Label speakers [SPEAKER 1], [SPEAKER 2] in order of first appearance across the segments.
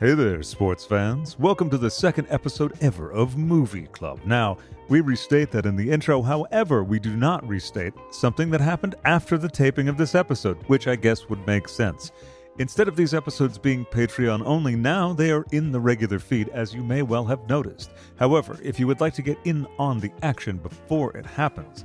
[SPEAKER 1] Hey there, sports fans. Welcome to the second episode ever of Movie Club. Now, we restate that in the intro, however, we do not restate something that happened after the taping of this episode, which I guess would make sense. Instead of these episodes being Patreon only, now they are in the regular feed, as you may well have noticed. However, if you would like to get in on the action before it happens,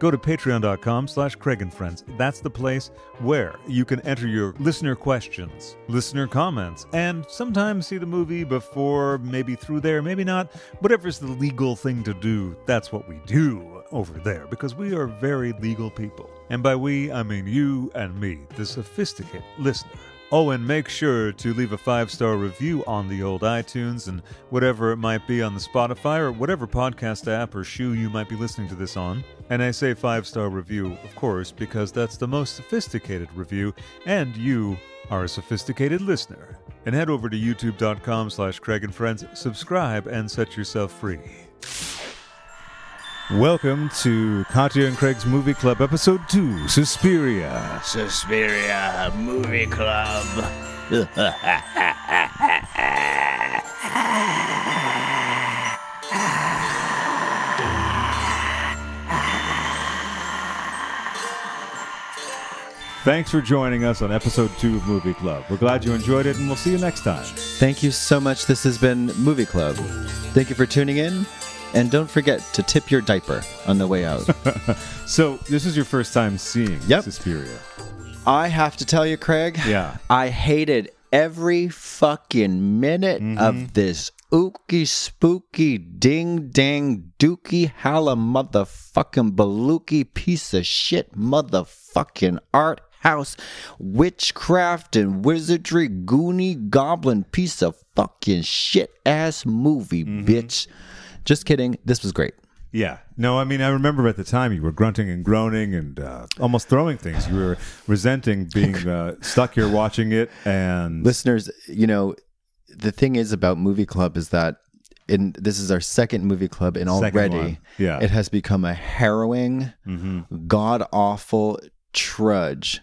[SPEAKER 1] go to patreon.com slash craig and friends that's the place where you can enter your listener questions listener comments and sometimes see the movie before maybe through there maybe not whatever's the legal thing to do that's what we do over there because we are very legal people and by we i mean you and me the sophisticated listener Oh, and make sure to leave a five star review on the old iTunes and whatever it might be on the Spotify or whatever podcast app or shoe you might be listening to this on. And I say five star review, of course, because that's the most sophisticated review, and you are a sophisticated listener. And head over to youtube.com slash Craig and Friends, subscribe, and set yourself free. Welcome to Katya and Craig's Movie Club, Episode 2, Suspiria.
[SPEAKER 2] Suspiria Movie Club.
[SPEAKER 1] Thanks for joining us on Episode 2 of Movie Club. We're glad you enjoyed it, and we'll see you next time.
[SPEAKER 3] Thank you so much. This has been Movie Club. Thank you for tuning in. And don't forget to tip your diaper on the way out.
[SPEAKER 1] So this is your first time seeing
[SPEAKER 3] Yep.
[SPEAKER 1] Suspiria.
[SPEAKER 3] I have to tell you, Craig,
[SPEAKER 1] Yeah.
[SPEAKER 3] I hated every fucking minute
[SPEAKER 1] Mm-hmm.
[SPEAKER 3] of this ooky spooky ding dang dookie halla motherfucking balooky piece of shit motherfucking art house witchcraft and wizardry goony goblin piece of fucking shit ass movie
[SPEAKER 1] Mm-hmm.
[SPEAKER 3] bitch just kidding this was great
[SPEAKER 1] Yeah. No, I mean, I remember at the time you were grunting and groaning and uh, almost throwing things. You were resenting being uh, stuck here watching it. And
[SPEAKER 3] listeners you know the thing is about movie club is that in this is our second movie club and
[SPEAKER 1] Second
[SPEAKER 3] already
[SPEAKER 1] one. Yeah.
[SPEAKER 3] it has become a harrowing
[SPEAKER 1] Mm-hmm.
[SPEAKER 3] god awful trudge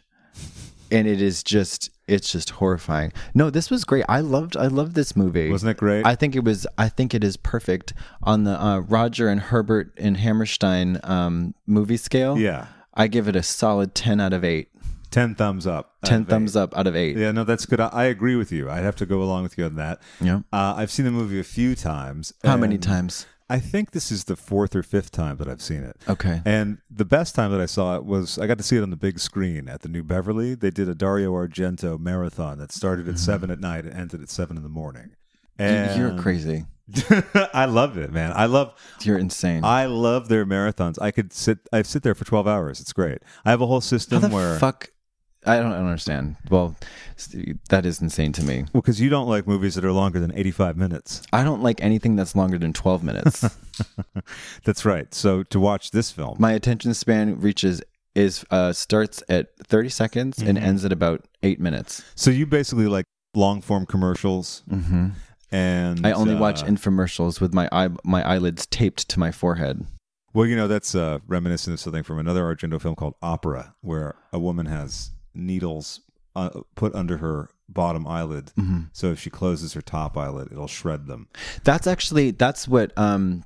[SPEAKER 3] and it is just it's just horrifying no this was great i loved i loved this movie
[SPEAKER 1] Wasn't it great?
[SPEAKER 3] i think it was i think it is perfect on the uh, roger and herbert and hammerstein um, movie scale
[SPEAKER 1] yeah,
[SPEAKER 3] i give it a solid 10 out of 8
[SPEAKER 1] 10 thumbs up.
[SPEAKER 3] 10 thumbs up out of 8
[SPEAKER 1] Yeah, no, that's good. I, I agree with you. I'd have to go along with you on that.
[SPEAKER 3] Yeah.
[SPEAKER 1] Uh, I've seen the movie a few times.
[SPEAKER 3] how many
[SPEAKER 1] and
[SPEAKER 3] times
[SPEAKER 1] I think this is the fourth or fifth time that I've seen it.
[SPEAKER 3] Okay.
[SPEAKER 1] And the best time that I saw it was I got to see it on the big screen at the New Beverly. They did a Dario Argento marathon that started at seven at night and ended at seven in the morning. And
[SPEAKER 3] You're crazy.
[SPEAKER 1] I love it, man. I love
[SPEAKER 3] You're insane.
[SPEAKER 1] I love their marathons. I could sit I sit there for twelve hours. It's great. I have a whole
[SPEAKER 3] How
[SPEAKER 1] system
[SPEAKER 3] the
[SPEAKER 1] where
[SPEAKER 3] fuck? I don't understand. Well, s- that is insane to me.
[SPEAKER 1] well, because you don't like movies that are longer than eighty-five minutes.
[SPEAKER 3] I don't like anything that's longer than 12 minutes.
[SPEAKER 1] That's right. So to watch this film,
[SPEAKER 3] My attention span reaches is uh starts at 30 seconds and ends at about 8 minutes.
[SPEAKER 1] Mm-hmm. so you basically like long-form commercials,
[SPEAKER 3] Mm-hmm.
[SPEAKER 1] and
[SPEAKER 3] I only watch
[SPEAKER 1] uh,
[SPEAKER 3] infomercials with my eye, my eyelids taped to my forehead.
[SPEAKER 1] Well, you know, that's uh, reminiscent of something from another Argento film called Opera, where a woman has needles uh, put under her bottom eyelid.
[SPEAKER 3] Mm-hmm.
[SPEAKER 1] So if she closes her top eyelid, it'll shred them.
[SPEAKER 3] That's actually that's what um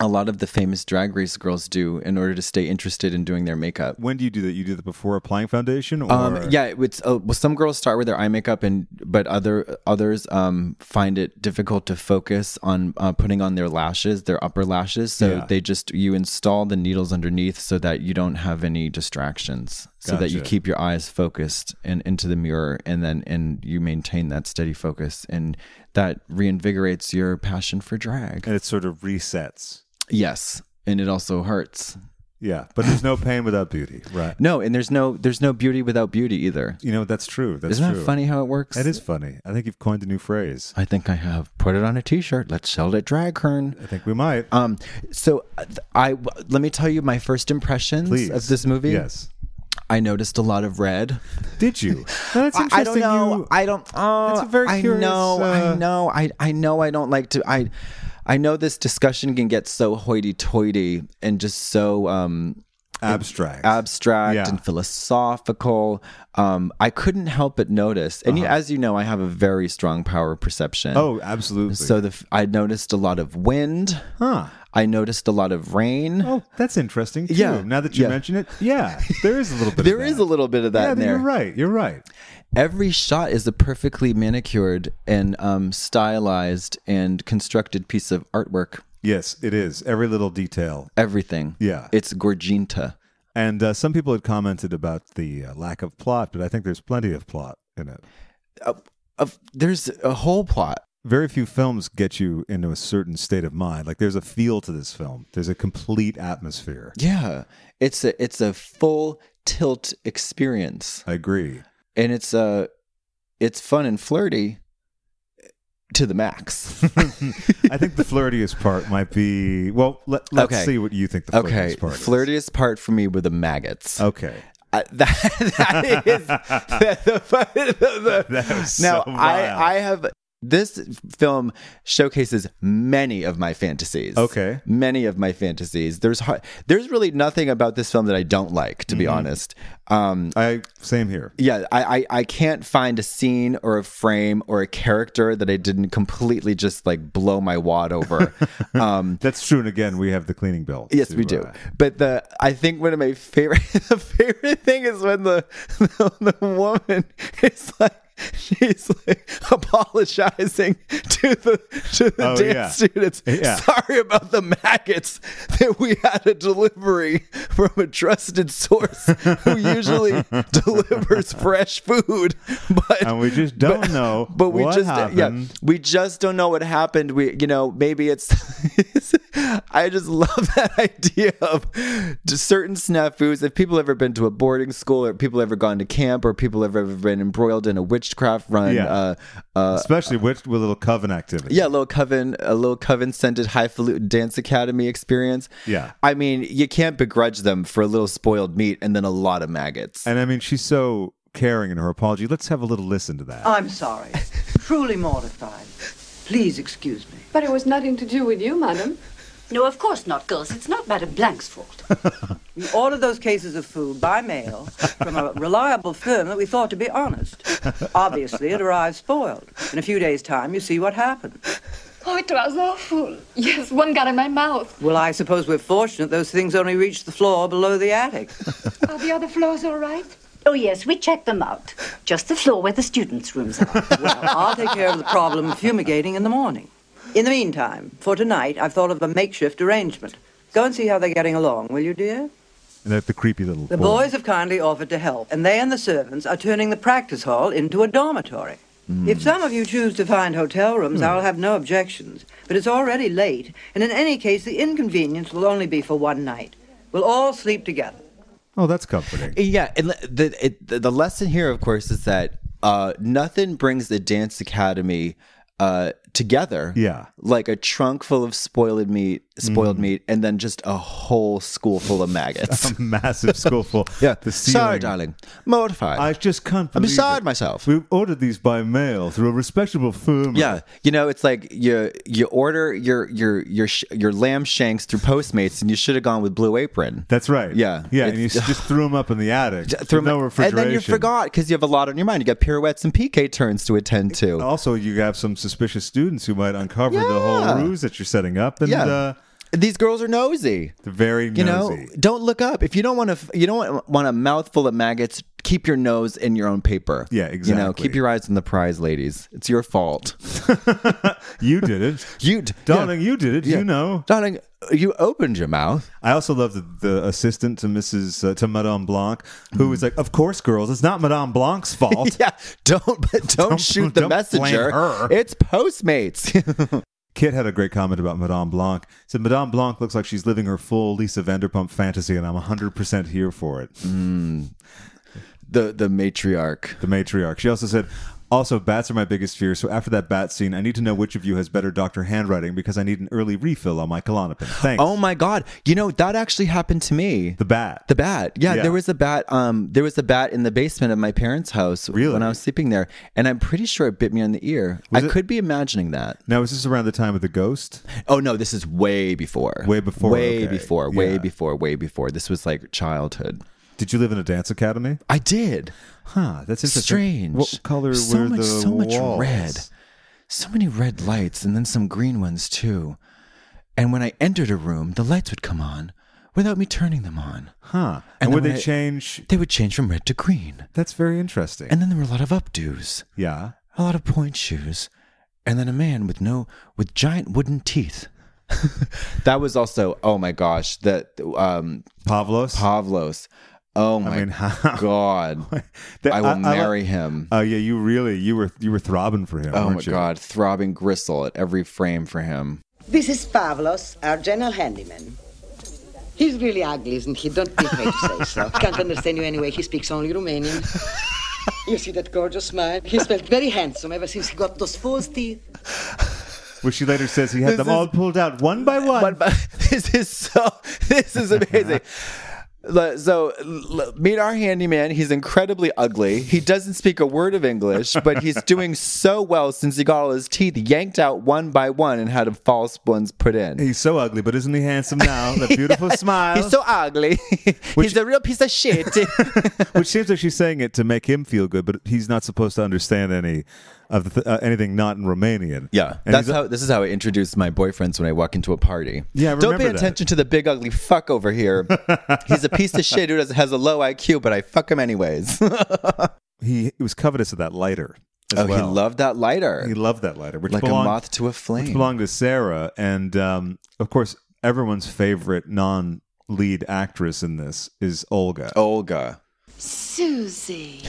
[SPEAKER 3] a lot of the famous drag race girls do in order to stay interested in doing their makeup.
[SPEAKER 1] When do you do that? You do that before applying foundation? Or...
[SPEAKER 3] Um, yeah, it- it's uh, well, some girls start with their eye makeup, and but other others um, find it difficult to focus on uh, putting on their lashes, their upper lashes. So
[SPEAKER 1] Yeah.
[SPEAKER 3] they just you install the needles underneath so that you don't have any distractions, so that you
[SPEAKER 1] Gotcha.
[SPEAKER 3] keep your eyes focused and into the mirror, and then and you maintain that steady focus, and that reinvigorates your passion for drag.
[SPEAKER 1] And it sort of resets.
[SPEAKER 3] yes, and it also hurts.
[SPEAKER 1] Yeah. But there's no pain without beauty. Right.
[SPEAKER 3] No, and there's no there's no beauty without beauty either.
[SPEAKER 1] You know, that's true. That's
[SPEAKER 3] Isn't
[SPEAKER 1] true.
[SPEAKER 3] that funny how it works?
[SPEAKER 1] That is funny. I think you've coined a new phrase.
[SPEAKER 3] I think I have. Put it on a T-shirt. Let's sell it at Drag Kern.
[SPEAKER 1] I think we might.
[SPEAKER 3] Um, so uh, th- I w- let me tell you my first impressions
[SPEAKER 1] Please.
[SPEAKER 3] of this movie.
[SPEAKER 1] Yes.
[SPEAKER 3] I noticed a lot of red.
[SPEAKER 1] Did you? No, that's
[SPEAKER 3] I,
[SPEAKER 1] interesting.
[SPEAKER 3] I don't know.
[SPEAKER 1] You-
[SPEAKER 3] I don't. Oh,
[SPEAKER 1] That's a very curious,
[SPEAKER 3] I know.
[SPEAKER 1] uh,
[SPEAKER 3] I know. I I know. I don't like to. I I know this discussion can get so hoity-toity and just so um
[SPEAKER 1] abstract.
[SPEAKER 3] abstract
[SPEAKER 1] Yeah.
[SPEAKER 3] and philosophical. Um, I couldn't help but notice, and you, as you know, I have a very strong power of perception.
[SPEAKER 1] Uh-huh. oh, absolutely.
[SPEAKER 3] so the f- I noticed a lot of wind.
[SPEAKER 1] huh.
[SPEAKER 3] I noticed a lot of rain.
[SPEAKER 1] Oh, that's interesting too.
[SPEAKER 3] Yeah,
[SPEAKER 1] Now that you
[SPEAKER 3] yeah.
[SPEAKER 1] mention it, yeah, there is a little bit.
[SPEAKER 3] there
[SPEAKER 1] of
[SPEAKER 3] is
[SPEAKER 1] that.
[SPEAKER 3] a little bit of that
[SPEAKER 1] Yeah,
[SPEAKER 3] in there.
[SPEAKER 1] you're right. You're right.
[SPEAKER 3] Every shot is a perfectly manicured and um, stylized and constructed piece of artwork.
[SPEAKER 1] Yes, it is. Every little detail.
[SPEAKER 3] Everything.
[SPEAKER 1] Yeah.
[SPEAKER 3] It's Gorginta.
[SPEAKER 1] And uh, some people had commented about the uh, lack of plot, but I think there's plenty of plot in it.
[SPEAKER 3] Uh, Of there's a whole plot.
[SPEAKER 1] Very few films get you into a certain state of mind. Like there's a feel to this film. There's a complete atmosphere.
[SPEAKER 3] Yeah. It's a it's a full tilt experience.
[SPEAKER 1] I agree.
[SPEAKER 3] And it's uh it's fun and flirty to the max.
[SPEAKER 1] I think the flirtiest part might be well. Let, let's
[SPEAKER 3] Okay.
[SPEAKER 1] see what you think the flirtiest
[SPEAKER 3] okay.
[SPEAKER 1] part. is.
[SPEAKER 3] Flirtiest part for me were the maggots.
[SPEAKER 1] Okay.
[SPEAKER 3] I, that, that is the, the-
[SPEAKER 1] That was
[SPEAKER 3] now
[SPEAKER 1] so wild.
[SPEAKER 3] I I have this film showcases many of my fantasies.
[SPEAKER 1] Okay.
[SPEAKER 3] many of my fantasies. There's har- there's really nothing about this film that I don't like, to be honest. Um,
[SPEAKER 1] Mm-hmm. I same here.
[SPEAKER 3] yeah, I, I I can't find a scene or a frame or a character that I didn't completely just like blow my wad over. um,
[SPEAKER 1] That's true. And again, we have the cleaning bill.
[SPEAKER 3] Yes,
[SPEAKER 1] to,
[SPEAKER 3] we do.
[SPEAKER 1] uh,
[SPEAKER 3] But the I think one of my favorite the favorite thing is when the the, woman is like she's like apologizing to the to the
[SPEAKER 1] Oh,
[SPEAKER 3] dance
[SPEAKER 1] yeah.
[SPEAKER 3] students.
[SPEAKER 1] Yeah.
[SPEAKER 3] Sorry about the maggots that we had a delivery from a trusted source who usually delivers fresh food, but
[SPEAKER 1] and we just don't know.
[SPEAKER 3] but we
[SPEAKER 1] what
[SPEAKER 3] just yeah
[SPEAKER 1] happened.
[SPEAKER 3] we just don't know what happened we you know maybe it's i just love that idea of just certain snafus if people ever been to a boarding school or people ever gone to camp or people have ever been embroiled in a witchcraft run
[SPEAKER 1] Yeah.
[SPEAKER 3] uh uh
[SPEAKER 1] especially with with little coven activity.
[SPEAKER 3] yeah, a little coven, a little coven scented highfalutin dance academy experience.
[SPEAKER 1] Yeah.
[SPEAKER 3] I mean, you can't begrudge them for a little spoiled meat and then a lot of maggots.
[SPEAKER 1] and I mean, she's so caring in her apology. Let's have a little listen to that.
[SPEAKER 4] I'm sorry. Truly mortified. Please excuse me.
[SPEAKER 5] But it was nothing to do with you, madam.
[SPEAKER 6] No, of course not, girls. It's not Madame Blank's fault.
[SPEAKER 4] We ordered those cases of food by mail from a reliable firm that we thought to be honest. Obviously, it arrived spoiled. In a few days' time, you see what happened.
[SPEAKER 5] Oh, it was awful. Yes, one got in my mouth.
[SPEAKER 4] Well, I suppose we're fortunate those things only reached the floor below the attic.
[SPEAKER 5] Are the other floors all right?
[SPEAKER 6] Oh, yes, we checked them out. Just the floor where the students' rooms are.
[SPEAKER 4] Well, I'll take care of the problem of fumigating in the morning. In the meantime, for tonight, I've thought of a makeshift arrangement. Go and see how they're getting along, will you, dear?
[SPEAKER 1] And that the creepy little
[SPEAKER 4] The
[SPEAKER 1] boy.
[SPEAKER 4] boys have kindly offered to help, and they and the servants are turning the practice hall into a dormitory. If some of you choose to find hotel rooms, I'll have no objections. But it's already late, and in any case, the inconvenience will only be for one night. We'll all sleep together.
[SPEAKER 1] Oh, that's comforting.
[SPEAKER 3] Uh, Yeah, and le- the it, the the lesson here, of course, is that uh, nothing brings the dance academy uh, together.
[SPEAKER 1] Yeah. Mm-hmm.
[SPEAKER 3] like a trunk full of spoiled meat, spoiled meat, and then just a whole school full of maggots.
[SPEAKER 1] A massive schoolful.
[SPEAKER 3] yeah,
[SPEAKER 1] the ceiling.
[SPEAKER 3] sorry, darling, mortified.
[SPEAKER 1] I just can't.
[SPEAKER 3] I'm
[SPEAKER 1] believe
[SPEAKER 3] beside
[SPEAKER 1] it.
[SPEAKER 3] myself.
[SPEAKER 1] We ordered these by mail through a respectable firm.
[SPEAKER 3] yeah, you know, it's like you you order your your your sh- your lamb shanks through Postmates, and you should have gone with Blue Apron.
[SPEAKER 1] That's right.
[SPEAKER 3] Yeah.
[SPEAKER 1] Yeah. And you
[SPEAKER 3] It's-
[SPEAKER 1] s- just threw them up in the attic.
[SPEAKER 3] Throw
[SPEAKER 1] with no
[SPEAKER 3] my-
[SPEAKER 1] refrigeration.
[SPEAKER 3] And then you forgot because you have a lot on your mind. You got pirouettes and PK turns to attend to.
[SPEAKER 1] Also, you have some suspicious students who might uncover the whole
[SPEAKER 3] Yeah.
[SPEAKER 1] ruse that you're setting up, and
[SPEAKER 3] Yeah.
[SPEAKER 1] uh,
[SPEAKER 3] These girls are nosy.
[SPEAKER 1] they're very
[SPEAKER 3] You
[SPEAKER 1] nosy.
[SPEAKER 3] know, don't look up. If you don't want to, you don't want a mouthful of maggots. Keep your nose in your own paper.
[SPEAKER 1] Yeah,
[SPEAKER 3] You know,
[SPEAKER 1] exactly.
[SPEAKER 3] keep your eyes on the prize, ladies. It's your fault.
[SPEAKER 1] You did it,
[SPEAKER 3] You, d-
[SPEAKER 1] darling.
[SPEAKER 3] yeah.
[SPEAKER 1] You did it.
[SPEAKER 3] Yeah.
[SPEAKER 1] You know.
[SPEAKER 3] darling, you opened your mouth.
[SPEAKER 1] I also love the, the assistant to Mrs. Uh, to Madame Blanc, who was like, "Of course, girls, it's not Madame Blanc's fault."
[SPEAKER 3] Hmm. Yeah, don't don't, shoot the
[SPEAKER 1] don't blame
[SPEAKER 3] messenger.
[SPEAKER 1] her.
[SPEAKER 3] It's Postmates.
[SPEAKER 1] Kit had a great comment about Madame Blanc. Said Madame Blanc looks like she's living her full Lisa Vanderpump fantasy, and I'm 100 percent here for it.
[SPEAKER 3] Mm. the the matriarch.
[SPEAKER 1] the matriarch. She also said, also, bats are my biggest fear, so after that bat scene, I need to know which of you has better doctor handwriting because I need an early refill on my Klonopin. Thanks.
[SPEAKER 3] Oh my god! You know that actually happened to me.
[SPEAKER 1] The bat.
[SPEAKER 3] The bat. Yeah,
[SPEAKER 1] Yeah.
[SPEAKER 3] there was a bat. Um, there was a bat in the basement of my parents' house
[SPEAKER 1] Really?
[SPEAKER 3] when I was sleeping there, and I'm pretty sure it bit me on the ear. I could be imagining that.
[SPEAKER 1] now, is this around the time of the ghost?
[SPEAKER 3] Oh no, this is way before.
[SPEAKER 1] Way before,
[SPEAKER 3] Way
[SPEAKER 1] okay.
[SPEAKER 3] before. Way
[SPEAKER 1] Yeah.
[SPEAKER 3] before. Way before. This was like childhood.
[SPEAKER 1] Did you live in a dance academy?
[SPEAKER 3] I did.
[SPEAKER 1] Huh, that's interesting.
[SPEAKER 3] Strange.
[SPEAKER 1] What color
[SPEAKER 3] so
[SPEAKER 1] were
[SPEAKER 3] much,
[SPEAKER 1] the
[SPEAKER 3] so much
[SPEAKER 1] walls?
[SPEAKER 3] red. So many red lights, and then some green ones too. And when I entered a room, the lights would come on without me turning them on.
[SPEAKER 1] Huh.
[SPEAKER 3] And
[SPEAKER 1] And,
[SPEAKER 3] then
[SPEAKER 1] would
[SPEAKER 3] when
[SPEAKER 1] they
[SPEAKER 3] I-
[SPEAKER 1] change?
[SPEAKER 3] They would change from red to green.
[SPEAKER 1] That's very interesting.
[SPEAKER 3] And then there were a lot of updos,
[SPEAKER 1] yeah.
[SPEAKER 3] a lot of point shoes, and then a man with no with giant wooden teeth. that was also oh my gosh that um
[SPEAKER 1] Pavlos?
[SPEAKER 3] Pavlos. Oh my
[SPEAKER 1] mean, how-
[SPEAKER 3] god.
[SPEAKER 1] That-
[SPEAKER 3] I will
[SPEAKER 1] like-
[SPEAKER 3] marry him.
[SPEAKER 1] Oh yeah, you really you were you were throbbing for him.
[SPEAKER 3] Oh
[SPEAKER 1] weren't
[SPEAKER 3] my
[SPEAKER 1] you?
[SPEAKER 3] god, throbbing gristle at every frame for him.
[SPEAKER 7] This is Pavlos, our general handyman. He's really ugly, isn't he? Don't be afraid to say so. Can't understand you anyway. He speaks only Romanian. You see that gorgeous smile? He's felt very handsome ever since he got those false teeth.
[SPEAKER 1] Which she later says he had them all pulled out one by one.
[SPEAKER 3] But, but this is so this is amazing. Le- So l- meet our handyman. He's incredibly ugly. He doesn't speak a word of English, but he's doing so well since he got all his teeth yanked out one by one and had false ones put in.
[SPEAKER 1] He's so ugly, but isn't he handsome now? That beautiful smile.
[SPEAKER 3] He's so ugly. he's a real piece of shit.
[SPEAKER 1] Which seems like she's saying it to make him feel good, but he's not supposed to understand any of the th- uh, anything not in Romanian.
[SPEAKER 3] Yeah,
[SPEAKER 1] and
[SPEAKER 3] that's
[SPEAKER 1] he's-
[SPEAKER 3] how. This is how I introduce my boyfriends when I walk into a party.
[SPEAKER 1] Yeah, I
[SPEAKER 3] don't pay
[SPEAKER 1] remember that.
[SPEAKER 3] attention to the big ugly fuck over here. He's a piece of shit who does, has a low IQ, but I fuck him anyways. oh,
[SPEAKER 1] he, he was covetous of that lighter. As well.
[SPEAKER 3] he loved that lighter,
[SPEAKER 1] he loved that lighter, which
[SPEAKER 3] like
[SPEAKER 1] belonged,
[SPEAKER 3] a moth to a flame.
[SPEAKER 1] which belonged to Sarah, and um, of course, everyone's favorite non-lead actress in this is Olga.
[SPEAKER 3] Olga,
[SPEAKER 8] Susie.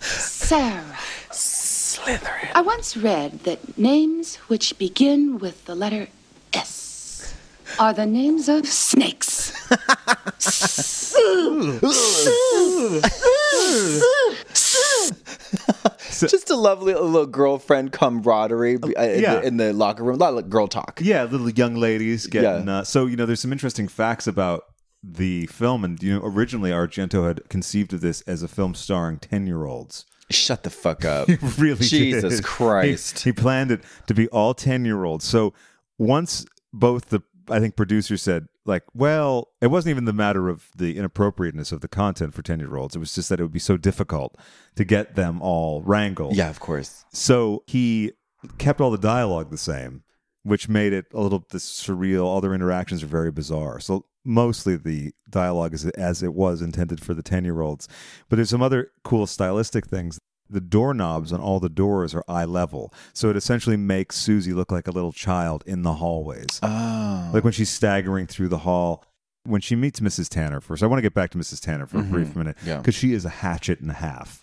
[SPEAKER 8] Sarah. Slytherin. I once read that names which begin with the letter S are the names of snakes.
[SPEAKER 2] Uh.
[SPEAKER 3] just a lovely little girlfriend camaraderie uh, in,
[SPEAKER 1] yeah.
[SPEAKER 3] the, in the locker room. A lot of girl talk.
[SPEAKER 1] Yeah, little young ladies getting.
[SPEAKER 3] Yeah.
[SPEAKER 1] Uh, so you know, there's some interesting facts about the film, and you know, originally Argento had conceived of this as a film starring ten-year-olds.
[SPEAKER 3] Shut the fuck up.
[SPEAKER 1] really
[SPEAKER 3] Jesus
[SPEAKER 1] did. He-
[SPEAKER 3] Christ.
[SPEAKER 1] He, planned it to be all 10 year olds. So once both the I think producers said like, well, it wasn't even the matter of the inappropriateness of the content for 10 year olds. It was just that it would be so difficult to get them all wrangled.
[SPEAKER 3] yeah, of course.
[SPEAKER 1] So he kept all the dialogue the same, which made it a little this surreal. All their interactions are very bizarre. So mostly the dialogue is as it was intended for the 10 year olds. But there's some other cool stylistic things. The doorknobs on all the doors are eye level. So it essentially makes Susie look like a little child in the hallways.
[SPEAKER 3] Oh,
[SPEAKER 1] Like when she's staggering through the hall. When she meets Mrs. Tanner first, I want to get back to Mrs. Tanner for a brief minute
[SPEAKER 3] Mm-hmm. Yeah. Mm-hmm.
[SPEAKER 1] because she is a hatchet and a half.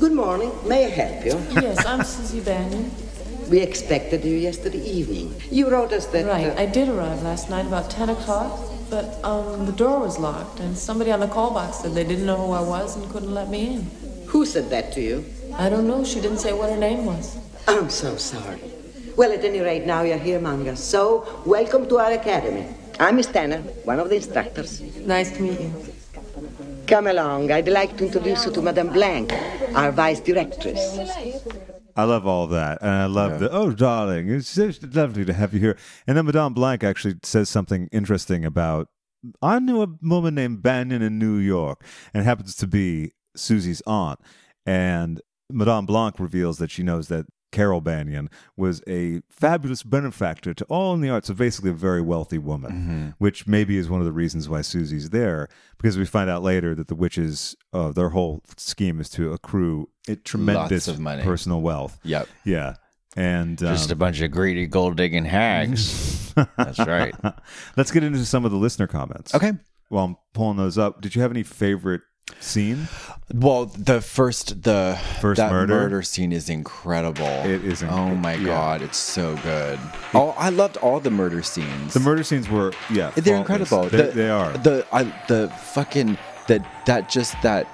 [SPEAKER 7] Good morning. May I help you?
[SPEAKER 9] Yes, I'm Susie Banyan.
[SPEAKER 7] We expected you yesterday evening. You wrote us that.
[SPEAKER 9] Right,
[SPEAKER 7] uh,
[SPEAKER 9] I did arrive last night about 10 o'clock, but um, the door was locked, and somebody on the call box said they didn't know who I was and couldn't let me in.
[SPEAKER 7] who said that to you?
[SPEAKER 9] I don't know, she didn't say what her name was.
[SPEAKER 7] I'm so sorry. Well, at any rate, now you're here among us. So, welcome to our academy. I'm Miss Tanner, one of the instructors.
[SPEAKER 9] Nice to meet you.
[SPEAKER 7] Come along. I'd like to introduce you to Madame Blank, our vice directress.
[SPEAKER 1] I love all that. And I love the, oh, darling, it's just lovely to have you here. And then Madame Blanc actually says something interesting about, I knew a woman named Banyan in New York and happens to be Susie's aunt. And Madame Blanc reveals that she knows that Carol Banyan was a fabulous benefactor to all in the arts. So basically, a very wealthy woman,
[SPEAKER 3] Mm-hmm.
[SPEAKER 1] which maybe is one of the reasons why Susie's there, because we find out later that the witches, uh, their whole scheme is to accrue a tremendous
[SPEAKER 3] of money.
[SPEAKER 1] personal wealth.
[SPEAKER 3] Yep.
[SPEAKER 1] Yeah. And um,
[SPEAKER 3] just a bunch of greedy gold digging hags. That's right.
[SPEAKER 1] let's get into some of the listener comments.
[SPEAKER 3] Okay.
[SPEAKER 1] While I'm pulling those up, did you have any favorite scene?
[SPEAKER 3] Well, the first the
[SPEAKER 1] First
[SPEAKER 3] that
[SPEAKER 1] murder?
[SPEAKER 3] scene is incredible.
[SPEAKER 1] It is
[SPEAKER 3] oh my god, it's so good. oh, I loved all the murder scenes.
[SPEAKER 1] The murder scenes were yeah,
[SPEAKER 3] They're
[SPEAKER 1] faultless.
[SPEAKER 3] incredible.
[SPEAKER 1] They,
[SPEAKER 3] The-
[SPEAKER 1] they are.
[SPEAKER 3] The I, the fucking that that just that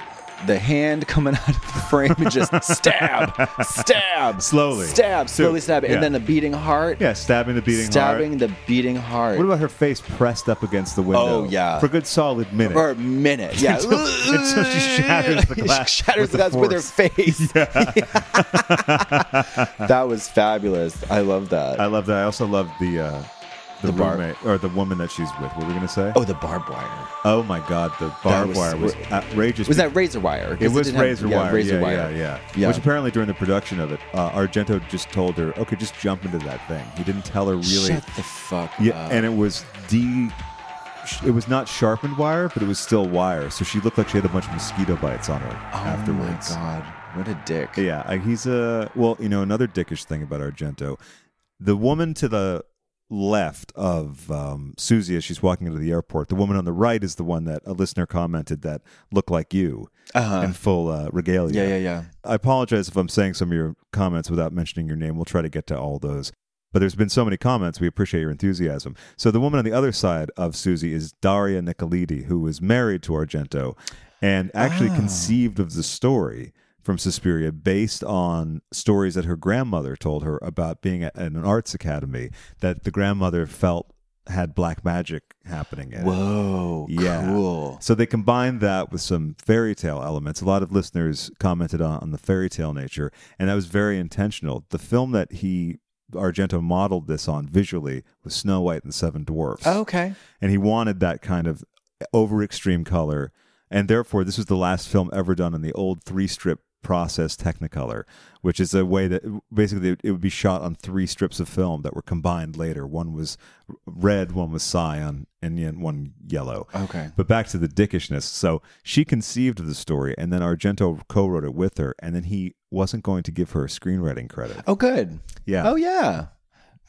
[SPEAKER 3] the hand coming out of the frame and just stab, stab,
[SPEAKER 1] Slowly.
[SPEAKER 3] stab, slowly
[SPEAKER 1] Too.
[SPEAKER 3] stab,
[SPEAKER 1] Yeah.
[SPEAKER 3] and then a beating heart,
[SPEAKER 1] yeah, stabbing the beating
[SPEAKER 3] stabbing
[SPEAKER 1] heart.
[SPEAKER 3] the beating heart.
[SPEAKER 1] What about her face pressed up against the window?
[SPEAKER 3] Oh, yeah.
[SPEAKER 1] for a good solid minute.
[SPEAKER 3] for a minute, yeah.
[SPEAKER 1] Until- until she shatters the
[SPEAKER 3] She
[SPEAKER 1] glass
[SPEAKER 3] shatters
[SPEAKER 1] with
[SPEAKER 3] the
[SPEAKER 1] the
[SPEAKER 3] glass with her
[SPEAKER 1] force.
[SPEAKER 3] face. that was fabulous. I love that.
[SPEAKER 1] I love that. I also love the uh, the,
[SPEAKER 3] The bar-
[SPEAKER 1] roommate or the woman that she's with. What were we gonna say?
[SPEAKER 3] oh, the barbed wire.
[SPEAKER 1] Oh my God, the barbed
[SPEAKER 3] was-
[SPEAKER 1] wire was outrageous.
[SPEAKER 3] Was that razor wire? 'Cause
[SPEAKER 1] It was
[SPEAKER 3] didn't have-
[SPEAKER 1] razor
[SPEAKER 3] yeah,
[SPEAKER 1] wire.
[SPEAKER 3] Razor
[SPEAKER 1] yeah,
[SPEAKER 3] wire.
[SPEAKER 1] Yeah, yeah,
[SPEAKER 3] Yeah.
[SPEAKER 1] Which apparently during the production of it, uh, Argento just told her, "Okay, just jump into that thing." He didn't tell her really.
[SPEAKER 3] Shut the fuck
[SPEAKER 1] yeah,
[SPEAKER 3] up.
[SPEAKER 1] and it was de. It was not sharpened wire, but it was still wire. So she looked like she had a bunch of mosquito bites on her
[SPEAKER 3] oh
[SPEAKER 1] afterwards.
[SPEAKER 3] my god, what a dick.
[SPEAKER 1] Yeah, I- he's a well, you know, another dickish thing about Argento. The woman to the left of um, Susie as she's walking into the airport, the woman on the right is the one that a listener commented that looked like you
[SPEAKER 3] Uh-huh.
[SPEAKER 1] in full uh, regalia.
[SPEAKER 3] Yeah, yeah, yeah.
[SPEAKER 1] I apologize if I'm saying some of your comments without mentioning your name. We'll try to get to all those. But there's been so many comments. We appreciate your enthusiasm. So the woman on the other side of Susie is Daria Nicolidi, who was married to Argento and
[SPEAKER 3] Ah.
[SPEAKER 1] actually conceived of the story from Suspiria based on stories that her grandmother told her about being at an arts academy that the grandmother felt had black magic happening in. it.
[SPEAKER 3] Whoa, cool.
[SPEAKER 1] So they combined that with some fairy tale elements. A lot of listeners commented on, on the fairy tale nature, and that was very intentional. The film that he Argento modeled this on visually was Snow White and the Seven Dwarfs.
[SPEAKER 3] Oh, okay.
[SPEAKER 1] And he wanted that kind of over extreme color. And therefore, this was the last film ever done in the old three strip process Technicolor, which is a way that basically it would be shot on three strips of film that were combined later. One was red, one was cyan, and yet one yellow.
[SPEAKER 3] Okay.
[SPEAKER 1] But back to the dickishness. So she conceived of the story, and then Argento co wrote it with her, and then he wasn't going to give her screenwriting credit.
[SPEAKER 3] Oh, good.
[SPEAKER 1] Yeah.
[SPEAKER 3] Oh, yeah.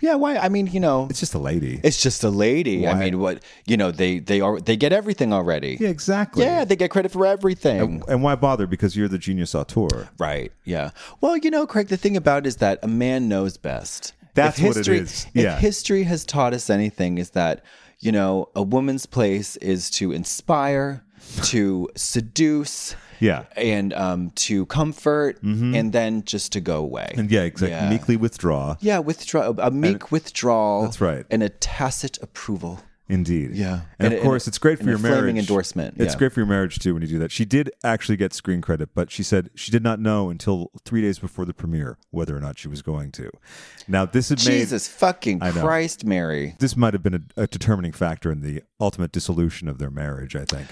[SPEAKER 3] Yeah. Why? I mean, you know,
[SPEAKER 1] It's just a lady.
[SPEAKER 3] it's just a lady. I
[SPEAKER 1] Why?
[SPEAKER 3] mean, what? You know, they they are they get everything already.
[SPEAKER 1] yeah, exactly.
[SPEAKER 3] Yeah, they get credit for everything.
[SPEAKER 1] and, and why bother? Because you're the genius auteur.
[SPEAKER 3] Right. Yeah. Well, you know, Craig, the thing about it is that a man knows best.
[SPEAKER 1] That's
[SPEAKER 3] If
[SPEAKER 1] what it
[SPEAKER 3] history,
[SPEAKER 1] is. Yeah.
[SPEAKER 3] If history has taught us anything, is that, you know, a woman's place is to inspire, to seduce,
[SPEAKER 1] Yeah. Mm-hmm.
[SPEAKER 3] and um, to comfort, and then just to go away.
[SPEAKER 1] And yeah, exactly.
[SPEAKER 3] Yeah.
[SPEAKER 1] Meekly withdraw.
[SPEAKER 3] yeah, withdraw a meek withdrawal.
[SPEAKER 1] That's right.
[SPEAKER 3] And a tacit approval.
[SPEAKER 1] Indeed.
[SPEAKER 3] Yeah.
[SPEAKER 1] And,
[SPEAKER 3] And-
[SPEAKER 1] of
[SPEAKER 3] and-
[SPEAKER 1] course, it's great for
[SPEAKER 3] and a
[SPEAKER 1] your marriage.
[SPEAKER 3] flaming endorsement,
[SPEAKER 1] It's
[SPEAKER 3] yeah.
[SPEAKER 1] great for your marriage too when you do that. She did actually get screen credit, but she said she did not know until three days before the premiere whether or not she was going to. Now, this had made
[SPEAKER 3] Jesus fucking
[SPEAKER 1] I know.
[SPEAKER 3] Christ, Mary.
[SPEAKER 1] this might have been a, a determining factor in the ultimate dissolution of their marriage. I think,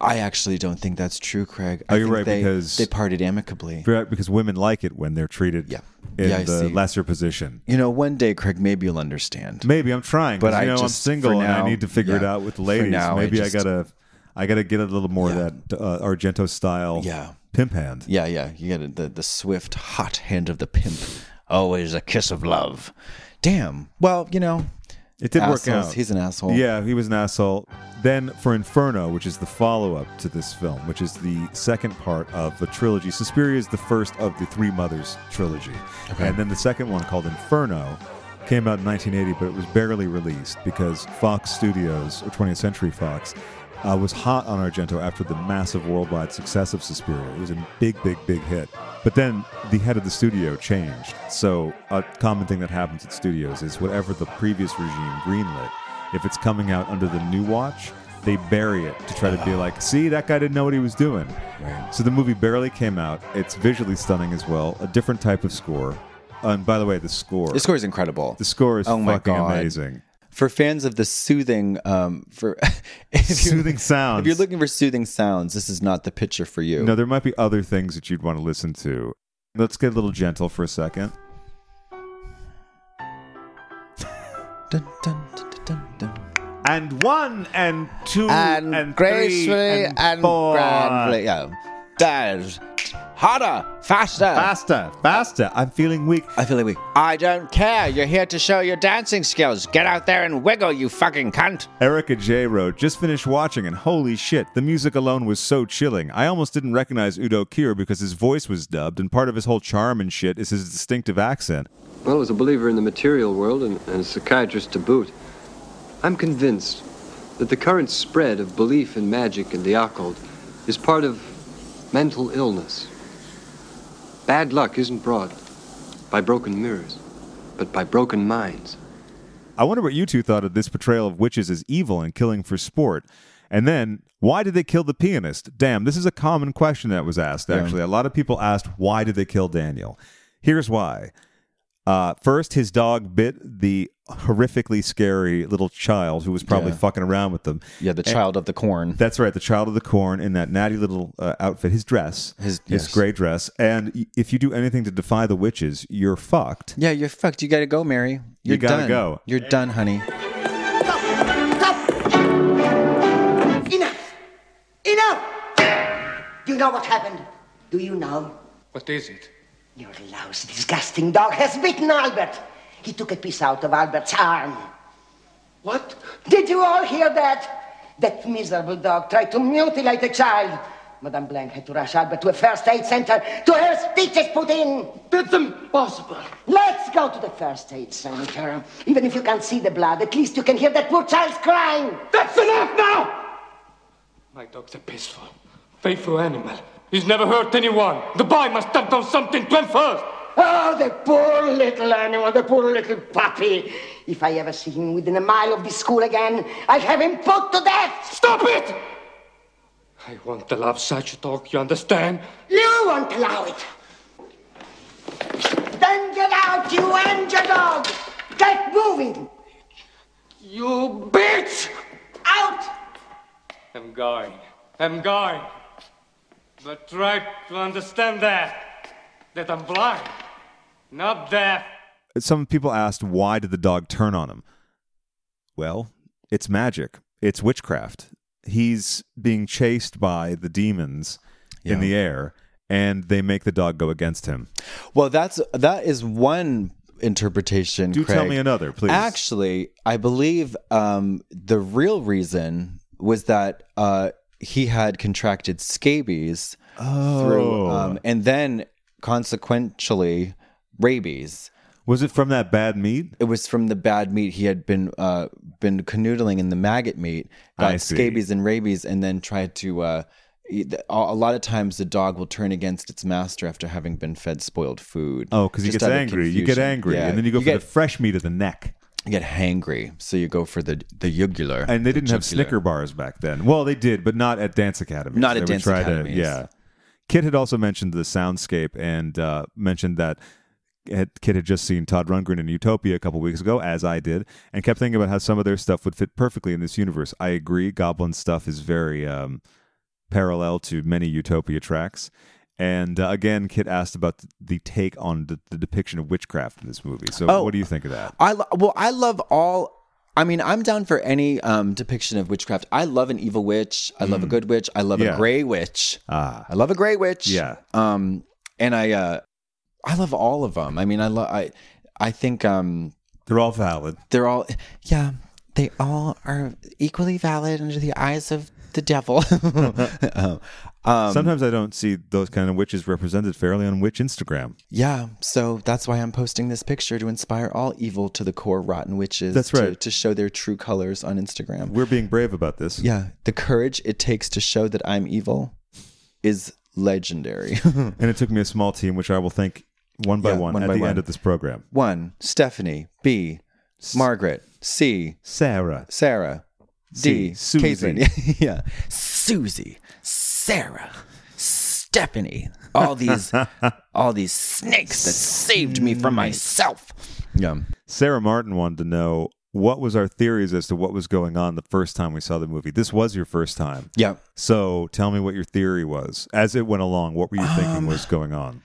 [SPEAKER 3] I actually don't think that's true, Craig. I
[SPEAKER 1] Oh, you're
[SPEAKER 3] think
[SPEAKER 1] right,
[SPEAKER 3] they-
[SPEAKER 1] because-
[SPEAKER 3] they parted amicably.
[SPEAKER 1] Right, because women like it when they're treated
[SPEAKER 3] Yeah.
[SPEAKER 1] in
[SPEAKER 3] Yeah, I
[SPEAKER 1] the
[SPEAKER 3] see.
[SPEAKER 1] lesser position.
[SPEAKER 3] You know, one day, Craig, maybe you'll understand.
[SPEAKER 1] Maybe I'm trying,
[SPEAKER 3] But
[SPEAKER 1] but I
[SPEAKER 3] I
[SPEAKER 1] know I'm
[SPEAKER 3] just-
[SPEAKER 1] single
[SPEAKER 3] for
[SPEAKER 1] and
[SPEAKER 3] now-
[SPEAKER 1] I need to figure it
[SPEAKER 3] yeah.
[SPEAKER 1] out with
[SPEAKER 3] For
[SPEAKER 1] ladies.
[SPEAKER 3] now, I
[SPEAKER 1] Maybe I,
[SPEAKER 3] just-
[SPEAKER 1] gotta, I gotta get a little more of that uh, Argento style,
[SPEAKER 3] Yeah.
[SPEAKER 1] pimp hand.
[SPEAKER 3] Yeah, yeah. You get it, the the swift, hot hand of the pimp. Always a kiss of love. Damn. Well, you know,
[SPEAKER 1] It did work
[SPEAKER 3] assholes.
[SPEAKER 1] out.
[SPEAKER 3] He's an asshole.
[SPEAKER 1] Yeah, he was an asshole. Then for Inferno, which is the follow up to this film, which is the second part of the trilogy. Suspiria is the first of the Three Mothers trilogy. And then the second one, called Inferno, came out in 1980, but it was barely released because Fox Studios, or 20th Century Fox, uh, was hot on Argento after the massive worldwide success of Suspiria. It was a big, big, big hit. But then the head of the studio changed. So, a common thing that happens at studios is whatever the previous regime greenlit, if it's coming out under the new watch, they bury it to try to be like, see, that guy didn't know what he was doing. So the movie barely came out. It's visually stunning as well, a different type of score. And by the way, the score.
[SPEAKER 3] The score is incredible.
[SPEAKER 1] The score is
[SPEAKER 3] Oh my
[SPEAKER 1] fucking
[SPEAKER 3] God.
[SPEAKER 1] amazing.
[SPEAKER 3] for fans of the soothing, um, for if you-
[SPEAKER 1] Soothing sounds.
[SPEAKER 3] If you're looking for soothing sounds, this is not the picture for you.
[SPEAKER 1] No, there might be other things that you'd want to listen to. Let's get a little gentle for a second.
[SPEAKER 3] Dun, dun, dun, dun, dun, dun.
[SPEAKER 1] And one and two
[SPEAKER 3] and, gracefully and,
[SPEAKER 1] four.
[SPEAKER 3] grandly. Yeah. That is harder, faster.
[SPEAKER 1] Faster, faster. I'm feeling weak.
[SPEAKER 3] I'm feeling weak.
[SPEAKER 10] I don't care. You're here to show your dancing skills. Get out there and wiggle, you fucking cunt.
[SPEAKER 1] Erica J. wrote, just finished watching and holy shit, the music alone was so chilling. I almost didn't recognize Udo Kier because his voice was dubbed, and part of his whole charm and shit is his distinctive accent.
[SPEAKER 11] Well, as a believer in the material world and, and a psychiatrist to boot, I'm convinced that the current spread of belief in magic and the occult is part of mental illness. Bad luck isn't brought by broken mirrors, but by broken minds.
[SPEAKER 1] I wonder what you two thought of this portrayal of witches as evil and killing for sport. And then, why did they kill the pianist? Damn, this is a common question that was asked, actually. A lot of people asked, why did they kill Daniel? Here's why. Uh, first, his dog bit the horrifically scary little child who was probably
[SPEAKER 3] Yeah.
[SPEAKER 1] fucking around with them.
[SPEAKER 3] Yeah, the
[SPEAKER 1] And-
[SPEAKER 3] child of the corn.
[SPEAKER 1] That's right, the child of the corn in that natty little uh, outfit, his dress, his,
[SPEAKER 3] yes.
[SPEAKER 1] gray dress. And y- if you do anything to defy the witches, you're fucked.
[SPEAKER 3] Yeah, you're fucked. You gotta go, Mary. You're
[SPEAKER 1] gotta
[SPEAKER 3] done.
[SPEAKER 1] go.
[SPEAKER 3] You're done, honey.
[SPEAKER 12] Enough! Enough! Do you know what happened? Do you know?
[SPEAKER 13] What is it?
[SPEAKER 12] Your louse, disgusting dog has bitten Albert. He took a piece out of Albert's arm. What? Did you all hear that? That miserable dog tried to mutilate a child. Madame Blank had to rush Albert to a first aid center to have stitches put in. That's impossible. Let's go to the first aid center. Even if you can't see the blood, at least you can hear that poor child's crying. That's enough now!
[SPEAKER 13] My dog's a peaceful, faithful animal. He's never hurt anyone. The boy must have done something to him first.
[SPEAKER 12] Oh, the poor little animal, the poor little puppy. If I ever see him within a mile of this school again, I'll have him put to death. Stop it!
[SPEAKER 13] I won't allow such talk, you understand?
[SPEAKER 12] You won't allow it. Then get out, you and your dog. Get moving.
[SPEAKER 13] You bitch!
[SPEAKER 12] Out.
[SPEAKER 13] I'm going. I'm going. But try to understand that. That I'm blind. Not deaf.
[SPEAKER 1] Some people asked, why did the dog turn on him? Well, it's magic, it's witchcraft. He's being chased by the demons in
[SPEAKER 3] Yeah.
[SPEAKER 1] the air, and they make the dog go against him.
[SPEAKER 3] Well, that's that is one interpretation.
[SPEAKER 1] Do tell
[SPEAKER 3] Craig.
[SPEAKER 1] me another, please.
[SPEAKER 3] Actually, I believe um, the real reason was that uh, he had contracted scabies uh,
[SPEAKER 1] Oh.
[SPEAKER 3] Um, and then consequentially rabies.
[SPEAKER 1] Was it from that bad meat?
[SPEAKER 3] It was from the bad meat he had been uh, been canoodling in the maggot meat,
[SPEAKER 1] I
[SPEAKER 3] got
[SPEAKER 1] see.
[SPEAKER 3] scabies and rabies, and then tried to. Uh, eat the- a a lot of times the dog will turn against its master after having been fed spoiled food.
[SPEAKER 1] Oh, because he
[SPEAKER 3] Just
[SPEAKER 1] gets
[SPEAKER 3] out of
[SPEAKER 1] angry. You get
[SPEAKER 3] confusion.
[SPEAKER 1] angry,
[SPEAKER 3] Yeah,
[SPEAKER 1] and then you go for
[SPEAKER 3] get
[SPEAKER 1] the fresh meat of the neck.
[SPEAKER 3] you get hangry, so you go for the the jugular.
[SPEAKER 1] And they
[SPEAKER 3] the
[SPEAKER 1] didn't have
[SPEAKER 3] jugular.
[SPEAKER 1] Snicker bars back then. Well, they did, but not at dance academies.
[SPEAKER 3] Not at
[SPEAKER 1] They would
[SPEAKER 3] dance
[SPEAKER 1] try to-
[SPEAKER 3] academies.
[SPEAKER 1] yeah. Kit had also mentioned the soundscape and uh, mentioned that had- Kit had just seen Todd Rundgren in Utopia a couple weeks ago, as I did, and kept thinking about how some of their stuff would fit perfectly in this universe. I agree. Goblin stuff is very um, parallel to many Utopia tracks. And uh, again, Kit asked about the take on the, the depiction of witchcraft in this movie. So,
[SPEAKER 3] Oh.
[SPEAKER 1] what do you think of that?
[SPEAKER 3] I lo- well, I love all. I mean, I'm down for any um, depiction of witchcraft. I love an evil witch. I love a good witch. I love
[SPEAKER 1] Mm. Yeah.
[SPEAKER 3] a gray witch.
[SPEAKER 1] Ah.
[SPEAKER 3] I love a gray witch.
[SPEAKER 1] Yeah.
[SPEAKER 3] Um, and I, uh, I love all of them. I mean, I love. I, I think um,
[SPEAKER 1] they're all valid.
[SPEAKER 3] They're all, yeah. They all are equally valid under the eyes of the devil. um,
[SPEAKER 1] Sometimes I don't see those kind of witches represented fairly on Witch Instagram.
[SPEAKER 3] Yeah, so that's why I'm posting this picture to inspire all evil to the core rotten witches.
[SPEAKER 1] That's
[SPEAKER 3] to- To,
[SPEAKER 1] right.
[SPEAKER 3] show their true colors on Instagram.
[SPEAKER 1] We're being brave about this.
[SPEAKER 3] Yeah, the courage it takes to show that I'm evil is legendary.
[SPEAKER 1] and it took me a small team, which I will thank one by
[SPEAKER 3] Yeah,
[SPEAKER 1] one,
[SPEAKER 3] one
[SPEAKER 1] at
[SPEAKER 3] by
[SPEAKER 1] the
[SPEAKER 3] one.
[SPEAKER 1] end of this program.
[SPEAKER 3] One, Stephanie. B, Margaret. C,
[SPEAKER 1] Sarah.
[SPEAKER 3] Sarah.
[SPEAKER 1] C,
[SPEAKER 3] D,
[SPEAKER 1] Susie.
[SPEAKER 3] Caitlin. yeah, Susie, Sarah, Stephanie. All these, all these snakes that saved me from myself. Yeah.
[SPEAKER 1] Sarah Martin wanted to know what was our theories as to what was going on the first time we saw the movie. This was your first time.
[SPEAKER 3] Yeah.
[SPEAKER 1] So tell me what your theory was as it went along. What were you thinking
[SPEAKER 3] Um,
[SPEAKER 1] was going on?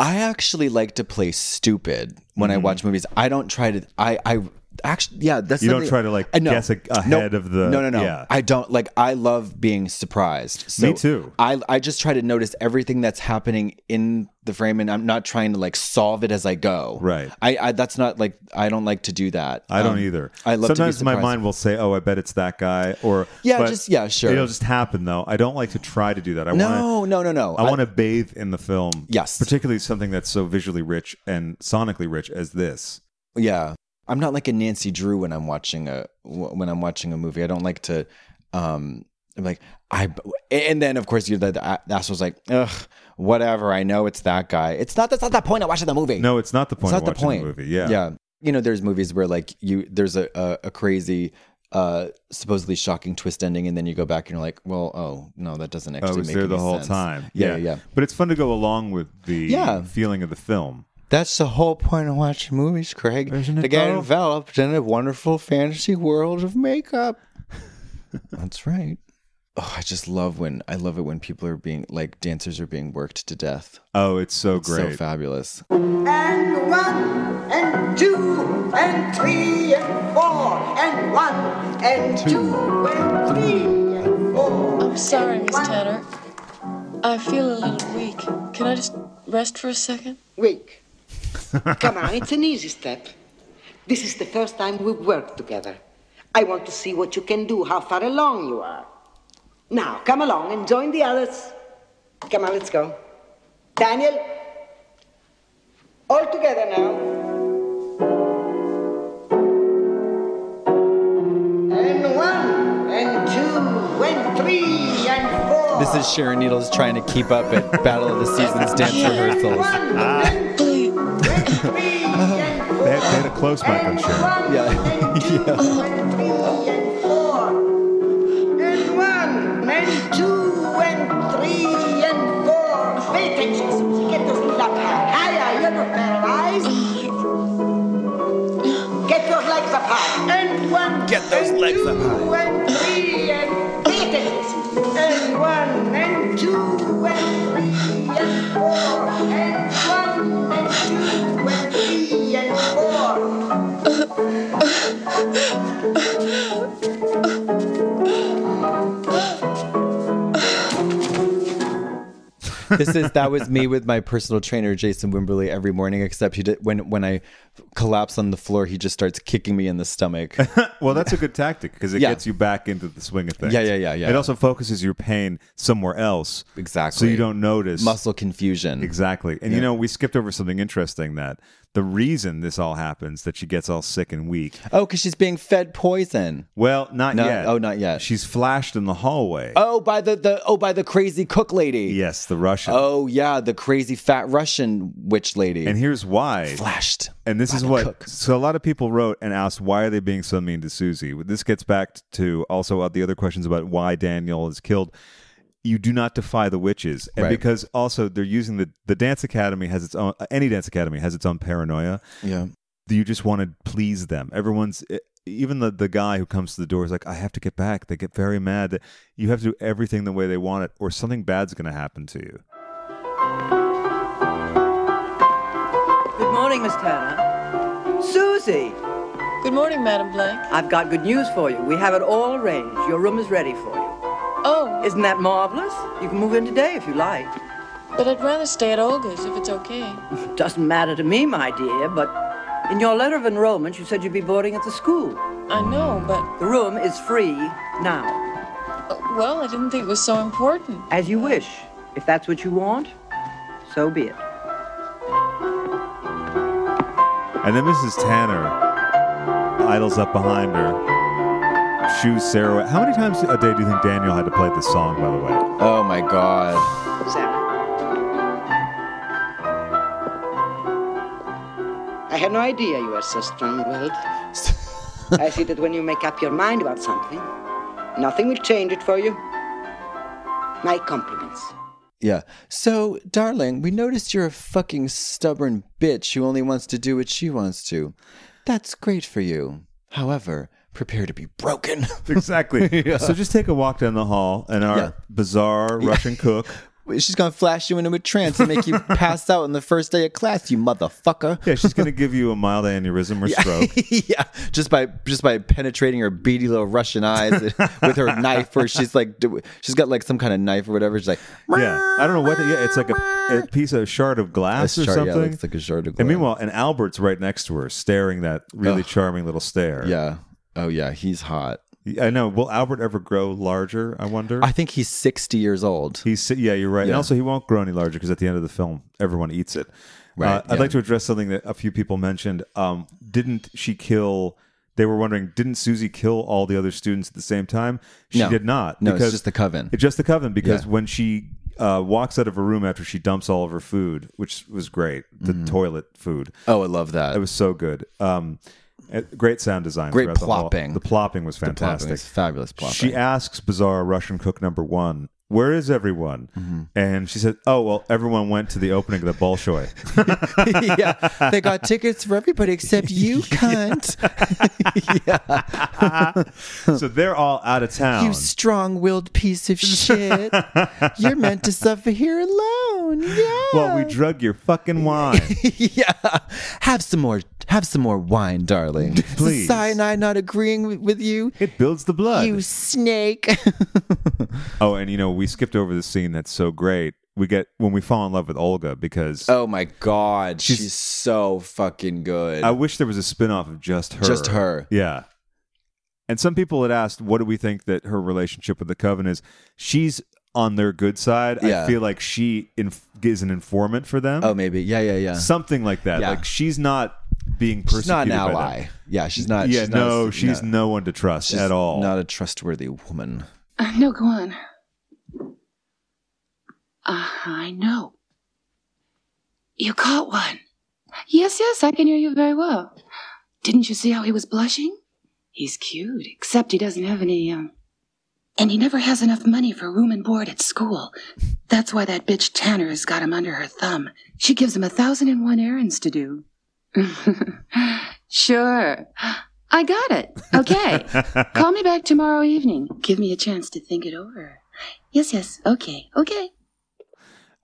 [SPEAKER 3] I actually like to play stupid when I watch movies. I don't try to I I Actually, yeah, that's
[SPEAKER 1] Mm. You don't
[SPEAKER 3] something-
[SPEAKER 1] try to, like,
[SPEAKER 3] I know.
[SPEAKER 1] guess a-
[SPEAKER 3] No.
[SPEAKER 1] ahead of the-
[SPEAKER 3] no, no, no.
[SPEAKER 1] yeah.
[SPEAKER 3] I don't like. I love being surprised. So
[SPEAKER 1] Me too.
[SPEAKER 3] I I just try to notice everything that's happening in the frame, and I'm not trying to like solve it as I go.
[SPEAKER 1] Right.
[SPEAKER 3] I, I that's not like I don't like to do that.
[SPEAKER 1] I don't
[SPEAKER 3] Um,
[SPEAKER 1] either.
[SPEAKER 3] I love to be
[SPEAKER 1] sometimes my
[SPEAKER 3] surprised.
[SPEAKER 1] mind will say, "Oh, I bet it's that guy," or
[SPEAKER 3] Yeah,
[SPEAKER 1] but
[SPEAKER 3] just- yeah, sure.
[SPEAKER 1] It'll just happen though. I don't like to try to do that. I
[SPEAKER 3] No,
[SPEAKER 1] wanna,
[SPEAKER 3] no, no, no.
[SPEAKER 1] I,
[SPEAKER 3] I-
[SPEAKER 1] want to bathe in the film.
[SPEAKER 3] Yes.
[SPEAKER 1] particularly something that's so visually rich and sonically rich as this.
[SPEAKER 3] Yeah, I'm not like a Nancy Drew when I'm watching a wh- when I'm watching a movie. I don't like to. um I'm like I, and then of course you. That that's was like, ugh, whatever. I know it's that guy. It's not. That's not the point of watching the movie.
[SPEAKER 1] No, it's not the point.
[SPEAKER 3] It's
[SPEAKER 1] of
[SPEAKER 3] not the
[SPEAKER 1] watching
[SPEAKER 3] point.
[SPEAKER 1] The movie. Yeah,
[SPEAKER 3] yeah. You know, there's movies where like you there's a a, a crazy. Uh, supposedly shocking twist ending, and then you go back and you're like, "Well, oh no, that doesn't
[SPEAKER 1] I
[SPEAKER 3] actually
[SPEAKER 1] Uh, was
[SPEAKER 3] make
[SPEAKER 1] there
[SPEAKER 3] any
[SPEAKER 1] the whole
[SPEAKER 3] sense."
[SPEAKER 1] time.
[SPEAKER 3] Yeah, yeah, yeah.
[SPEAKER 1] But it's fun to go along with the
[SPEAKER 3] Yeah.
[SPEAKER 1] feeling of the film.
[SPEAKER 3] That's the whole point of watching movies, Craig.
[SPEAKER 1] Isn't it
[SPEAKER 3] to get
[SPEAKER 1] though?
[SPEAKER 3] enveloped in a wonderful fantasy world of makeup. That's right. Oh, I just love when I love it when people are being like dancers are being worked to death.
[SPEAKER 1] Oh, it's so
[SPEAKER 3] so
[SPEAKER 1] great.
[SPEAKER 3] fabulous.
[SPEAKER 12] And one, and two, and three, and four, and one, and two, and three, and four.
[SPEAKER 9] I'm sorry, Miss Tanner. I feel a little weak. Can I just rest for a second?
[SPEAKER 7] Weak. Come on, it's an easy step. This is the first time we've worked together. I want to see what you can do, how far along you are. Now, come along and join the others. Come on, let's go. Daniel, all together now.
[SPEAKER 12] And one, and two, and three, and four.
[SPEAKER 3] This is Sharon Needles trying to keep up at Battle of the Seasons dance rehearsals.
[SPEAKER 1] They had, they had a close mic on Sharon.
[SPEAKER 3] yeah.
[SPEAKER 12] And one, and two, and three, and four. Pay attention, Susie. Get those legs up high. Higher, you're not paralyzed. Get those legs up high. And one,
[SPEAKER 3] Get those legs up
[SPEAKER 12] two, and three, and pay attention, Susie. And one, and two, and three, and four. And one, and two, and three, and four.
[SPEAKER 3] this is that was me with my personal trainer Jason Wimberly every morning. Except he did when when I collapse on the floor, he just starts kicking me in the stomach.
[SPEAKER 1] Well, that's a good tactic because it
[SPEAKER 3] Yeah.
[SPEAKER 1] gets you back into the swing of things.
[SPEAKER 3] Yeah, yeah, yeah, yeah.
[SPEAKER 1] It also focuses your pain somewhere else.
[SPEAKER 3] Exactly.
[SPEAKER 1] So you don't notice
[SPEAKER 3] muscle confusion.
[SPEAKER 1] Exactly. And you
[SPEAKER 3] Yeah.
[SPEAKER 1] know, we skipped over something interesting that the reason this all happens that she gets all sick and weak.
[SPEAKER 3] Oh, because she's being fed poison.
[SPEAKER 1] Well, not
[SPEAKER 3] No,
[SPEAKER 1] yet.
[SPEAKER 3] oh, not yet.
[SPEAKER 1] She's flashed in the hallway.
[SPEAKER 3] Oh, by the, the oh by the crazy cook lady.
[SPEAKER 1] Yes, the Russian.
[SPEAKER 3] Oh yeah, the crazy fat Russian witch lady.
[SPEAKER 1] And here's why.
[SPEAKER 3] flashed.
[SPEAKER 1] And this is what so a lot of people wrote and asked why are they being so mean to Susie? This gets back to also uh, the other questions about why Daniel is killed. You do not defy the witches, and
[SPEAKER 3] Right.
[SPEAKER 1] because also they're using the the dance academy has its own any dance academy has its own paranoia.
[SPEAKER 3] Yeah.
[SPEAKER 1] You just want to please them. Everyone's e, even the the guy who comes to the door is like, I have to get back. They get very mad that you have to do everything the way they want it, or something bad's going to happen to you.
[SPEAKER 4] Good morning, Miss Turner. Susie!
[SPEAKER 9] Good morning, Madam Blank.
[SPEAKER 4] I've got good news for you. We have it all arranged. Your room is ready for you.
[SPEAKER 9] Oh,
[SPEAKER 4] Isn't that marvelous? You can move in today if you like.
[SPEAKER 9] but I'd rather stay at Olga's if it's okay.
[SPEAKER 4] Doesn't matter to me, my dear, but in your letter of enrollment, you said you'd be boarding at the school.
[SPEAKER 9] I know, but. Uh,
[SPEAKER 4] The room is free now.
[SPEAKER 9] Well, I didn't think it was so important.
[SPEAKER 4] As you wish. If that's what you want, so be it.
[SPEAKER 1] And then Mrs. Tanner idles up behind her, shoes Sarah. How many times a day do you think Daniel had to play this song, by the way?
[SPEAKER 3] Oh my god.
[SPEAKER 7] Sarah. I had no idea you were so strong willed. I see that when you make up your mind about something, nothing will change it for you. My compliments.
[SPEAKER 3] Yeah. So, darling, we noticed you're a fucking stubborn bitch who only wants to do what she wants to. That's great for you. However, prepare to be broken.
[SPEAKER 1] Exactly. So just take a walk down the hall, and our
[SPEAKER 3] Yeah.
[SPEAKER 1] bizarre Russian cook
[SPEAKER 3] she's gonna flash you into a trance and make you pass out on the first day of class, you motherfucker.
[SPEAKER 1] Yeah, she's gonna give you a mild aneurysm or stroke.
[SPEAKER 3] yeah, just by just by penetrating her beady little Russian eyes with her knife, or she's like, do- she's got like some kind of knife or whatever. She's like,
[SPEAKER 1] yeah, I don't know what. The, yeah, it's like a, a piece of shard of glass
[SPEAKER 3] A
[SPEAKER 1] or
[SPEAKER 3] shard- yeah, it
[SPEAKER 1] something.
[SPEAKER 3] looks like a shard of
[SPEAKER 1] And meanwhile, and Albert's right next to her, staring that really charming little stare.
[SPEAKER 3] Yeah. Oh yeah, he's hot.
[SPEAKER 1] I know. Will Albert ever grow larger? I wonder.
[SPEAKER 3] I think he's sixty years old.
[SPEAKER 1] He's si- yeah, you're right. And
[SPEAKER 3] Yeah.
[SPEAKER 1] also, he won't grow any larger because at the end of the film, everyone eats it.
[SPEAKER 3] Right,
[SPEAKER 1] Uh, I'd
[SPEAKER 3] yeah.
[SPEAKER 1] like to address something that a few people mentioned. Um, didn't she kill? They were wondering, didn't Susie kill all the other students at the same time? She
[SPEAKER 3] No.
[SPEAKER 1] did not.
[SPEAKER 3] No, it's just the coven.
[SPEAKER 1] It's just the coven because
[SPEAKER 3] Yeah.
[SPEAKER 1] when she uh, walks out of her room after she dumps all of her food, which was great, the toilet food.
[SPEAKER 3] Mm-hmm. Oh, I love that.
[SPEAKER 1] It was so good. Um, uh, great sound design.
[SPEAKER 3] Great
[SPEAKER 1] throughout the whole-
[SPEAKER 3] plopping.
[SPEAKER 1] The plopping was
[SPEAKER 3] plopping
[SPEAKER 1] fantastic.
[SPEAKER 3] was fabulous plopping.
[SPEAKER 1] She asks bizarre Russian cook number one, "Where is everyone?"
[SPEAKER 3] Mm-hmm.
[SPEAKER 1] And she said, "Oh well, everyone went to the opening of the Bolshoi."
[SPEAKER 3] yeah, they got tickets for everybody except you, cunt.
[SPEAKER 1] so they're all out of town.
[SPEAKER 3] You strong-willed piece of shit. You're meant to suffer here alone. Yeah.
[SPEAKER 1] well, we drug your fucking wine.
[SPEAKER 3] Have some more. Have some more wine, darling.
[SPEAKER 1] Please.
[SPEAKER 3] Cyanide not agreeing with, with you.
[SPEAKER 1] It builds the blood.
[SPEAKER 3] You snake.
[SPEAKER 1] oh, and you know, we skipped over the scene that's so great. We get when we fall in love with Olga because
[SPEAKER 3] oh my god, she's, so fucking good.
[SPEAKER 1] I wish there was a spin-off of just her.
[SPEAKER 3] Just her.
[SPEAKER 1] Yeah. And some people had asked, what do we think that her relationship with the Coven is? She's on their good side.
[SPEAKER 3] Yeah.
[SPEAKER 1] I feel like she inf- is an informant for them.
[SPEAKER 3] oh, maybe. Yeah, yeah, yeah.
[SPEAKER 1] Something like that.
[SPEAKER 3] Yeah.
[SPEAKER 1] Like she's not being persecuted.
[SPEAKER 3] She's not an
[SPEAKER 1] by them.
[SPEAKER 3] ally. Yeah, she's not.
[SPEAKER 1] yeah,
[SPEAKER 3] she's not a-
[SPEAKER 1] no, she's no. one to trust
[SPEAKER 3] she's
[SPEAKER 1] at all.
[SPEAKER 3] Not a trustworthy woman.
[SPEAKER 8] Uh, no, go on. Uh, I know. You caught one. Yes, yes, I can hear you very well. Didn't you see how he was blushing? He's cute, except he doesn't have any, um. And he never has enough money for room and board at school. That's why that bitch Tanner has got him under her thumb. She gives him a thousand and one errands to do. sure. I got it. Okay. Call me back tomorrow evening. Give me a chance to think it over. Yes, yes. Okay, okay.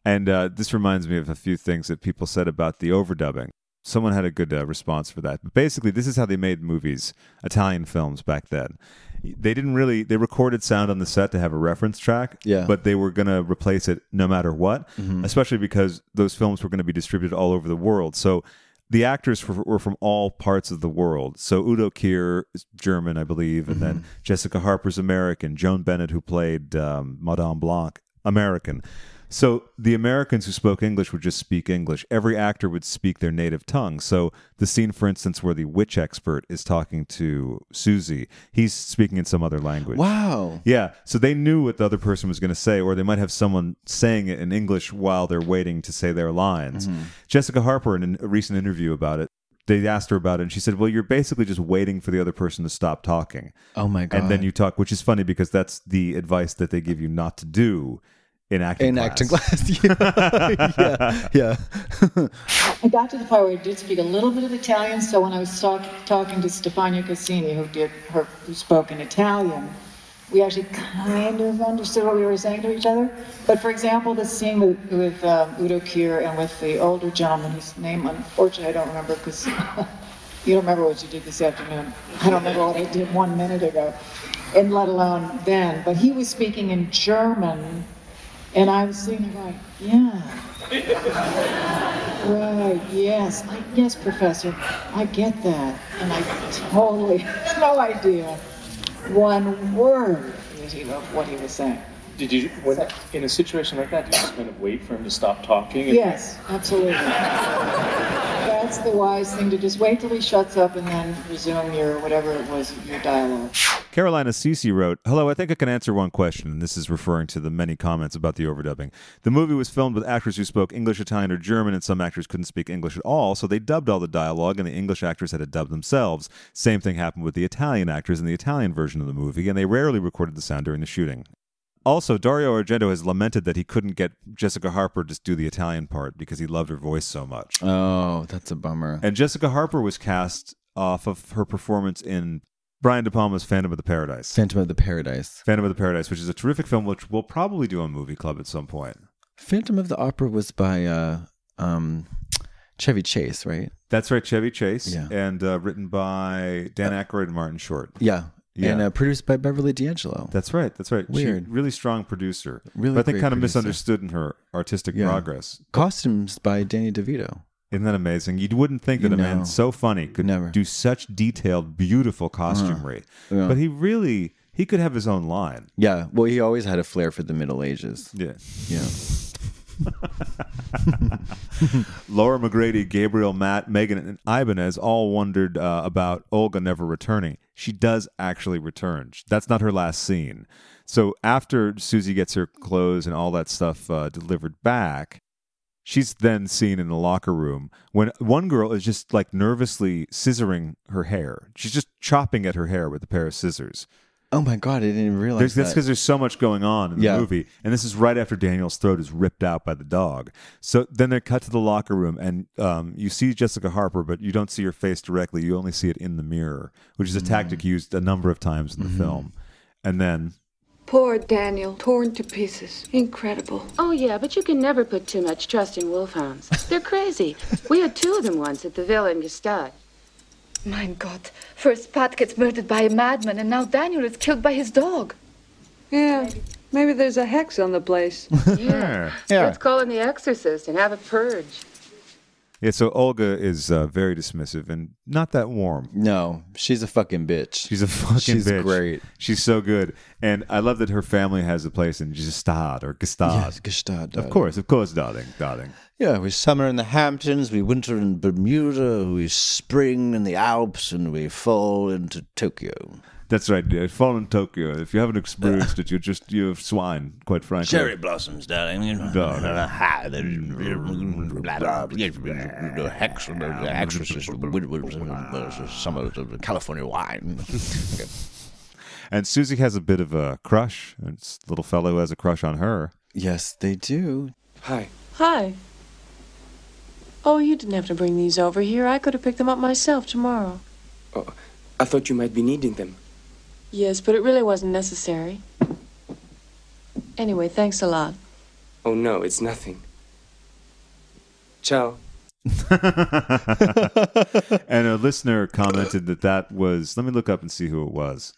[SPEAKER 1] And uh, this reminds me of a few things that people said about the overdubbing. Someone had a good uh, response for that. But basically, this is how they made movies, Italian films back then. They didn't really they recorded sound on the set to have a reference track,
[SPEAKER 3] Yeah. Mm-hmm.
[SPEAKER 1] but they were going to replace it no matter what, especially because those films were going to be distributed all over the world. So the actors were, were from all parts of the world. So Udo Kier is German, I believe, and then
[SPEAKER 3] Mm-hmm.
[SPEAKER 1] Jessica Harper's American, Joan Bennett, who played um, Madame Blanc, American. So the Americans who spoke English would just speak English. Every actor would speak their native tongue. So the scene, for instance, where the witch expert is talking to Susie, he's speaking in some other language.
[SPEAKER 3] Wow.
[SPEAKER 1] Yeah. So they knew what the other person was going to say, or they might have someone saying it in English while they're waiting to say their lines.
[SPEAKER 3] Mm-hmm.
[SPEAKER 1] Jessica Harper, in an- a recent interview about it, they asked her about it, and she said, Well, you're basically just waiting for the other person to stop talking.
[SPEAKER 3] Oh my god.
[SPEAKER 1] And then you talk, which is funny because that's the advice that they give you not to do in acting
[SPEAKER 3] in
[SPEAKER 1] class.
[SPEAKER 3] acting class. yeah, yeah.
[SPEAKER 14] I got to the part where I did speak a little bit of Italian, so when I was talk, talking to Stefania Cassini, who did her, who spoke in Italian, we actually kind of understood what we were saying to each other. But for example, the scene with, with um, Udo Kier and with the older gentleman, whose name unfortunately I don't remember because you don't remember what you did this afternoon. I don't remember what I did one minute ago, and let alone then. But he was speaking in German, and I was sitting there going, yeah. Right, yes, I, yes, Professor, I get that. And I totally had no idea one word that he- of what he was saying.
[SPEAKER 15] Did you, when, in a situation like that, do you just kind of wait for him to stop talking? and-
[SPEAKER 14] Yes, absolutely. That's the wise thing to just wait till he shuts up and then resume your, whatever it was, your dialogue.
[SPEAKER 1] Carolina Cece wrote, Hello, I think I can answer one question, and this is referring to the many comments about the overdubbing. The movie was filmed with actors who spoke English, Italian, or German, and some actors couldn't speak English at all, so they dubbed all the dialogue, and the English actors had to dub themselves. Same thing happened with the Italian actors in the Italian version of the movie, and they rarely recorded the sound during the shooting. Also, Dario Argento has lamented that he couldn't get Jessica Harper to do the Italian part because he loved her voice so much.
[SPEAKER 3] Oh, that's a bummer.
[SPEAKER 1] And Jessica Harper was cast off of her performance in Brian De Palma's Phantom of the Paradise.
[SPEAKER 3] Phantom of the Paradise.
[SPEAKER 1] Phantom of the Paradise, which is a terrific film, which we'll probably do on Movie Club at some point.
[SPEAKER 3] Phantom of the Opera was by uh, um, Chevy Chase, right?
[SPEAKER 1] That's right, Chevy Chase,
[SPEAKER 3] Yeah. Uh,
[SPEAKER 1] and uh, written by Dan Aykroyd and Martin Short.
[SPEAKER 3] Yeah.
[SPEAKER 1] Yeah.
[SPEAKER 3] And uh, produced by Beverly D'Angelo.
[SPEAKER 1] That's right. That's right. She-
[SPEAKER 3] Weird.
[SPEAKER 1] really strong producer.
[SPEAKER 3] Really
[SPEAKER 1] but I think
[SPEAKER 3] great
[SPEAKER 1] kind of
[SPEAKER 3] producer.
[SPEAKER 1] misunderstood in her artistic
[SPEAKER 3] Yeah.
[SPEAKER 1] progress.
[SPEAKER 3] Costumes by Danny DeVito.
[SPEAKER 1] Isn't that amazing? You wouldn't think that
[SPEAKER 3] You
[SPEAKER 1] a man
[SPEAKER 3] know.
[SPEAKER 1] so funny could do such detailed, beautiful costumery.
[SPEAKER 3] Uh-huh. yeah.
[SPEAKER 1] But he really he could have his own line.
[SPEAKER 3] Yeah. Well, he always had a flair for the Middle Ages.
[SPEAKER 1] Yeah.
[SPEAKER 3] Yeah.
[SPEAKER 1] Laura McGrady, Gabriel, Matt, Megan, and Ibanez all wondered uh, about Olga never returning. She does actually return. That's not her last scene. So after Susie gets her clothes and all that stuff uh, delivered back, she's then seen in the locker room when one girl is just like nervously scissoring her hair. She's just chopping at her hair with a pair of scissors.
[SPEAKER 3] Oh my God, I didn't realize
[SPEAKER 1] There's, that's
[SPEAKER 3] that.
[SPEAKER 1] because there's so much going on in the
[SPEAKER 3] Yeah.
[SPEAKER 1] movie, and this is right after Daniel's throat is ripped out by the dog. So then they're cut to the locker room, and um, you see Jessica Harper, but you don't see her face directly. You only see it in the mirror, which
[SPEAKER 3] Mm-hmm.
[SPEAKER 1] is a tactic used a number of times in the film. And then
[SPEAKER 16] Poor Daniel, torn to pieces. Incredible.
[SPEAKER 8] Oh, yeah, but you can never put too much trust in wolfhounds. They're crazy. we had two of them once at the villa in Gestad.
[SPEAKER 16] Mein Gott. First Pat gets murdered by a madman, and now Daniel is killed by his dog.
[SPEAKER 4] Yeah, maybe there's a hex on the place.
[SPEAKER 1] yeah,
[SPEAKER 8] Let's call in the exorcist and have a purge.
[SPEAKER 1] yeah. So Olga is uh, very dismissive and not that warm.
[SPEAKER 3] No, she's a fucking bitch.
[SPEAKER 1] She's a fucking
[SPEAKER 3] She's
[SPEAKER 1] bitch.
[SPEAKER 3] great.
[SPEAKER 1] She's so good, and I love that her family has a place in Gestad or Gestad.
[SPEAKER 3] Yes, uh, Gestad,
[SPEAKER 1] Of
[SPEAKER 3] darling.
[SPEAKER 1] course, of course, darling, darling.
[SPEAKER 3] Yeah, we summer in the Hamptons, we winter in Bermuda, we spring in the Alps, and we fall into Tokyo. Uh,
[SPEAKER 1] That's right, dear. Fall in Tokyo. If you haven't experienced it, you're just you're swine, quite frankly.
[SPEAKER 2] Cherry blossoms, darling.
[SPEAKER 3] Hex, exorcist, summer, California wine.
[SPEAKER 1] And Susie has a bit of a crush. and This little fellow has a crush on her.
[SPEAKER 3] Yes, they do.
[SPEAKER 15] Hi.
[SPEAKER 9] Hi. Oh, you didn't have to bring these over here. I could have picked them up myself tomorrow.
[SPEAKER 15] I thought you might be needing them.
[SPEAKER 9] Yes, but it really wasn't necessary. Anyway, thanks a lot.
[SPEAKER 15] Oh no, it's nothing. Ciao.
[SPEAKER 1] and a listener commented that that was. Let me look up and see who it was.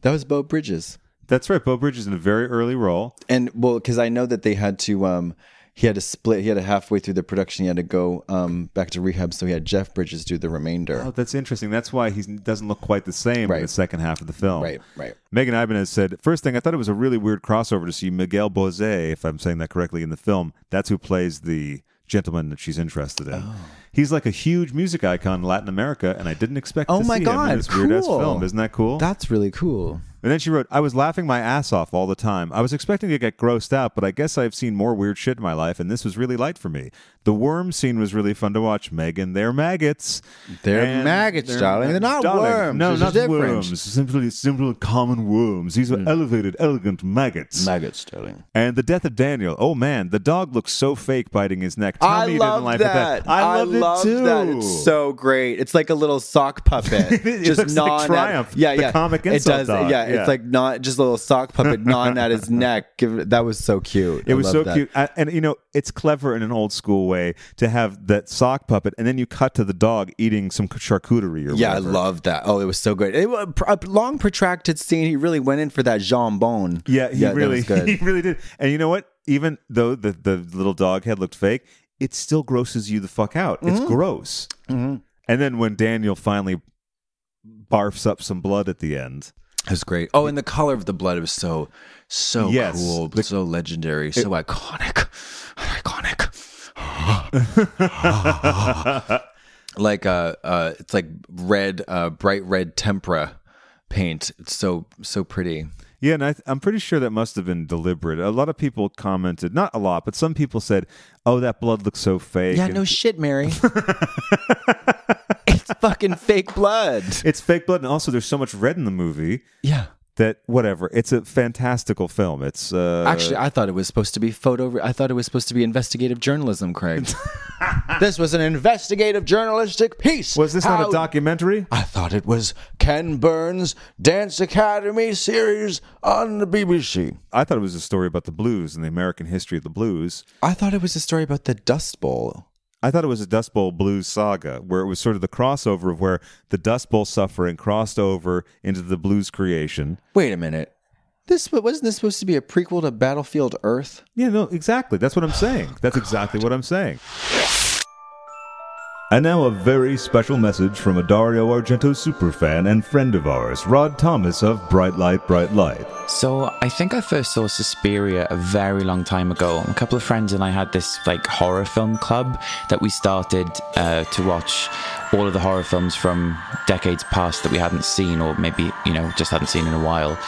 [SPEAKER 3] That was Bo Bridges.
[SPEAKER 1] That's right. Bo Bridges in a very early role.
[SPEAKER 3] And well, because I know that they had to, um, he had to split, he had to halfway through the production, he had to go um, back to rehab, so he had Jeff Bridges do the remainder.
[SPEAKER 1] Oh, that's interesting. That's why he doesn't look quite the same in the second half of the film.
[SPEAKER 3] Right, right.
[SPEAKER 1] Megan Ibanez said, First thing, I thought it was a really weird crossover to see Miguel Bose, if I'm saying that correctly, in the film. That's who plays the gentleman that she's interested in.
[SPEAKER 3] Oh.
[SPEAKER 1] He's like a huge music icon in Latin America, and I didn't expect
[SPEAKER 3] Oh
[SPEAKER 1] to
[SPEAKER 3] my
[SPEAKER 1] see him in
[SPEAKER 3] God,
[SPEAKER 1] this weird ass
[SPEAKER 3] cool.
[SPEAKER 1] film. Isn't that cool?
[SPEAKER 3] That's really cool.
[SPEAKER 1] And then she wrote, I was laughing my ass off all the time. I was expecting to get grossed out, but I guess I've seen more weird shit in my life, and this was really light for me. The worm scene was really fun to watch. Megan, they're maggots.
[SPEAKER 3] They're maggots, darling. They're not worms.
[SPEAKER 1] No,
[SPEAKER 3] There's a
[SPEAKER 1] not
[SPEAKER 3] difference.
[SPEAKER 1] worms. Simply, simple, common worms. These are elevated, elegant maggots.
[SPEAKER 3] Hmm. Maggots, darling.
[SPEAKER 1] And the death of Daniel. Oh man, the dog looks so fake biting his neck. Tell
[SPEAKER 3] I
[SPEAKER 1] me you
[SPEAKER 3] love
[SPEAKER 1] didn't laugh
[SPEAKER 3] that.
[SPEAKER 1] at that. I loved
[SPEAKER 3] love
[SPEAKER 1] it too.
[SPEAKER 3] That. It's so great. It's like a little sock puppet.
[SPEAKER 1] It
[SPEAKER 3] just
[SPEAKER 1] looks like
[SPEAKER 3] gnawing at-
[SPEAKER 1] Triumph,
[SPEAKER 3] yeah,
[SPEAKER 1] the
[SPEAKER 3] yeah.
[SPEAKER 1] comic
[SPEAKER 3] it
[SPEAKER 1] insult
[SPEAKER 3] does.
[SPEAKER 1] dog.
[SPEAKER 3] Yeah,
[SPEAKER 1] Yeah.
[SPEAKER 3] it's like not just a little sock puppet gnawing at his neck. Give it- that was so cute.
[SPEAKER 1] It
[SPEAKER 3] I
[SPEAKER 1] was
[SPEAKER 3] love
[SPEAKER 1] so
[SPEAKER 3] that.
[SPEAKER 1] cute. I, and, you know, it's clever in an old school way to have that sock puppet and then you cut to the dog eating some charcuterie or
[SPEAKER 3] Yeah, I
[SPEAKER 1] whatever.
[SPEAKER 3] love that. Oh, it was so good. It was a long protracted scene. He really went in for that jambon.
[SPEAKER 1] Yeah, he
[SPEAKER 3] that
[SPEAKER 1] really,
[SPEAKER 3] was good.
[SPEAKER 1] he really did. And you know what? Even though the, the little dog head looked fake, it still grosses you the fuck out. It's
[SPEAKER 3] Mm-hmm.
[SPEAKER 1] gross. And then when Daniel finally barfs up some blood at the end,
[SPEAKER 3] It was great. Oh, and the color of the blood was so so
[SPEAKER 1] Yes.
[SPEAKER 3] cool, so legendary, so iconic, iconic. like uh, uh, it's like red, uh, bright red tempera paint. It's so so pretty.
[SPEAKER 1] Yeah, and I th- I'm pretty sure that must have been deliberate. A lot of people commented, not a lot, but some people said, "Oh, that blood looks so fake."
[SPEAKER 3] Yeah,
[SPEAKER 1] and
[SPEAKER 3] no shit, Mary. it's fucking fake blood.
[SPEAKER 1] it's fake blood, and also there's so much red in the movie.
[SPEAKER 3] Yeah.
[SPEAKER 1] that whatever. It's a fantastical film. It's uh,
[SPEAKER 3] Actually, I thought it was supposed to be photo. I thought it was supposed to be investigative journalism, Craig. this was an investigative journalistic piece.
[SPEAKER 1] Was this not a documentary?
[SPEAKER 3] I thought it was Ken Burns' Dance Academy series on the BBC.
[SPEAKER 1] I thought it was a story about the blues and the American history of the blues.
[SPEAKER 3] I thought it was a story about the Dust Bowl.
[SPEAKER 1] I thought it was a Dust Bowl blues saga where it was sort of the crossover of where the Dust Bowl suffering crossed over into the blues creation.
[SPEAKER 3] Wait a minute. This wasn't this supposed to be a prequel to Battlefield Earth?
[SPEAKER 1] Yeah, no, exactly. That's what I'm saying. That's exactly what I'm saying. And now a very special message from a Dario Argento superfan and friend of ours, Rod Thomas of Bright Light, Bright Light.
[SPEAKER 17] So I think I first saw Suspiria a very long time ago. A couple of friends and I had this like horror film club that we started uh, to watch all of the horror films from decades past that we hadn't seen, or maybe you know just hadn't seen in a while.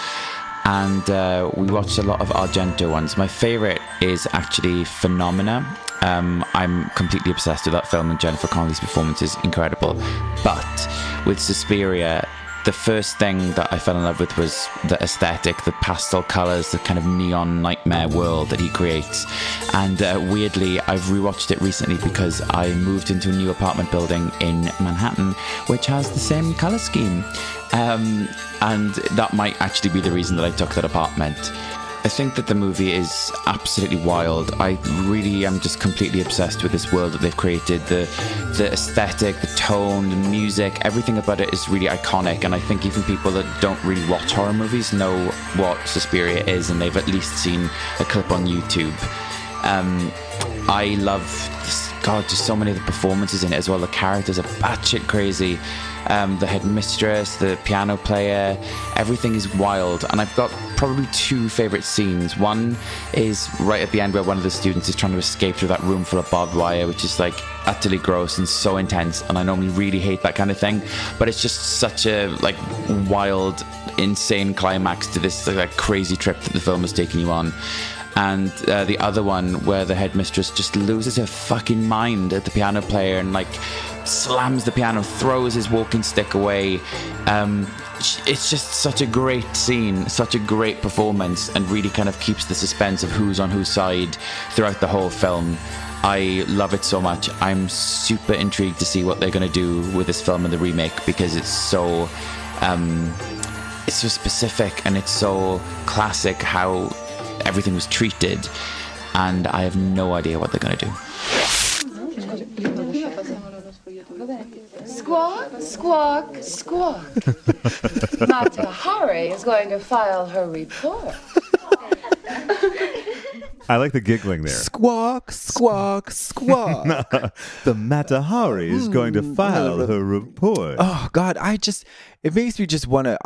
[SPEAKER 17] And uh, we watched a lot of Argento ones. My favorite is actually Phenomena. Um, I'm completely obsessed with that film, and Jennifer Connelly's performance is incredible. But with Suspiria, the first thing that I fell in love with was the aesthetic, the pastel colors, the kind of neon nightmare world that he creates. And uh, weirdly, I've rewatched it recently because I moved into a new apartment building in Manhattan, which has the same color scheme. Um, and that might actually be the reason that I took that apartment. I think that the movie is absolutely wild. I really am just completely obsessed with this world that they've created. The the aesthetic, the tone, the music, everything about it is really iconic. And I think even people that don't really watch horror movies know what Suspiria is, and they've at least seen a clip on YouTube. Um, I love, this, God, just so many of the performances in it as well. The characters are batshit crazy. Um, the headmistress, the piano player, everything is wild. And I've got probably two favorite scenes. One is right at the end where one of the students is trying to escape through that room full of barbed wire, which is like utterly gross and so intense. And I normally really hate that kind of thing, but it's just such a like wild, insane climax to this like crazy trip that the film has taken you on and uh, the other one where the headmistress just loses her fucking mind at the piano player and like slams the piano, throws his walking stick away. Um, it's just such a great scene, such a great performance, and really kind of keeps the suspense of who's on whose side throughout the whole film. I love it so much. I'm super intrigued to see what they're going to do with this film and the remake because it's so. Um, it's so specific and it's so classic how everything was treated, and I have no idea what they're going to do.
[SPEAKER 18] Squawk, squawk, squawk. Mata Hari is going to file her report.
[SPEAKER 1] I like the giggling there.
[SPEAKER 3] Squawk, squawk, squawk.
[SPEAKER 1] the Matahari is going to file her report.
[SPEAKER 3] Hmm, Oh, God, I just, it makes me just want to.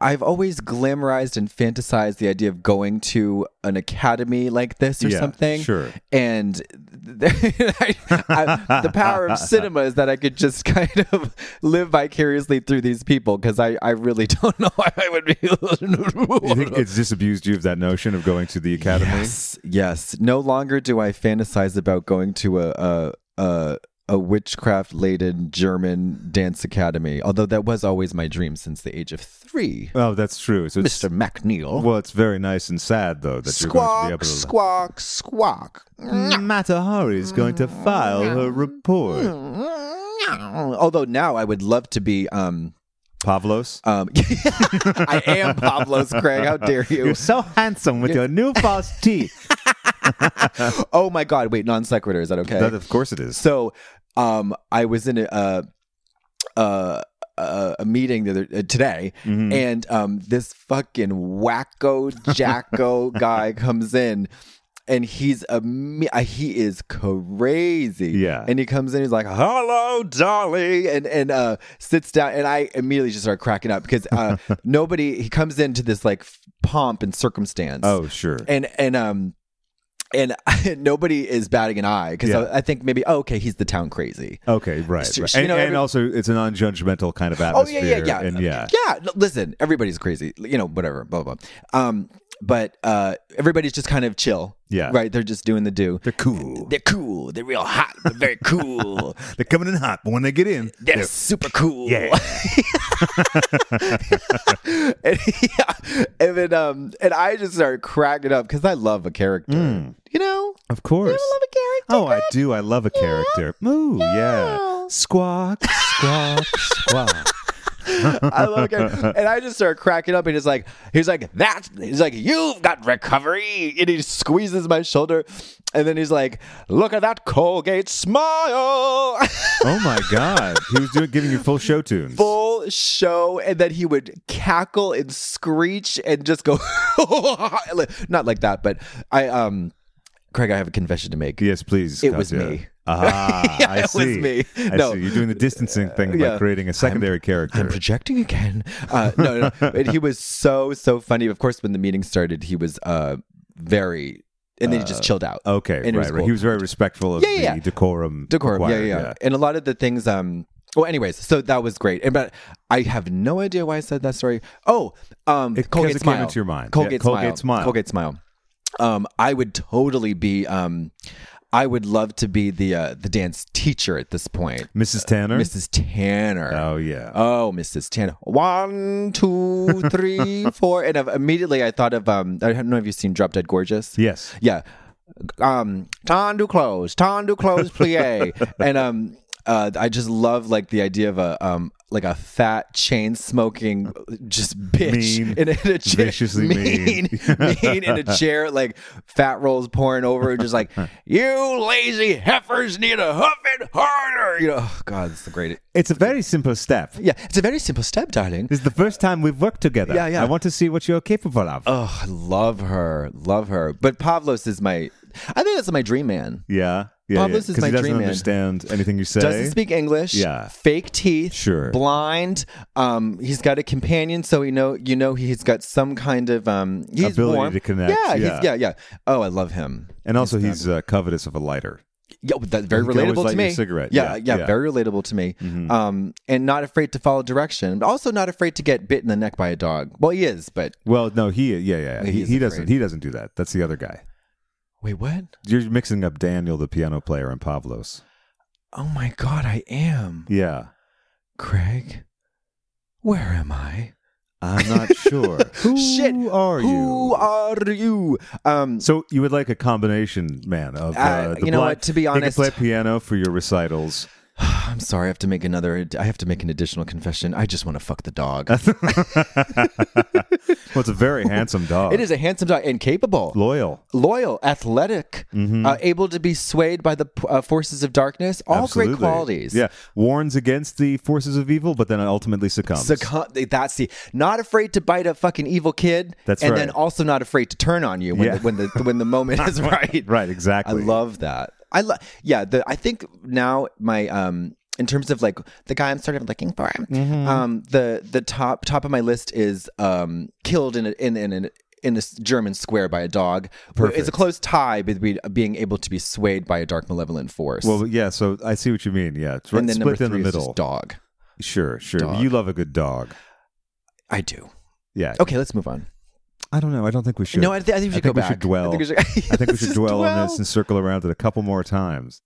[SPEAKER 3] I've always glamorized and fantasized the idea of going to an academy like this or
[SPEAKER 1] Yeah,
[SPEAKER 3] something.
[SPEAKER 1] sure.
[SPEAKER 3] And I, I, the power of cinema is that I could just kind of live vicariously through these people because I, I really don't know why I would be.
[SPEAKER 1] You think it's disabused you of that notion of going to the academy?
[SPEAKER 3] yes, yes. No longer do I fantasize about going to a a a, a witchcraft laden German dance academy, although that was always my dream since the age of three.
[SPEAKER 1] Oh, that's true. So it's-
[SPEAKER 3] Mr. McNeil.
[SPEAKER 1] Well, it's very nice and sad though that you're going to be able
[SPEAKER 3] Squawk,
[SPEAKER 1] to.
[SPEAKER 3] squawk, squawk.
[SPEAKER 1] Matahari is going to file her report.
[SPEAKER 3] Mm-hmm. Although now I would love to be um
[SPEAKER 1] Pavlos.
[SPEAKER 3] Um, I am Pablo's Craig. How dare you?
[SPEAKER 1] You're so handsome with your new false teeth.
[SPEAKER 3] oh my God! Wait, non sequitur. Is that okay?
[SPEAKER 1] That- of course it is.
[SPEAKER 3] So, um, I was in a uh, uh, uh, a meeting the other uh, today,
[SPEAKER 1] Mm-hmm.
[SPEAKER 3] and um, this fucking wacko jacko guy comes in. And he's a me- uh, he is crazy.
[SPEAKER 1] Yeah.
[SPEAKER 3] and he comes in. He's like, "Hello, Dolly," and and uh, sits down. And I immediately just start cracking up because uh, nobody. He comes into this like f- pomp and circumstance.
[SPEAKER 1] Oh, sure.
[SPEAKER 3] And and um and nobody is batting an eye because
[SPEAKER 1] Yeah.
[SPEAKER 3] I, I think maybe oh, okay he's the town crazy.
[SPEAKER 1] Okay, right.
[SPEAKER 3] Sh-
[SPEAKER 1] right.
[SPEAKER 3] you
[SPEAKER 1] And,
[SPEAKER 3] know,
[SPEAKER 1] and
[SPEAKER 3] every-
[SPEAKER 1] also, it's a non-judgmental kind of
[SPEAKER 3] Oh yeah
[SPEAKER 1] atmosphere.
[SPEAKER 3] yeah yeah
[SPEAKER 1] And yeah,
[SPEAKER 3] yeah. no, listen, everybody's crazy. You know whatever blah blah. blah. Um, but uh, everybody's just kind of chill.
[SPEAKER 1] Yeah.
[SPEAKER 3] right. They're just doing the do.
[SPEAKER 1] They're cool.
[SPEAKER 3] They're cool. They're real hot. But very cool.
[SPEAKER 1] they're coming in hot, but when they get in,
[SPEAKER 3] They're super cool.
[SPEAKER 1] Yeah.
[SPEAKER 3] and, yeah, and then um, and I just started cracking up because I love a character. You know,
[SPEAKER 1] Mm. of course. Oh, I do. I love a character. Ooh, yeah. Squawk, squawk, squawk.
[SPEAKER 3] I love it. And I just start cracking up and it's like he's like that he's like you've got recovery and he squeezes my shoulder and then he's like look at that Colgate smile. oh
[SPEAKER 1] my god. He was doing giving you full show tunes.
[SPEAKER 3] Full show and then he would cackle and screech and just go not like that but I um Craig, I have a confession to make.
[SPEAKER 1] Yes, please.
[SPEAKER 3] It was me.
[SPEAKER 1] Ah,
[SPEAKER 3] Yeah,
[SPEAKER 1] I
[SPEAKER 3] it was
[SPEAKER 1] see.
[SPEAKER 3] me.
[SPEAKER 1] I
[SPEAKER 3] No.
[SPEAKER 1] see. You're doing the distancing thing
[SPEAKER 3] Yeah.
[SPEAKER 1] by creating a secondary character.
[SPEAKER 3] I'm projecting again. Uh, no, no, no. And he was so so funny. Of course, when the meeting started, he was uh very, and then he just
[SPEAKER 1] Uh,
[SPEAKER 3] chilled out.
[SPEAKER 1] Okay,
[SPEAKER 3] and it
[SPEAKER 1] right,
[SPEAKER 3] was
[SPEAKER 1] right.
[SPEAKER 3] cool.
[SPEAKER 1] He was very respectful of
[SPEAKER 3] Yeah, yeah,
[SPEAKER 1] the
[SPEAKER 3] yeah.
[SPEAKER 1] decorum.
[SPEAKER 3] decorum. Yeah,
[SPEAKER 1] required,
[SPEAKER 3] yeah, yeah. And a lot of the things. Um. Well, anyways, so that was great. And but I have no idea why I said that story. Oh, um,
[SPEAKER 1] It- 'cause
[SPEAKER 3] Colgate
[SPEAKER 1] it came
[SPEAKER 3] smile.
[SPEAKER 1] into your mind. Yeah,
[SPEAKER 3] Colgate,
[SPEAKER 1] Colgate Smile.
[SPEAKER 3] Colgate smile. Um, I would totally be. Um, I would love to be the uh, the dance teacher at this point.
[SPEAKER 1] Mrs. Tanner.
[SPEAKER 3] Mrs. Tanner.
[SPEAKER 1] Oh yeah.
[SPEAKER 3] Oh, Mrs. Tanner. One, two, three, four. And i immediately I thought of um I don't know if you've seen Drop Dead Gorgeous.
[SPEAKER 1] Yes.
[SPEAKER 3] Yeah. Um Ton du close, ton du close plie. and um uh, I just love like the idea of a um like a fat chain smoking just bitch
[SPEAKER 1] Mean.
[SPEAKER 3] in, a- in a chair,
[SPEAKER 1] Viciously mean.
[SPEAKER 3] mean in a chair like fat rolls pouring over and just like you lazy heifers need to huff it harder you know oh, God it's the greatest
[SPEAKER 1] It's a very simple step.
[SPEAKER 3] yeah, it's a very simple step, darling.
[SPEAKER 1] This is the first time we've worked together.
[SPEAKER 3] Yeah, yeah.
[SPEAKER 1] I want to see what you're capable of.
[SPEAKER 3] Oh, I love her, love her. But Pavlos is my, I think that's my dream man.
[SPEAKER 1] yeah, yeah.
[SPEAKER 3] Pablo,
[SPEAKER 1] yeah.
[SPEAKER 3] this is
[SPEAKER 1] 'Cause
[SPEAKER 3] my
[SPEAKER 1] he doesn't
[SPEAKER 3] dream man.
[SPEAKER 1] understand anything you say.
[SPEAKER 3] Doesn't speak English.
[SPEAKER 1] Yeah.
[SPEAKER 3] Fake teeth.
[SPEAKER 1] Sure.
[SPEAKER 3] Blind. Um, he's got a companion, so we know you know he's got some kind of um. He's
[SPEAKER 1] Ability
[SPEAKER 3] warm.
[SPEAKER 1] to connect,
[SPEAKER 3] Yeah, He's,
[SPEAKER 1] yeah.
[SPEAKER 3] yeah, yeah. Oh, I love him.
[SPEAKER 1] And also, he's uh, covetous of a lighter.
[SPEAKER 3] Yeah, well, that's very
[SPEAKER 1] He can always
[SPEAKER 3] relatable
[SPEAKER 1] light
[SPEAKER 3] to
[SPEAKER 1] your
[SPEAKER 3] me.
[SPEAKER 1] cigarette.
[SPEAKER 3] Yeah,
[SPEAKER 1] Yeah,
[SPEAKER 3] yeah,
[SPEAKER 1] yeah.
[SPEAKER 3] very relatable to me.
[SPEAKER 1] Mm-hmm.
[SPEAKER 3] Um, and not afraid to follow direction, but also not afraid to get bit in the neck by a dog. Well, he is, but
[SPEAKER 1] Well, no, he, yeah, yeah.
[SPEAKER 3] He
[SPEAKER 1] He,
[SPEAKER 3] is
[SPEAKER 1] he doesn't.
[SPEAKER 3] afraid.
[SPEAKER 1] He doesn't do that. That's the other guy.
[SPEAKER 3] wait, what?
[SPEAKER 1] You're mixing up Daniel, the piano player, and Pavlos.
[SPEAKER 3] Oh my God, I am
[SPEAKER 1] Yeah,
[SPEAKER 3] Craig. Where am I?
[SPEAKER 1] I'm not sure. Who
[SPEAKER 3] Shit.
[SPEAKER 1] are you?
[SPEAKER 3] Who are you? Um,
[SPEAKER 1] So you would like a combination, man, of uh,
[SPEAKER 3] Uh,
[SPEAKER 1] the
[SPEAKER 3] you know
[SPEAKER 1] blind-
[SPEAKER 3] what, to be
[SPEAKER 1] he can
[SPEAKER 3] honest-
[SPEAKER 1] play piano for your recitals.
[SPEAKER 3] I'm sorry. I have to make another. I have to make an additional confession. I just want to fuck the dog.
[SPEAKER 1] Well, it's a very handsome dog.
[SPEAKER 3] It is a handsome dog and capable,
[SPEAKER 1] loyal. Mm-hmm.
[SPEAKER 3] loyal, athletic, uh, able to be swayed by the uh, forces of darkness. All
[SPEAKER 1] Absolutely.
[SPEAKER 3] great qualities.
[SPEAKER 1] Yeah, warns against the forces of evil, but then ultimately succumbs.
[SPEAKER 3] Succumb- that's the not afraid to bite a fucking evil kid.
[SPEAKER 1] That's
[SPEAKER 3] and
[SPEAKER 1] right.
[SPEAKER 3] then also not afraid to turn on you when
[SPEAKER 1] Yeah.
[SPEAKER 3] the, when the when the moment is right.
[SPEAKER 1] right,
[SPEAKER 3] I
[SPEAKER 1] exactly.
[SPEAKER 3] love that. I love. Yeah, the, I think now my um in terms of like the guy I'm sort of looking for.
[SPEAKER 1] Mm-hmm.
[SPEAKER 3] Um, the the top top of my list is um killed in a, in in in in this German square by a dog. It's a close tie between being able to be swayed by a dark malevolent force.
[SPEAKER 1] Well, yeah. So I see what you mean. Yeah, it's right,
[SPEAKER 3] and then number
[SPEAKER 1] split
[SPEAKER 3] three
[SPEAKER 1] in the
[SPEAKER 3] is
[SPEAKER 1] middle.
[SPEAKER 3] just dog.
[SPEAKER 1] Sure, sure.
[SPEAKER 3] Dog.
[SPEAKER 1] You love a good dog.
[SPEAKER 3] I do.
[SPEAKER 1] Yeah.
[SPEAKER 3] Okay, let's move on.
[SPEAKER 1] I don't know. I don't think we should.
[SPEAKER 3] No, I thi- I think we should go back.
[SPEAKER 1] dwell. I think we should,
[SPEAKER 3] Let's just
[SPEAKER 1] dwell, on
[SPEAKER 3] dwell.
[SPEAKER 1] this and circle around it a couple more times.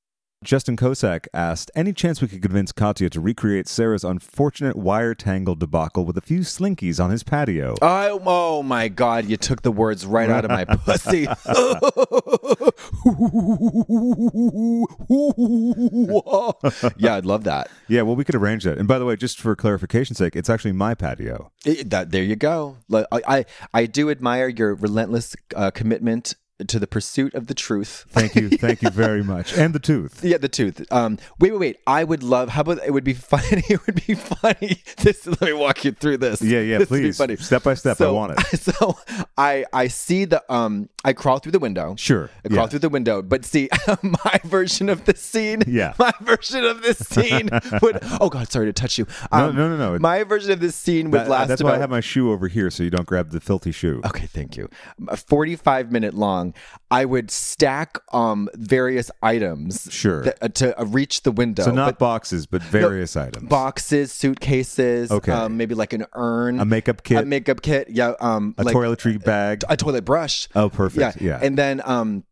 [SPEAKER 1] Justin Kosak asked, "Any chance we could convince Katya to recreate Sarah's unfortunate wire tangle debacle with a few slinkies on his patio?"
[SPEAKER 3] I, oh my God, you took the words right out of my pussy. Oh, yeah, I'd love that.
[SPEAKER 1] Yeah, well, we could arrange that. And by the way, just for clarification's sake, it's actually my patio.
[SPEAKER 3] It- that there you go. Like, I, I, I do admire your relentless uh, commitment to the pursuit of the truth.
[SPEAKER 1] Thank you, thank you very much. And the tooth.
[SPEAKER 3] Yeah, the tooth. Um, wait, wait, wait. I would love. How about it would be funny? It would be funny. This let me walk you through this.
[SPEAKER 1] Yeah, yeah,
[SPEAKER 3] This would be
[SPEAKER 1] please.
[SPEAKER 3] funny.
[SPEAKER 1] Step by step, I
[SPEAKER 3] So-
[SPEAKER 1] want it.
[SPEAKER 3] So I I see the um I crawl through the window.
[SPEAKER 1] Sure,
[SPEAKER 3] I crawl
[SPEAKER 1] yeah.
[SPEAKER 3] through the window, but see my version of the scene.
[SPEAKER 1] Yeah.
[SPEAKER 3] My version of this scene would Oh god, sorry to touch you. Um,
[SPEAKER 1] No, no, no, no.
[SPEAKER 3] My version of this scene would
[SPEAKER 1] That- uh,
[SPEAKER 3] last
[SPEAKER 1] that's
[SPEAKER 3] about
[SPEAKER 1] why I have my shoe over here, so you don't grab the filthy shoe.
[SPEAKER 3] Okay, thank you. Um, 45 minute long. I would stack um various items
[SPEAKER 1] Sure.
[SPEAKER 3] that- uh, to uh, reach the window.
[SPEAKER 1] so not
[SPEAKER 3] but-
[SPEAKER 1] boxes, but various items.
[SPEAKER 3] boxes, suitcases,
[SPEAKER 1] Okay.
[SPEAKER 3] um, maybe like an urn,
[SPEAKER 1] A makeup kit.
[SPEAKER 3] a makeup kit, yeah, um,
[SPEAKER 1] a
[SPEAKER 3] like
[SPEAKER 1] toiletry bag.
[SPEAKER 3] a toilet brush.
[SPEAKER 1] Oh, perfect. Yeah.
[SPEAKER 3] and then um,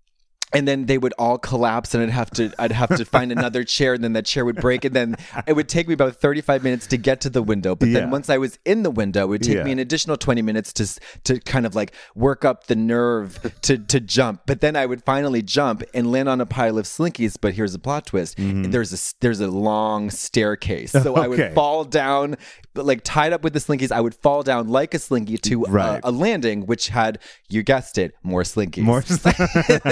[SPEAKER 3] and then they would all collapse and I'd have to I'd have to find another chair and then that chair would break and then it would take me about 35 minutes to get to the window but
[SPEAKER 10] Yeah.
[SPEAKER 3] then once I was in the window it would take
[SPEAKER 10] Yeah.
[SPEAKER 3] me an additional 20 minutes to s- to kind of like work up the nerve to to jump but then I would finally jump and land on a pile of slinkies but here's a plot twist there's a s- there's a long staircase so I
[SPEAKER 10] Okay.
[SPEAKER 3] would fall down but like tied up with the slinkies I would fall down like a slinky to uh,
[SPEAKER 1] Right.
[SPEAKER 3] a landing which had you guessed it more slinkies
[SPEAKER 1] More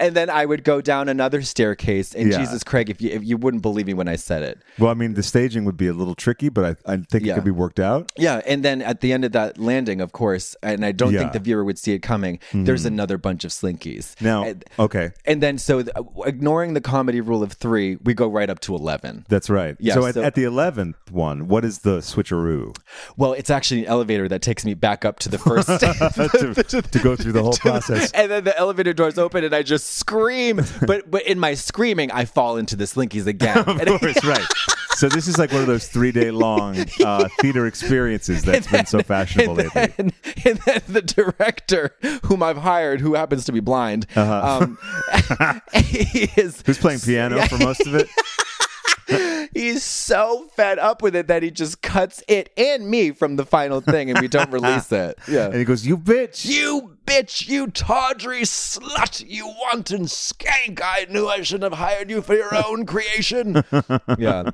[SPEAKER 3] and then I would go down another staircase. And
[SPEAKER 1] Yeah.
[SPEAKER 3] Jesus, Craig, if you, if you wouldn't believe me when I said it.
[SPEAKER 1] Well, I mean, the staging would be a little tricky, but I, I think it
[SPEAKER 3] Yeah.
[SPEAKER 1] could be worked out.
[SPEAKER 3] Yeah, and then at the end of that landing, of course, and I don't
[SPEAKER 1] Yeah.
[SPEAKER 3] think the viewer would see it coming. There's
[SPEAKER 1] Mhm.
[SPEAKER 3] another bunch of slinkies.
[SPEAKER 1] Now,
[SPEAKER 3] and,
[SPEAKER 1] okay,
[SPEAKER 3] and then so th- ignoring the comedy rule of three, we go right up to eleven.
[SPEAKER 1] that's right.
[SPEAKER 3] Yeah,
[SPEAKER 1] so, at,
[SPEAKER 3] so-
[SPEAKER 1] at the eleventh one, what is the switcheroo?
[SPEAKER 3] Well, it's actually an elevator that takes me back up to the first.
[SPEAKER 1] to, to go through the whole process.
[SPEAKER 3] and then the elevator doors open, and I just scream. But but in my screaming, I fall into the slinkies again.
[SPEAKER 1] Of course, right. So this is like one of those three-day-long uh, theater experiences that's been so fashionable lately.
[SPEAKER 3] and, and then the director whom I've hired, who happens to be blind, um, he is
[SPEAKER 1] Uh-huh. Who's playing piano for most of it?
[SPEAKER 3] he's so fed up with it that he just cuts it and me from the final thing, and we don't release it. Yeah,
[SPEAKER 1] And he goes, "You bitch."
[SPEAKER 3] You bitch, you tawdry slut, you wanton skank. I knew I shouldn't have hired you for your own creation. yeah.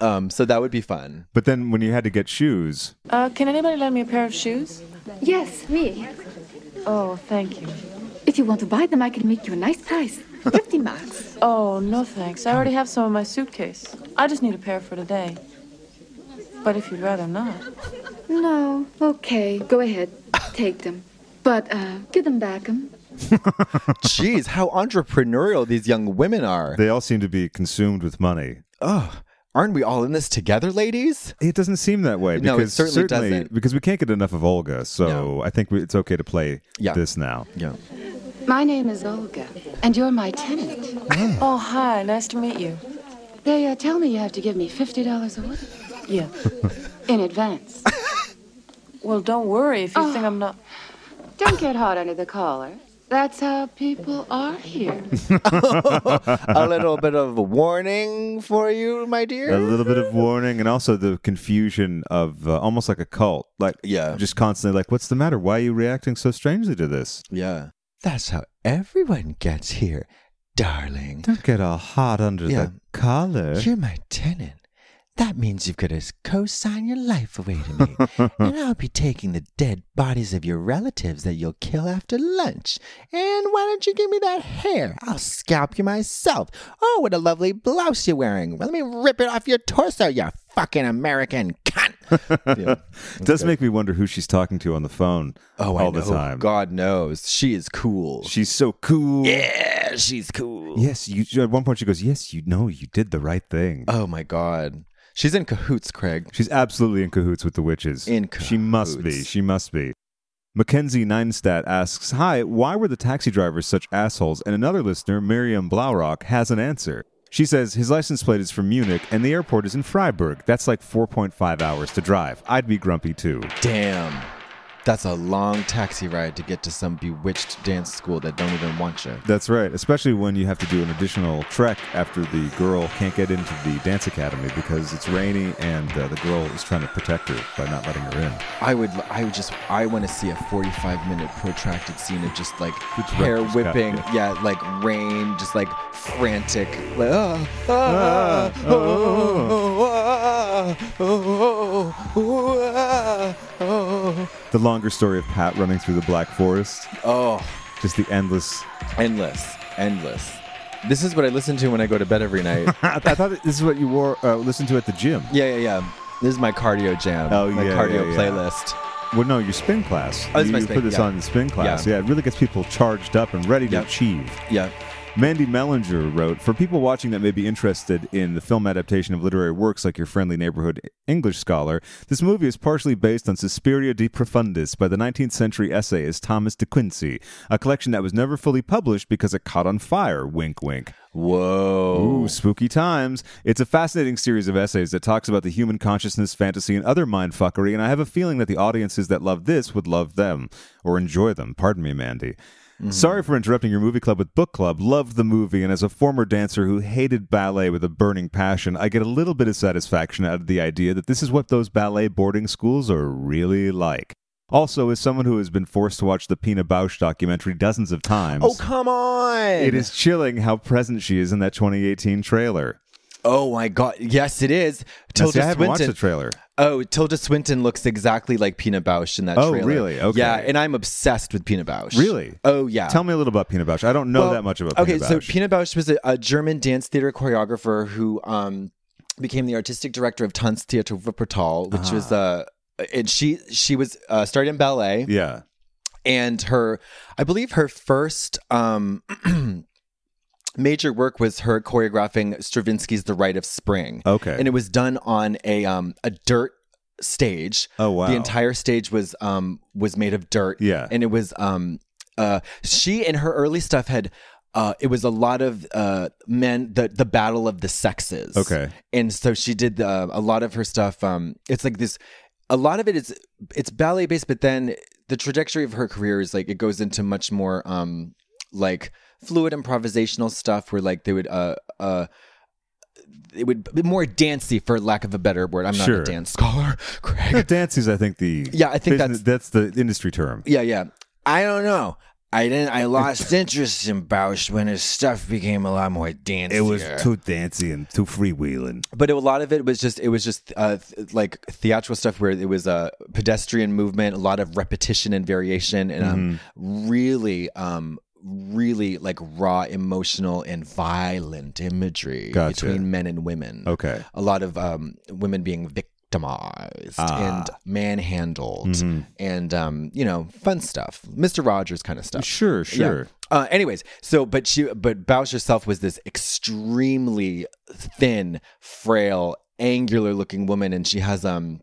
[SPEAKER 3] Um, so that would be fun.
[SPEAKER 1] But then when you had to get shoes,
[SPEAKER 9] Uh, can anybody lend me a pair of shoes?
[SPEAKER 16] Yes, me.
[SPEAKER 9] Oh, thank you.
[SPEAKER 16] If you want to buy them, I can make you a nice price. 50 marks.
[SPEAKER 9] Oh, no thanks. I already have some in my suitcase. I just need a pair for today. But if you'd rather not.
[SPEAKER 16] No, okay, go ahead. Take them. But uh, give them back. 'em.
[SPEAKER 3] Jeez, how entrepreneurial these young women are.
[SPEAKER 1] they all seem to be consumed with money.
[SPEAKER 3] Oh, aren't we all in this together, ladies?
[SPEAKER 1] It doesn't seem that way.
[SPEAKER 3] No, it
[SPEAKER 1] because
[SPEAKER 3] certainly doesn't.
[SPEAKER 1] Because we can't get enough of Olga, so I think we, it's okay to play
[SPEAKER 3] Yeah.
[SPEAKER 1] this now.
[SPEAKER 3] Yeah.
[SPEAKER 8] My name is Olga, and you're my tenant.
[SPEAKER 9] Oh, hi. Nice to meet you.
[SPEAKER 8] They uh, tell me you have to give me $50 a week
[SPEAKER 9] Yeah.
[SPEAKER 8] in advance. Oh.
[SPEAKER 9] Well, don't worry if you think I'm not.
[SPEAKER 8] Don't get hot under the collar. That's how people are here.
[SPEAKER 3] a little bit of a warning for you, my dear.
[SPEAKER 1] A little bit of warning, and also the confusion of uh, almost like a cult, like
[SPEAKER 3] yeah,
[SPEAKER 1] just constantly like, "What's the matter? Why are you reacting so strangely to this?"
[SPEAKER 3] Yeah. That's how everyone gets here, darling.
[SPEAKER 1] Don't get all hot under
[SPEAKER 3] Yeah.
[SPEAKER 1] the collar.
[SPEAKER 3] You're my tenant. That means you've got to co-sign your life away to me. and I'll be taking the dead bodies of your relatives that you'll kill after lunch. And why don't you give me that hair? I'll scalp you myself. Oh, what a lovely blouse you're wearing. Well, let me rip it off your torso, you fucking American cunt.
[SPEAKER 1] it does make me wonder who she's talking to on the phone
[SPEAKER 3] Oh, I
[SPEAKER 1] all
[SPEAKER 3] know.
[SPEAKER 1] the time.
[SPEAKER 3] God knows. She is cool.
[SPEAKER 1] She's so cool.
[SPEAKER 3] Yeah, she's cool.
[SPEAKER 1] Yes, you. At one point, she goes, "Yes, you know, you did the right thing."
[SPEAKER 3] Oh my God. She's in cahoots, Craig.
[SPEAKER 1] She's absolutely in cahoots with the witches.
[SPEAKER 3] In
[SPEAKER 1] She must be.
[SPEAKER 3] cahoots.
[SPEAKER 1] She must be. Mackenzie Neinstadt asks, Hi, why were the taxi drivers such assholes? And another listener, Miriam Blaurock, has an answer. She says, His license plate is from Munich and the airport is in Freiburg. That's like 4.5 hours to drive. I'd be grumpy too.
[SPEAKER 3] Damn. That's a long taxi ride to get to some bewitched dance school that don't even want you.
[SPEAKER 1] That's right, especially when you have to do an additional trek after the girl can't get into the dance academy because it's rainy and uh, the girl is trying to protect her by not letting her in.
[SPEAKER 3] I would, I would just, I want to see a 45 minute protracted scene of just like hair
[SPEAKER 1] director's cut,
[SPEAKER 3] whipping, yeah. like rain, just like frantic, like, ah, ah, ah,
[SPEAKER 1] Ah,
[SPEAKER 3] oh, ah, oh, oh, ah, oh.
[SPEAKER 1] The longer story of Pat running through the Black Forest.
[SPEAKER 3] Oh,
[SPEAKER 1] Just the endless
[SPEAKER 3] endless, endless. This is what I listen to when I go to bed every night.
[SPEAKER 1] I, th- I thought this is what you wore, uh, listened to at the gym.
[SPEAKER 3] yeah, yeah, yeah. This is my cardio jam.
[SPEAKER 1] Oh,
[SPEAKER 3] my
[SPEAKER 1] yeah,
[SPEAKER 3] cardio
[SPEAKER 1] yeah, yeah.
[SPEAKER 3] playlist.
[SPEAKER 1] Well, no, your spin class.
[SPEAKER 3] Oh, this is
[SPEAKER 1] you
[SPEAKER 3] my
[SPEAKER 1] you
[SPEAKER 3] spin,
[SPEAKER 1] put this
[SPEAKER 3] yeah.
[SPEAKER 1] on the spin class. Yeah.
[SPEAKER 3] Yeah.
[SPEAKER 1] it really gets people charged up and ready
[SPEAKER 3] Yep.
[SPEAKER 1] to achieve.
[SPEAKER 3] Yeah.
[SPEAKER 1] Mandy Mellinger wrote For people watching that may be interested in the film adaptation of literary works like your friendly neighborhood English scholar, this movie is partially based on Suspiria de Profundis by the 19th century essayist Thomas de Quincey, a collection that was never fully published because it caught on fire. Wink, wink.
[SPEAKER 3] Whoa.
[SPEAKER 1] Ooh, spooky times. It's a fascinating series of essays that talks about the human consciousness, fantasy, and other mindfuckery, and I have a feeling that the audiences that love this would love them, or enjoy them. Pardon me, Mandy.
[SPEAKER 3] Mm-hmm.
[SPEAKER 1] Sorry for interrupting your movie club with book club. Loved the movie, and as a former dancer who hated ballet with a burning passion, I get a little bit of satisfaction out of the idea that this is what those ballet boarding schools are really like. Also, as someone who has been forced to watch the Pina Bausch documentary dozens of times,
[SPEAKER 3] Oh, come on.
[SPEAKER 1] it is chilling how present she is in that 2018 trailer.
[SPEAKER 3] Oh my god! Yes, it is.
[SPEAKER 1] Now,
[SPEAKER 3] Tilda
[SPEAKER 1] see, I haven't
[SPEAKER 3] Swinton.
[SPEAKER 1] watched the trailer.
[SPEAKER 3] Oh, Tilda Swinton looks exactly like Pina Bausch in that
[SPEAKER 1] Oh,
[SPEAKER 3] trailer.
[SPEAKER 1] really? Okay.
[SPEAKER 3] Yeah, and I'm obsessed with Pina Bausch.
[SPEAKER 1] Really?
[SPEAKER 3] Oh yeah.
[SPEAKER 1] Tell me a little about Pina Bausch. I don't know
[SPEAKER 3] Well,
[SPEAKER 1] that much about Pina
[SPEAKER 3] okay,
[SPEAKER 1] Bausch.
[SPEAKER 3] so Pina Bausch was a, a German dance theater choreographer who um, became the artistic director of Tanztheater Wuppertal, which was uh, and she she was uh, started in ballet.
[SPEAKER 1] Ah. Yeah.
[SPEAKER 3] And her, I believe her first um, major work was her choreographing Stravinsky's The Rite of Spring.
[SPEAKER 1] Okay.
[SPEAKER 3] And it was done on a um a dirt stage.
[SPEAKER 1] Oh, wow.
[SPEAKER 3] The entire stage was um was made of dirt.
[SPEAKER 1] Yeah.
[SPEAKER 3] And it was um uh she and her early stuff had uh, it was a lot of uh, men the the battle of the sexes.
[SPEAKER 1] Okay.
[SPEAKER 3] and so she did uh, a lot of her stuff. Um, it's like this. A lot of it is it's ballet based, but then the trajectory of her career is like it goes into much more um, like fluid improvisational stuff where like they would uh uh it would be more dancey for lack of a better word. I'm not
[SPEAKER 1] Sure.
[SPEAKER 3] a dance scholar.
[SPEAKER 1] No, dance is, I think, the
[SPEAKER 3] Yeah, I think
[SPEAKER 1] business- that's the industry term.
[SPEAKER 3] Yeah, yeah. I don't know. I didn't. I lost interest in Bausch when his stuff became a lot more dancey.
[SPEAKER 1] It was too dancey and too freewheeling.
[SPEAKER 3] but it, a lot of it was just it was just uh, th- like theatrical stuff where it was a uh, pedestrian movement, a lot of repetition and variation, and um,
[SPEAKER 1] Mm-hmm.
[SPEAKER 3] really, um, really like raw emotional and violent imagery
[SPEAKER 1] Gotcha.
[SPEAKER 3] between men and women.
[SPEAKER 1] Okay.
[SPEAKER 3] a lot of um, women being victimized
[SPEAKER 1] Ah.
[SPEAKER 3] and manhandled,
[SPEAKER 1] Mhm.
[SPEAKER 3] and um, you know, fun stuff, Mister Rogers kind of stuff.
[SPEAKER 1] Sure,
[SPEAKER 3] Yeah.
[SPEAKER 1] sure.
[SPEAKER 3] Uh, anyways, so but she but Bausch herself was this extremely thin, frail, angular-looking woman, and she has um,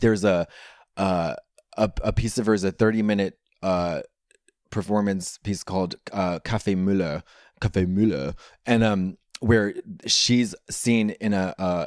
[SPEAKER 3] there's a uh a, a piece of her is a 30-minute uh performance piece called uh Cafe Müller, Cafe Müller, and um where she's seen in a uh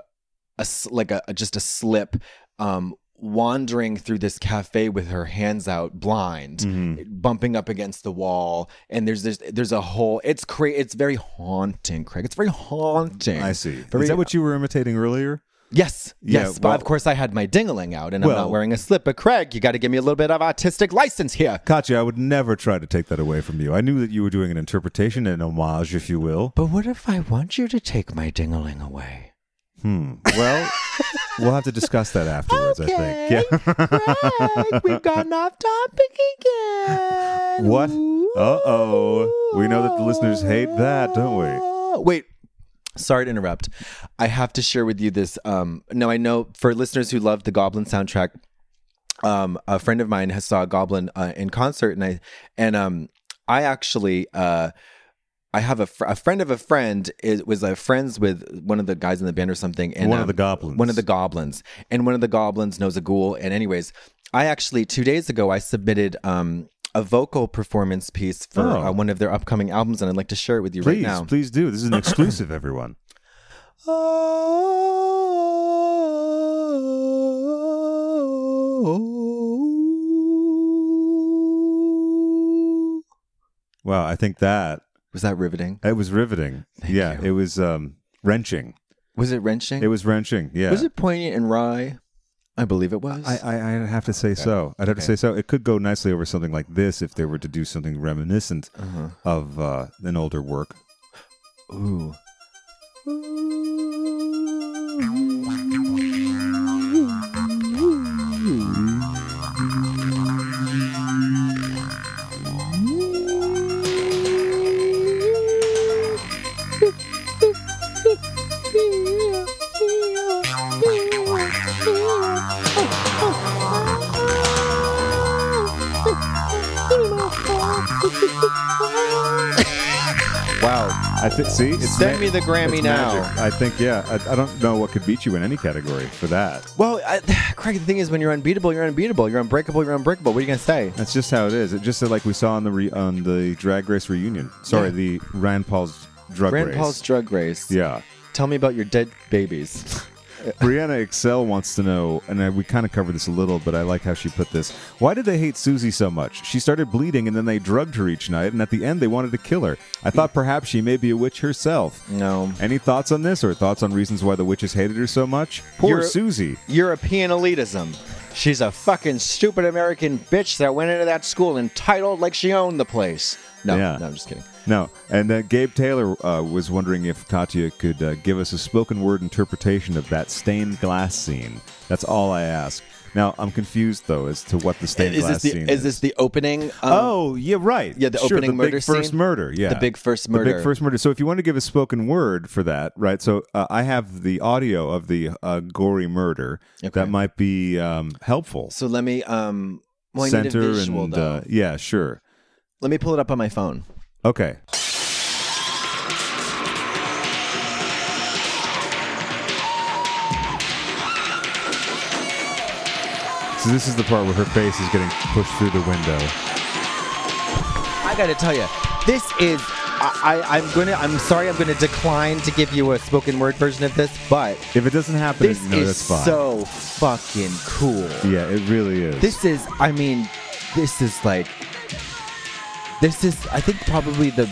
[SPEAKER 3] a s- like a, a- just a slip um wandering through this cafe with her hands out blind
[SPEAKER 1] Mm-hmm.
[SPEAKER 3] bumping up against the wall and there's this there's a whole it's cra- it's very haunting craig it's very haunting
[SPEAKER 1] I see.
[SPEAKER 3] Very-
[SPEAKER 1] Is that what you were imitating earlier?
[SPEAKER 3] yes
[SPEAKER 1] Yeah,
[SPEAKER 3] yes but
[SPEAKER 1] well-
[SPEAKER 3] of course i had my dingaling out and i'm
[SPEAKER 1] Well-
[SPEAKER 3] not wearing a slip but craig you got to give me a little bit of artistic license here
[SPEAKER 1] Katya, I would never try to take that away from you. I knew that you were doing an interpretation, an homage, if you will.
[SPEAKER 3] but what if i want you to take my dingaling away
[SPEAKER 1] Hmm. Well, we'll have to discuss that afterwards, I think. Yeah.
[SPEAKER 3] we've gotten off topic again
[SPEAKER 1] What? Uh oh. We know that the listeners hate that, don't we?
[SPEAKER 3] Oh, wait sorry to interrupt i have to share with you this um no i know for listeners who love the goblin soundtrack um a friend of mine has saw goblin uh, in concert and i and um i actually uh I have a, fr- a friend of a friend is, was uh, friends with one of the guys in the band or something, and
[SPEAKER 1] One of
[SPEAKER 3] um,
[SPEAKER 1] the goblins.
[SPEAKER 3] One of the goblins, and one of the goblins knows a ghoul. And anyways, I actually two days ago I submitted um, a vocal performance piece for
[SPEAKER 1] Oh.
[SPEAKER 3] uh, one of their upcoming albums, and I'd like to share it with you right
[SPEAKER 1] Please,
[SPEAKER 3] now.
[SPEAKER 1] please do. This is an exclusive, everyone. Wow, I think that
[SPEAKER 3] Was that riveting?
[SPEAKER 1] it was riveting. yeah, it was um, wrenching.
[SPEAKER 3] Was it wrenching?
[SPEAKER 1] It was wrenching. Yeah,
[SPEAKER 3] Was it poignant and wry? I believe it was.
[SPEAKER 1] I, I I'd have to say so. I'd have to say so. It could go nicely over something like this if they were to do something reminiscent
[SPEAKER 3] Uh-huh.
[SPEAKER 1] of uh, an older work.
[SPEAKER 3] Ooh. Wow.
[SPEAKER 1] I thi- see. It's
[SPEAKER 3] Send me the Grammy
[SPEAKER 1] it's
[SPEAKER 3] now.
[SPEAKER 1] magic. I think yeah. I, I don't know what could beat you in any category for that.
[SPEAKER 3] Well, I, Craig, the thing is, when you're unbeatable, you're unbeatable. You're unbreakable, you're unbreakable. What are you going to say?
[SPEAKER 1] That's just how it is. It just like we saw on the re- on the Drag Race reunion. Sorry,
[SPEAKER 3] Yeah.
[SPEAKER 1] the Rand Paul's drug
[SPEAKER 3] Rand
[SPEAKER 1] race.
[SPEAKER 3] Paul's drug race.
[SPEAKER 1] yeah.
[SPEAKER 3] Tell me about your dead babies.
[SPEAKER 1] Brianna Excel wants to know, and I, we kind of covered this a little, but I like how she put this. Why did they hate Susie so much? She started bleeding, and then they drugged her each night, and at the end, they wanted to kill her. I thought perhaps she may be a witch herself.
[SPEAKER 3] No.
[SPEAKER 1] Any thoughts on this, or thoughts on reasons why the witches hated her so much? Poor
[SPEAKER 3] Euro-
[SPEAKER 1] Susie.
[SPEAKER 3] European elitism. She's a fucking stupid American bitch that went into that school entitled like she owned the place. No,
[SPEAKER 1] Yeah.
[SPEAKER 3] no, I'm just kidding.
[SPEAKER 1] No. And uh, Gabe Taylor uh, was wondering if Katya could uh, give us a spoken word interpretation of that stained glass scene. That's all I ask. Now, I'm confused, though, as to what the stained
[SPEAKER 3] Is this
[SPEAKER 1] glass
[SPEAKER 3] the
[SPEAKER 1] scene
[SPEAKER 3] is, this the opening? um,
[SPEAKER 1] oh, yeah, right.
[SPEAKER 3] Yeah, the
[SPEAKER 1] Sure,
[SPEAKER 3] opening
[SPEAKER 1] the
[SPEAKER 3] murder
[SPEAKER 1] big first
[SPEAKER 3] scene?
[SPEAKER 1] murder. Yeah,
[SPEAKER 3] the big first
[SPEAKER 1] The
[SPEAKER 3] murder.
[SPEAKER 1] big first murder. So if you want to give a spoken word for that, right? So uh, I have the audio of the uh, gory murder. That might be um, helpful.
[SPEAKER 3] So let me um, well, I need a
[SPEAKER 1] center
[SPEAKER 3] visual,
[SPEAKER 1] and
[SPEAKER 3] though.
[SPEAKER 1] uh, yeah, sure.
[SPEAKER 3] Let me pull it up on my phone.
[SPEAKER 1] Okay. So this is the part where her face is getting pushed through the window.
[SPEAKER 3] I gotta tell you, this is. I, I, I'm gonna. I'm sorry. I'm gonna decline to give you a spoken word version of this, but
[SPEAKER 1] if it doesn't happen,
[SPEAKER 3] this
[SPEAKER 1] no,
[SPEAKER 3] is
[SPEAKER 1] that's fine.
[SPEAKER 3] so fucking cool.
[SPEAKER 1] Yeah, it really is.
[SPEAKER 3] This is. I mean, this is like. This is. I think probably the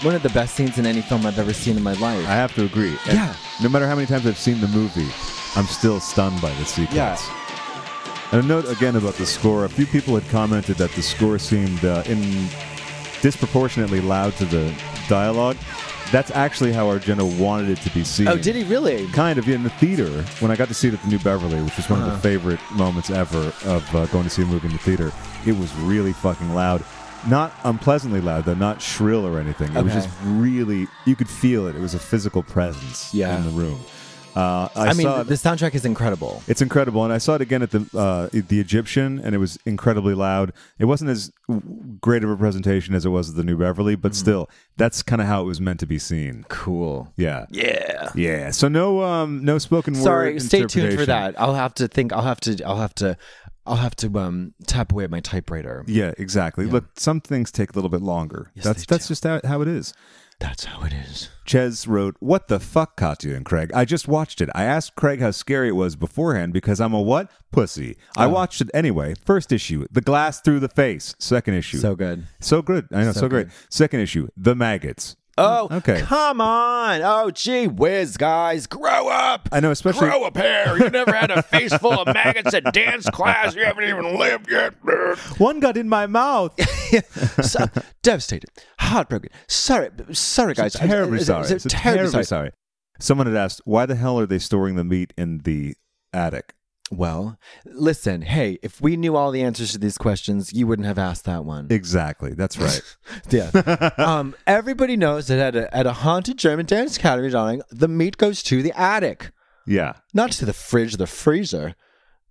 [SPEAKER 3] one of the best scenes in any film I've ever seen in my life. I
[SPEAKER 1] have to agree. And
[SPEAKER 3] Yeah.
[SPEAKER 1] No matter how many times I've seen the movie, I'm still stunned by the sequence.
[SPEAKER 3] Yeah.
[SPEAKER 1] And a note again about the score. A few people had commented that the score seemed uh, in disproportionately loud to the dialogue. That's actually how Argento wanted it to be seen.
[SPEAKER 3] Oh, did he really?
[SPEAKER 1] Kind of in the theater when I got to see it at the New Beverly, which was one of
[SPEAKER 3] Uh-huh.
[SPEAKER 1] the favorite moments ever of uh, going to see a movie in the theater. It was really fucking loud. Not unpleasantly loud, though, not shrill or anything. It was
[SPEAKER 3] Okay.
[SPEAKER 1] just really, you could feel it. It was a physical presence
[SPEAKER 3] Yeah.
[SPEAKER 1] in the room. Uh, I,
[SPEAKER 3] I, mean,
[SPEAKER 1] saw it-
[SPEAKER 3] the soundtrack is incredible.
[SPEAKER 1] it's incredible, and I saw it again at the uh, the Egyptian, and it was incredibly loud. It wasn't as w- great of a presentation as it was at the New Beverly, but still, that's kind of how it was meant to be seen.
[SPEAKER 3] Hmm. Cool.
[SPEAKER 1] Yeah.
[SPEAKER 3] Yeah.
[SPEAKER 1] Yeah. So no, um, no spoken
[SPEAKER 3] Sorry,
[SPEAKER 1] word.
[SPEAKER 3] stay tuned for
[SPEAKER 1] interpretation.
[SPEAKER 3] that. I'll have to think. I'll have to. I'll have to. I'll have to um tap away at my typewriter.
[SPEAKER 1] Yeah, exactly. Look, some things take a little bit longer. that's that's just how, how it is.
[SPEAKER 3] That's how it is.
[SPEAKER 1] Ches wrote, "What the fuck, Katya and Craig? I just watched it. I asked Craig how scary it was beforehand because I'm a what pussy.
[SPEAKER 3] Oh.
[SPEAKER 1] I watched it anyway. First issue, the glass through the face. Second issue,
[SPEAKER 3] So good,
[SPEAKER 1] so good. I know, so,
[SPEAKER 3] So
[SPEAKER 1] great. Second issue, the maggots.
[SPEAKER 3] Oh,
[SPEAKER 1] Okay.
[SPEAKER 3] Come on. Oh, gee whiz, guys, grow up.
[SPEAKER 1] I know, especially
[SPEAKER 3] grow up hair. You never had a face full of maggots at dance class. You haven't even lived yet.
[SPEAKER 1] One got in my mouth.
[SPEAKER 3] so, devastated, heartbroken. Sorry, sorry, guys.
[SPEAKER 1] So terribly
[SPEAKER 3] I'm- I'm-
[SPEAKER 1] sorry.
[SPEAKER 3] I'm
[SPEAKER 1] So
[SPEAKER 3] terribly sorry.
[SPEAKER 1] Someone had asked, why the hell are they storing the meat in the attic?
[SPEAKER 3] Well, listen, hey, if we knew all the answers to these questions, you wouldn't have asked that one.
[SPEAKER 1] Exactly. That's right.
[SPEAKER 3] yeah. um, everybody knows that at a, at a haunted German dance academy, darling, the meat goes to the attic,
[SPEAKER 1] yeah.
[SPEAKER 3] not to the fridge or the freezer.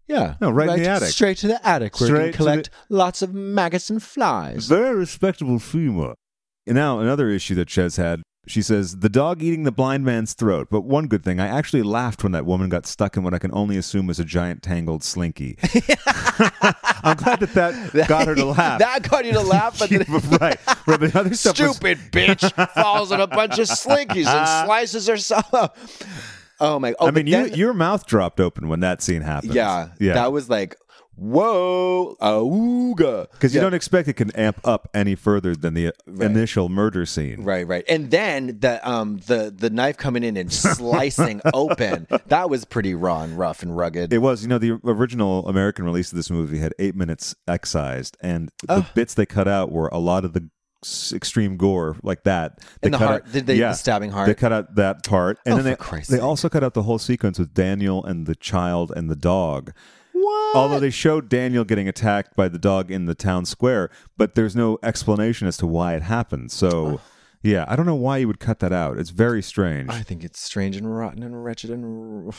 [SPEAKER 3] Yeah.
[SPEAKER 1] No, right in the attic.
[SPEAKER 3] Straight to the attic where
[SPEAKER 1] Straight
[SPEAKER 3] you
[SPEAKER 1] to
[SPEAKER 3] can collect lots of maggots and flies.
[SPEAKER 1] Very respectable femur. And now another issue that Ches had. She says the dog eating the blind man's throat. But one good thing, I actually laughed when that woman got stuck in what I can only assume is a giant tangled slinky. I'm glad that that got her to laugh.
[SPEAKER 3] that got you to laugh, but then
[SPEAKER 1] right. Right, but the other stuff was-
[SPEAKER 3] stupid bitch falls on a bunch of slinkies and slices herself up. Oh my! Oh,
[SPEAKER 1] I
[SPEAKER 3] but
[SPEAKER 1] mean,
[SPEAKER 3] then-
[SPEAKER 1] you, your mouth dropped open when that scene happened.
[SPEAKER 3] Yeah,
[SPEAKER 1] yeah.
[SPEAKER 3] That was like, whoa, ooga.
[SPEAKER 1] because you don't expect it can amp up any further than the uh, initial murder scene.
[SPEAKER 3] Right, right. And then the um the the knife coming in and slicing open. That was pretty raw and rough and rugged.
[SPEAKER 1] It was, you know, the original American release of this movie had eight minutes excised, and the bits they cut out were a lot of the s- extreme gore like that. They
[SPEAKER 3] And the
[SPEAKER 1] cut
[SPEAKER 3] heart-
[SPEAKER 1] out-
[SPEAKER 3] did they- the stabbing heart?
[SPEAKER 1] They cut out that part, and
[SPEAKER 3] Oh,
[SPEAKER 1] then they
[SPEAKER 3] for Christ's
[SPEAKER 1] they also cut out the whole sequence with Daniel and the child and the dog.
[SPEAKER 3] What?
[SPEAKER 1] Although they showed Daniel getting attacked by the dog in the town square, but there's no explanation as to why it happened. So, yeah, I don't know why you would cut that out. It's very strange.
[SPEAKER 3] I think it's strange and rotten and wretched and r-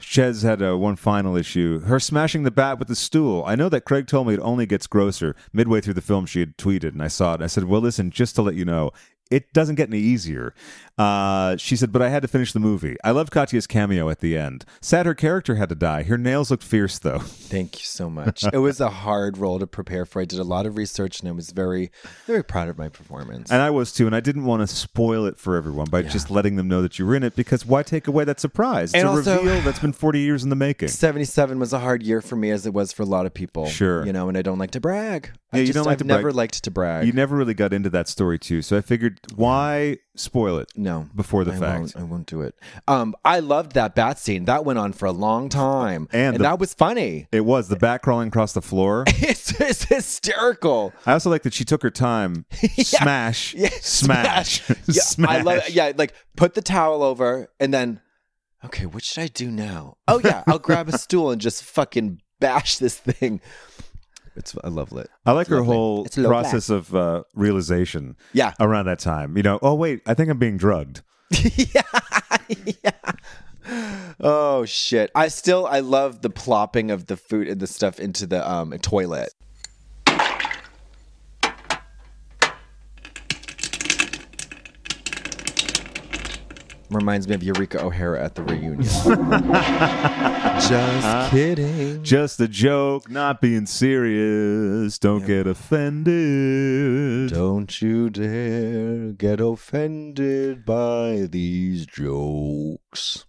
[SPEAKER 1] Shez had uh, one final issue. Her smashing the bat with the stool. I know that Craig told me it only gets grosser. Midway through the film, she had tweeted, and I saw it. I said, Well, listen, just to let you know, it doesn't get any easier. Uh, she said, but I had to finish the movie. I loved Katya's cameo at the end. Sad her character had to die. Her nails looked fierce, though.
[SPEAKER 3] Thank you so much. it was a hard role to prepare for. I did a lot of research and I was very, very proud of my performance.
[SPEAKER 1] And I was too. And I didn't want to spoil it for everyone by just letting them know that you were in it because why take away that surprise? It's
[SPEAKER 3] And
[SPEAKER 1] a
[SPEAKER 3] also-
[SPEAKER 1] reveal that's been 40 years in the making.
[SPEAKER 3] 77 was a hard year for me as it was for a lot of people.
[SPEAKER 1] Sure.
[SPEAKER 3] You know, and I don't like to brag. I
[SPEAKER 1] Yeah,
[SPEAKER 3] just-
[SPEAKER 1] you don't like
[SPEAKER 3] I've
[SPEAKER 1] to brag.
[SPEAKER 3] never liked to brag.
[SPEAKER 1] You never really got into that story too, so I figured why spoil it?
[SPEAKER 3] No,
[SPEAKER 1] before the
[SPEAKER 3] I
[SPEAKER 1] fact.
[SPEAKER 3] won't- I won't do it. Um, I loved that bat scene. That went on for a long time. And,
[SPEAKER 1] the-
[SPEAKER 3] that was funny.
[SPEAKER 1] It was the bat crawling across the floor.
[SPEAKER 3] It's, it's hysterical.
[SPEAKER 1] I also like that she took her time. Smash, smash,
[SPEAKER 3] Yeah, I love
[SPEAKER 1] Smash.
[SPEAKER 3] it. Yeah, like put the towel over and then, okay, what should I do now? Oh, yeah, I'll grab a stool and just fucking bash this thing. It's I love it.
[SPEAKER 1] I like
[SPEAKER 3] It's
[SPEAKER 1] her
[SPEAKER 3] lovely.
[SPEAKER 1] whole
[SPEAKER 3] It's lovely.
[SPEAKER 1] process of uh, realization.
[SPEAKER 3] Yeah.
[SPEAKER 1] Around that time, you know. Oh wait, I think I'm being drugged.
[SPEAKER 3] Oh shit. I still I love the plopping of the food and the stuff into the um toilet. Reminds me of Eureka O'Hara at the reunion. Just kidding.
[SPEAKER 1] Just a joke. Not being serious. Don't get offended.
[SPEAKER 3] Don't you dare get offended by these jokes.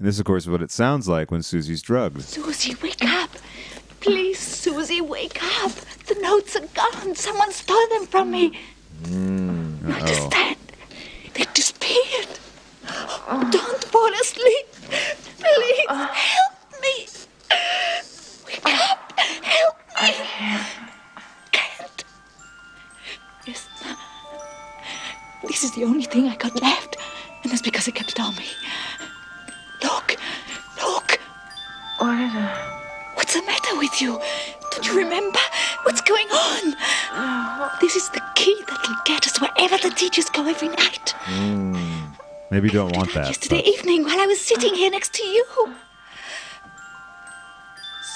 [SPEAKER 1] And this, of course, is what it sounds like when Susie's drugged.
[SPEAKER 5] Susie, wake up. Please, Susie, wake up. The notes are gone. Someone stole them from me.
[SPEAKER 1] Uh-oh.
[SPEAKER 5] Dad, they disappeared. Don't fall asleep. Please, help me. Wake up. Help me. I can't. Yes. This is the only thing I got left, and that's because I kept it on me. Look, look. What is it? What's the matter with you? Don't you remember what's going on? This is the key that'll get us wherever the teachers go every night.
[SPEAKER 3] Hmm.
[SPEAKER 1] Maybe you don't want that.
[SPEAKER 5] Today evening, while I was sitting here next to you.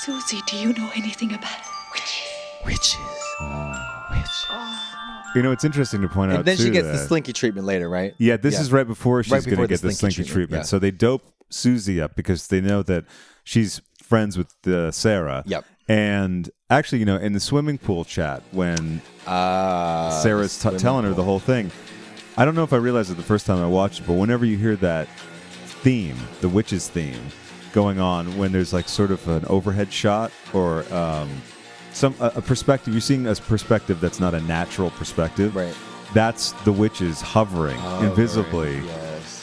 [SPEAKER 5] Susie, do you know anything about
[SPEAKER 3] witches? Witches.
[SPEAKER 1] Hmm. You know, it's interesting to point out.
[SPEAKER 3] And then she
[SPEAKER 1] too,
[SPEAKER 3] gets the
[SPEAKER 1] that-
[SPEAKER 3] slinky treatment later, right?
[SPEAKER 1] Yeah, this is right before she's
[SPEAKER 3] Right
[SPEAKER 1] going to
[SPEAKER 3] before
[SPEAKER 1] get the slinky, treatment.
[SPEAKER 3] yeah.
[SPEAKER 1] So they dope Susie up because they know that she's friends with uh, Sarah. Yep. And actually, you know, in the swimming pool chat, when
[SPEAKER 3] Uh,
[SPEAKER 1] Sarah's
[SPEAKER 3] Ah, the
[SPEAKER 1] t-
[SPEAKER 3] swimming
[SPEAKER 1] telling her the whole thing, I don't know if I realized it the first time I watched it, but whenever you hear that theme, the witch's theme, going on, when there's like sort of an overhead shot or um, some a, a perspective, you're seeing a perspective that's not a natural perspective. Right. That's the witches hovering
[SPEAKER 3] Oh,
[SPEAKER 1] invisibly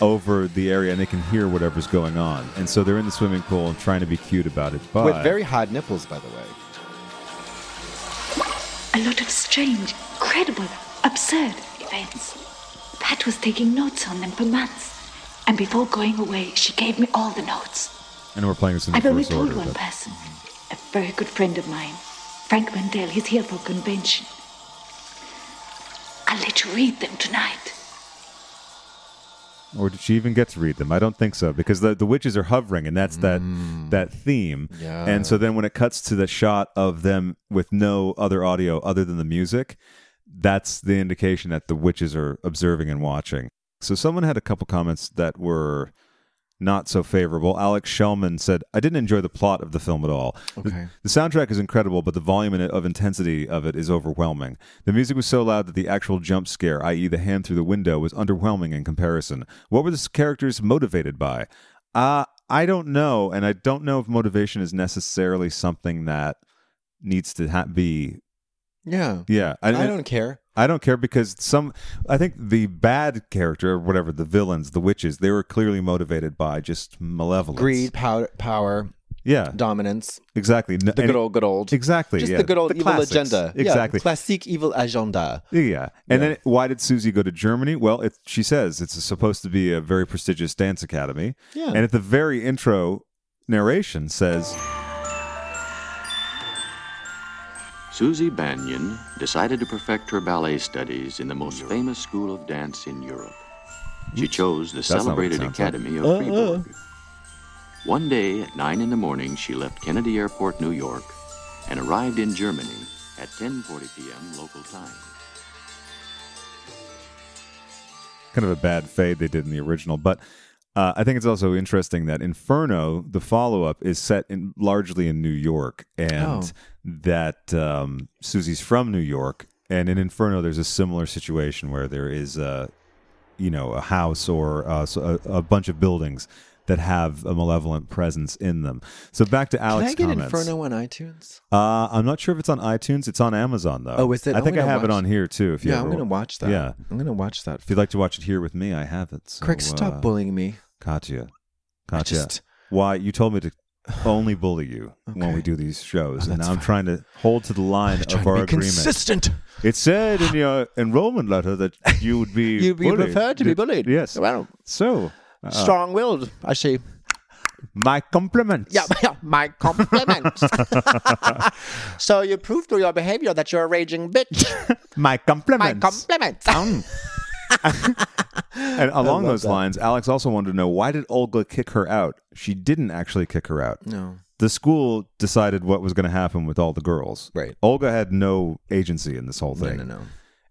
[SPEAKER 1] over the area, and they can hear whatever's going on. And so they're in the swimming pool and trying to be cute about it. But
[SPEAKER 3] With very hot nipples, by the way.
[SPEAKER 5] a lot of strange, incredible, absurd events? Pat was taking notes on them for months, and before going away, she gave me all the notes.
[SPEAKER 1] and we're playing this in the
[SPEAKER 5] I've only
[SPEAKER 1] first
[SPEAKER 5] told
[SPEAKER 1] order.
[SPEAKER 5] one
[SPEAKER 1] but-
[SPEAKER 5] person, a very good friend of mine, Frank Mandel. He's here for a convention. I'll let you read them tonight.
[SPEAKER 1] or did she even get to read them? I don't think so because the, the witches are hovering, and that's that that theme. And so then when it cuts to the shot of them with no other audio other than the music, that's the indication that the witches are observing and watching. So someone had a couple comments that were not so favorable. Alex Shellman said, "I didn't enjoy the plot of the film at all. The-
[SPEAKER 3] Okay.
[SPEAKER 1] The, soundtrack is incredible, but the volume and of intensity of it is overwhelming. The music was so loud that the actual jump scare, i.e., the hand through the window, was underwhelming in comparison. What were the characters motivated by? Uh, I don't know, and I don't know if motivation is necessarily something that needs to ha- be
[SPEAKER 3] Yeah.
[SPEAKER 1] yeah,
[SPEAKER 3] I don't care.
[SPEAKER 1] I don't care because some. I think the bad character, or whatever the villains, the witches, they were clearly motivated by just malevolence,
[SPEAKER 3] Greed, power, power
[SPEAKER 1] yeah,
[SPEAKER 3] dominance,
[SPEAKER 1] exactly. The
[SPEAKER 3] good old, good old,
[SPEAKER 1] exactly,
[SPEAKER 3] just
[SPEAKER 1] yeah.
[SPEAKER 3] the good old evil
[SPEAKER 1] classics.
[SPEAKER 3] agenda. Yeah,
[SPEAKER 1] exactly.
[SPEAKER 3] classic evil agenda.
[SPEAKER 1] Yeah. And then why did Susie go to Germany? Well, it, she says it's supposed to be a very prestigious dance academy.
[SPEAKER 3] Yeah.
[SPEAKER 1] And at the very intro, narration says,
[SPEAKER 19] Susie Banyan decided to perfect her ballet studies in the most famous school of dance in Europe. She chose the
[SPEAKER 1] That's not what it
[SPEAKER 19] celebrated
[SPEAKER 1] sounds
[SPEAKER 19] Academy
[SPEAKER 1] like.
[SPEAKER 19] of Fribourg. One day at 9 in the morning, she left Kennedy Airport, New York, and arrived in Germany at 10:40 p.m. local time.
[SPEAKER 1] kind of a bad fade they did in the original. But uh, I think it's also interesting that Inferno, the follow up, is set in largely in New York, and
[SPEAKER 3] Oh.
[SPEAKER 1] that um, Susie's from New York. And in Inferno, there's a similar situation where there is a, you know, a house or uh, so- a, a bunch of buildings that have a malevolent presence in them. So back to Alex.
[SPEAKER 3] Can I get
[SPEAKER 1] comments.
[SPEAKER 3] Inferno on iTunes?
[SPEAKER 1] Uh, I'm not sure if it's on iTunes. It's on Amazon though.
[SPEAKER 3] Oh, is it?
[SPEAKER 1] I
[SPEAKER 3] I'm
[SPEAKER 1] think I
[SPEAKER 3] gonna
[SPEAKER 1] have it
[SPEAKER 3] watch-
[SPEAKER 1] on here too. If you
[SPEAKER 3] Yeah, I'm
[SPEAKER 1] ever-
[SPEAKER 3] gonna watch that.
[SPEAKER 1] Yeah,
[SPEAKER 3] I'm gonna watch that.
[SPEAKER 1] If you'd like to watch it here with me, I have it. So,
[SPEAKER 3] Craig, stop
[SPEAKER 1] uh,
[SPEAKER 3] bullying me.
[SPEAKER 1] Katya. Katya,
[SPEAKER 3] just-
[SPEAKER 1] why you told me to only bully you when we do these shows,
[SPEAKER 3] Oh,
[SPEAKER 1] and now I'm trying to hold to the line of
[SPEAKER 3] to
[SPEAKER 1] our
[SPEAKER 3] be
[SPEAKER 1] agreement.
[SPEAKER 3] consistent.
[SPEAKER 1] It said in your enrollment letter that you would be
[SPEAKER 3] You'd be
[SPEAKER 1] bullied.
[SPEAKER 3] preferred to be
[SPEAKER 1] Did-
[SPEAKER 3] bullied.
[SPEAKER 1] Yes.
[SPEAKER 3] Well,
[SPEAKER 1] so uh,
[SPEAKER 3] Strong-willed, I see.
[SPEAKER 1] My compliments.
[SPEAKER 3] Yeah, yeah, my compliments. so you prove through your behavior that you're a raging bitch.
[SPEAKER 1] My
[SPEAKER 3] my
[SPEAKER 1] compliments.
[SPEAKER 3] compliments. Um,
[SPEAKER 1] And along
[SPEAKER 3] love
[SPEAKER 1] those
[SPEAKER 3] that.
[SPEAKER 1] lines, Alex also wanted to know why did Olga kick her out? She didn't actually kick her out.
[SPEAKER 3] No.
[SPEAKER 1] The school decided what was going to happen with all the girls. Right. Olga had no agency in this whole thing. No, no, no.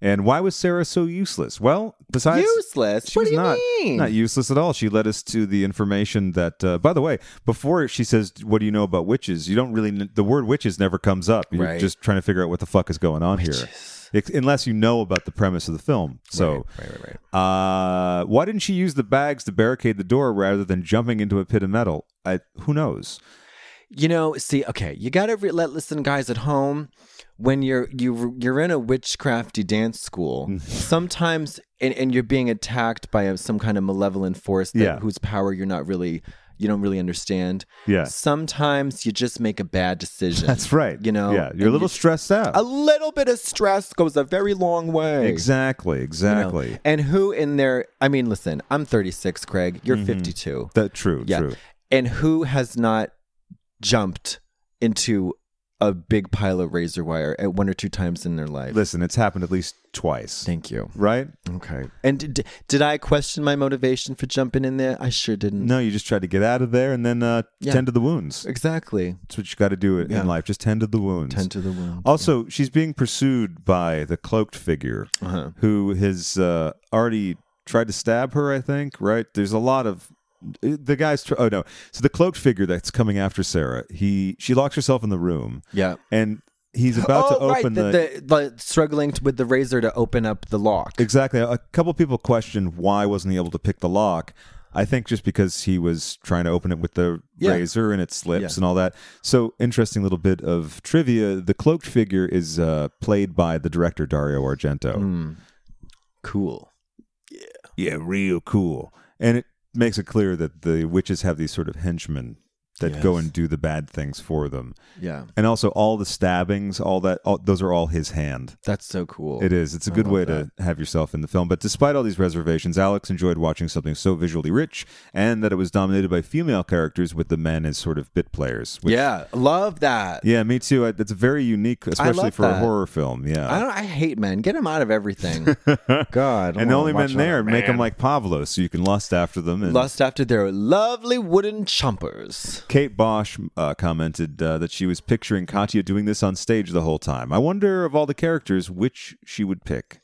[SPEAKER 1] And why was Sarah so useless? Well, besides
[SPEAKER 3] Useless?
[SPEAKER 1] she
[SPEAKER 3] What
[SPEAKER 1] was
[SPEAKER 3] do you
[SPEAKER 1] not
[SPEAKER 3] mean?
[SPEAKER 1] not useless at all. She led us to the information that, uh, by the way, before she says, "What do you know about witches?" You don't really kn- the word witches never comes up. You're
[SPEAKER 3] Right.
[SPEAKER 1] just trying to figure out what the fuck is going on here, Ex- unless you know about the premise of the film. So, right, right, right. Uh, why didn't she use the bags to barricade the door rather than jumping into a pit of metal? I, who knows?
[SPEAKER 3] You know, see, okay, you gotta re- let listen, guys at home. When you're you you're in a witchcrafty dance
[SPEAKER 1] Mm.
[SPEAKER 3] school, sometimes and, and you're being attacked by a, some kind of malevolent force that,
[SPEAKER 1] Yeah.
[SPEAKER 3] whose power you're not really you don't really understand.
[SPEAKER 1] Yeah.
[SPEAKER 3] Sometimes you just make a bad decision.
[SPEAKER 1] That's right.
[SPEAKER 3] You know.
[SPEAKER 1] yeah, you're a
[SPEAKER 3] Oh, and
[SPEAKER 1] little stressed out.
[SPEAKER 3] a little bit of stress goes a very long way.
[SPEAKER 1] Exactly,
[SPEAKER 3] You know?
[SPEAKER 1] exactly.
[SPEAKER 3] And who in their I mean, listen, I'm 36, Craig. You're 52.
[SPEAKER 1] Mm-hmm. That true, true.
[SPEAKER 3] And who has not jumped into a big pile of razor wire at one or two times in their life?
[SPEAKER 1] Listen, it's happened at least twice.
[SPEAKER 3] Thank you.
[SPEAKER 1] Right?
[SPEAKER 3] Okay. And d- did I question my motivation for jumping in there? I sure didn't.
[SPEAKER 1] No, you just tried to get out of there and then uh,
[SPEAKER 3] Yeah.
[SPEAKER 1] tend to the wounds.
[SPEAKER 3] Exactly.
[SPEAKER 1] That's what you got to do in
[SPEAKER 3] Yeah.
[SPEAKER 1] life. Just tend to the wounds.
[SPEAKER 3] Tend to the wounds,
[SPEAKER 1] Also, she's being pursued by the cloaked figure
[SPEAKER 3] Uh-huh.
[SPEAKER 1] who has uh, already tried to stab her, I think, right? There's a lot of. The guy's tr- oh no! So the cloaked figure that's coming after Sarah, he she locks herself in the room.
[SPEAKER 3] Yeah.
[SPEAKER 1] and he's about to
[SPEAKER 3] Oh, right,
[SPEAKER 1] open
[SPEAKER 3] the,
[SPEAKER 1] the,
[SPEAKER 3] the- the- struggling t- with the razor to open up the lock.
[SPEAKER 1] Exactly. A couple people questioned why wasn't he able to pick the lock. I think just because he was trying to open it with the
[SPEAKER 3] Yeah.
[SPEAKER 1] razor and it slips
[SPEAKER 3] Yeah.
[SPEAKER 1] and all that. So interesting little bit of trivia: the cloaked figure is uh, played by the director Dario Argento.
[SPEAKER 3] Hmm. Cool.
[SPEAKER 1] Yeah, yeah, real cool. And it makes it clear that the witches have these sort of henchmen that go
[SPEAKER 3] Yes.
[SPEAKER 1] and do the bad things for them.
[SPEAKER 3] Yeah.
[SPEAKER 1] and also all the stabbings, all that, all, those are all his hand.
[SPEAKER 3] That's so cool.
[SPEAKER 1] It is. It's a
[SPEAKER 3] I
[SPEAKER 1] good
[SPEAKER 3] love
[SPEAKER 1] way
[SPEAKER 3] that.
[SPEAKER 1] to have yourself in the film. But despite all these reservations, Alex enjoyed watching something so visually rich and that it was dominated by female characters with the men as sort of bit players. which-
[SPEAKER 3] yeah, love that.
[SPEAKER 1] Yeah, me too. I, that's very unique, especially
[SPEAKER 3] love
[SPEAKER 1] for a
[SPEAKER 3] that.
[SPEAKER 1] horror film. Yeah.
[SPEAKER 3] I don't. I hate men. Get them out of everything. God. I
[SPEAKER 1] and the
[SPEAKER 3] wanna
[SPEAKER 1] only
[SPEAKER 3] watch
[SPEAKER 1] men
[SPEAKER 3] all
[SPEAKER 1] there
[SPEAKER 3] that.
[SPEAKER 1] make them like Pablo, so you can lust after them. And
[SPEAKER 3] lust after their lovely wooden chompers.
[SPEAKER 1] Kate Bosch uh, commented uh, that she was picturing Katya doing this on stage the whole time. I wonder of all the characters which she would pick.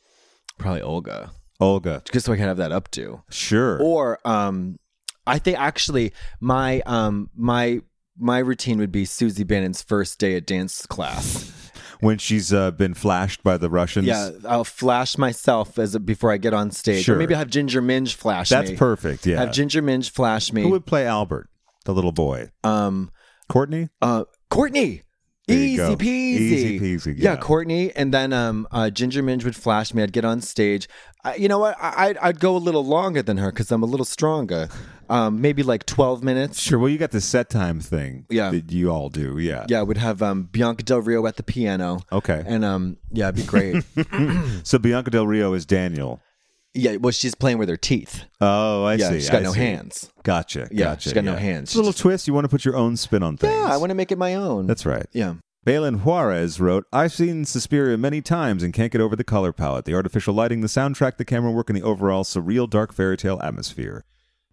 [SPEAKER 3] Probably Olga.
[SPEAKER 1] Olga.
[SPEAKER 3] Just so I can have that up to.
[SPEAKER 1] Sure.
[SPEAKER 3] Or um, I think actually my um my my routine would be Susie Bannon's first day at dance class.
[SPEAKER 1] when she's uh, been flashed by the Russians.
[SPEAKER 3] Yeah, I'll flash myself as before I get on stage.
[SPEAKER 1] Sure.
[SPEAKER 3] Or maybe I'll have Ginger Minge flash
[SPEAKER 1] That's
[SPEAKER 3] me.
[SPEAKER 1] perfect, yeah.
[SPEAKER 3] Have Ginger Minge flash me.
[SPEAKER 1] Who would play Albert, the little boy?
[SPEAKER 3] um
[SPEAKER 1] Courtney?
[SPEAKER 3] uh Courtney.
[SPEAKER 1] There you
[SPEAKER 3] Easy
[SPEAKER 1] go.
[SPEAKER 3] peasy.
[SPEAKER 1] Easy peasy,
[SPEAKER 3] Yeah.
[SPEAKER 1] yeah.
[SPEAKER 3] Courtney. And then um uh, Ginger Minge would flash me. I'd get on stage. I, you know what? I, I'd, I'd go a little longer than her because I'm a little stronger. Um, maybe like 12 minutes.
[SPEAKER 1] Sure. Well, you got the set time thing
[SPEAKER 3] Yeah.
[SPEAKER 1] that you all do. Yeah.
[SPEAKER 3] Yeah, we'd have um, Bianca Del Rio at the piano.
[SPEAKER 1] Okay.
[SPEAKER 3] And um, yeah, it'd be great.
[SPEAKER 1] so Bianca Del Rio is Daniel.
[SPEAKER 3] yeah, well, she's playing with her teeth.
[SPEAKER 1] Oh, I
[SPEAKER 3] Yeah,
[SPEAKER 1] see.
[SPEAKER 3] she's got
[SPEAKER 1] I
[SPEAKER 3] no
[SPEAKER 1] see.
[SPEAKER 3] hands.
[SPEAKER 1] Gotcha.
[SPEAKER 3] Yeah,
[SPEAKER 1] gotcha.
[SPEAKER 3] she's got no hands.
[SPEAKER 1] It's a little twist. You want to put your own spin on things.
[SPEAKER 3] Yeah, I want to make it my own.
[SPEAKER 1] That's right.
[SPEAKER 3] Yeah.
[SPEAKER 1] Balin Juarez wrote, I've seen Suspiria many times and can't get over the color palette, the artificial lighting, the soundtrack, the camera work, and the overall surreal dark fairy tale atmosphere.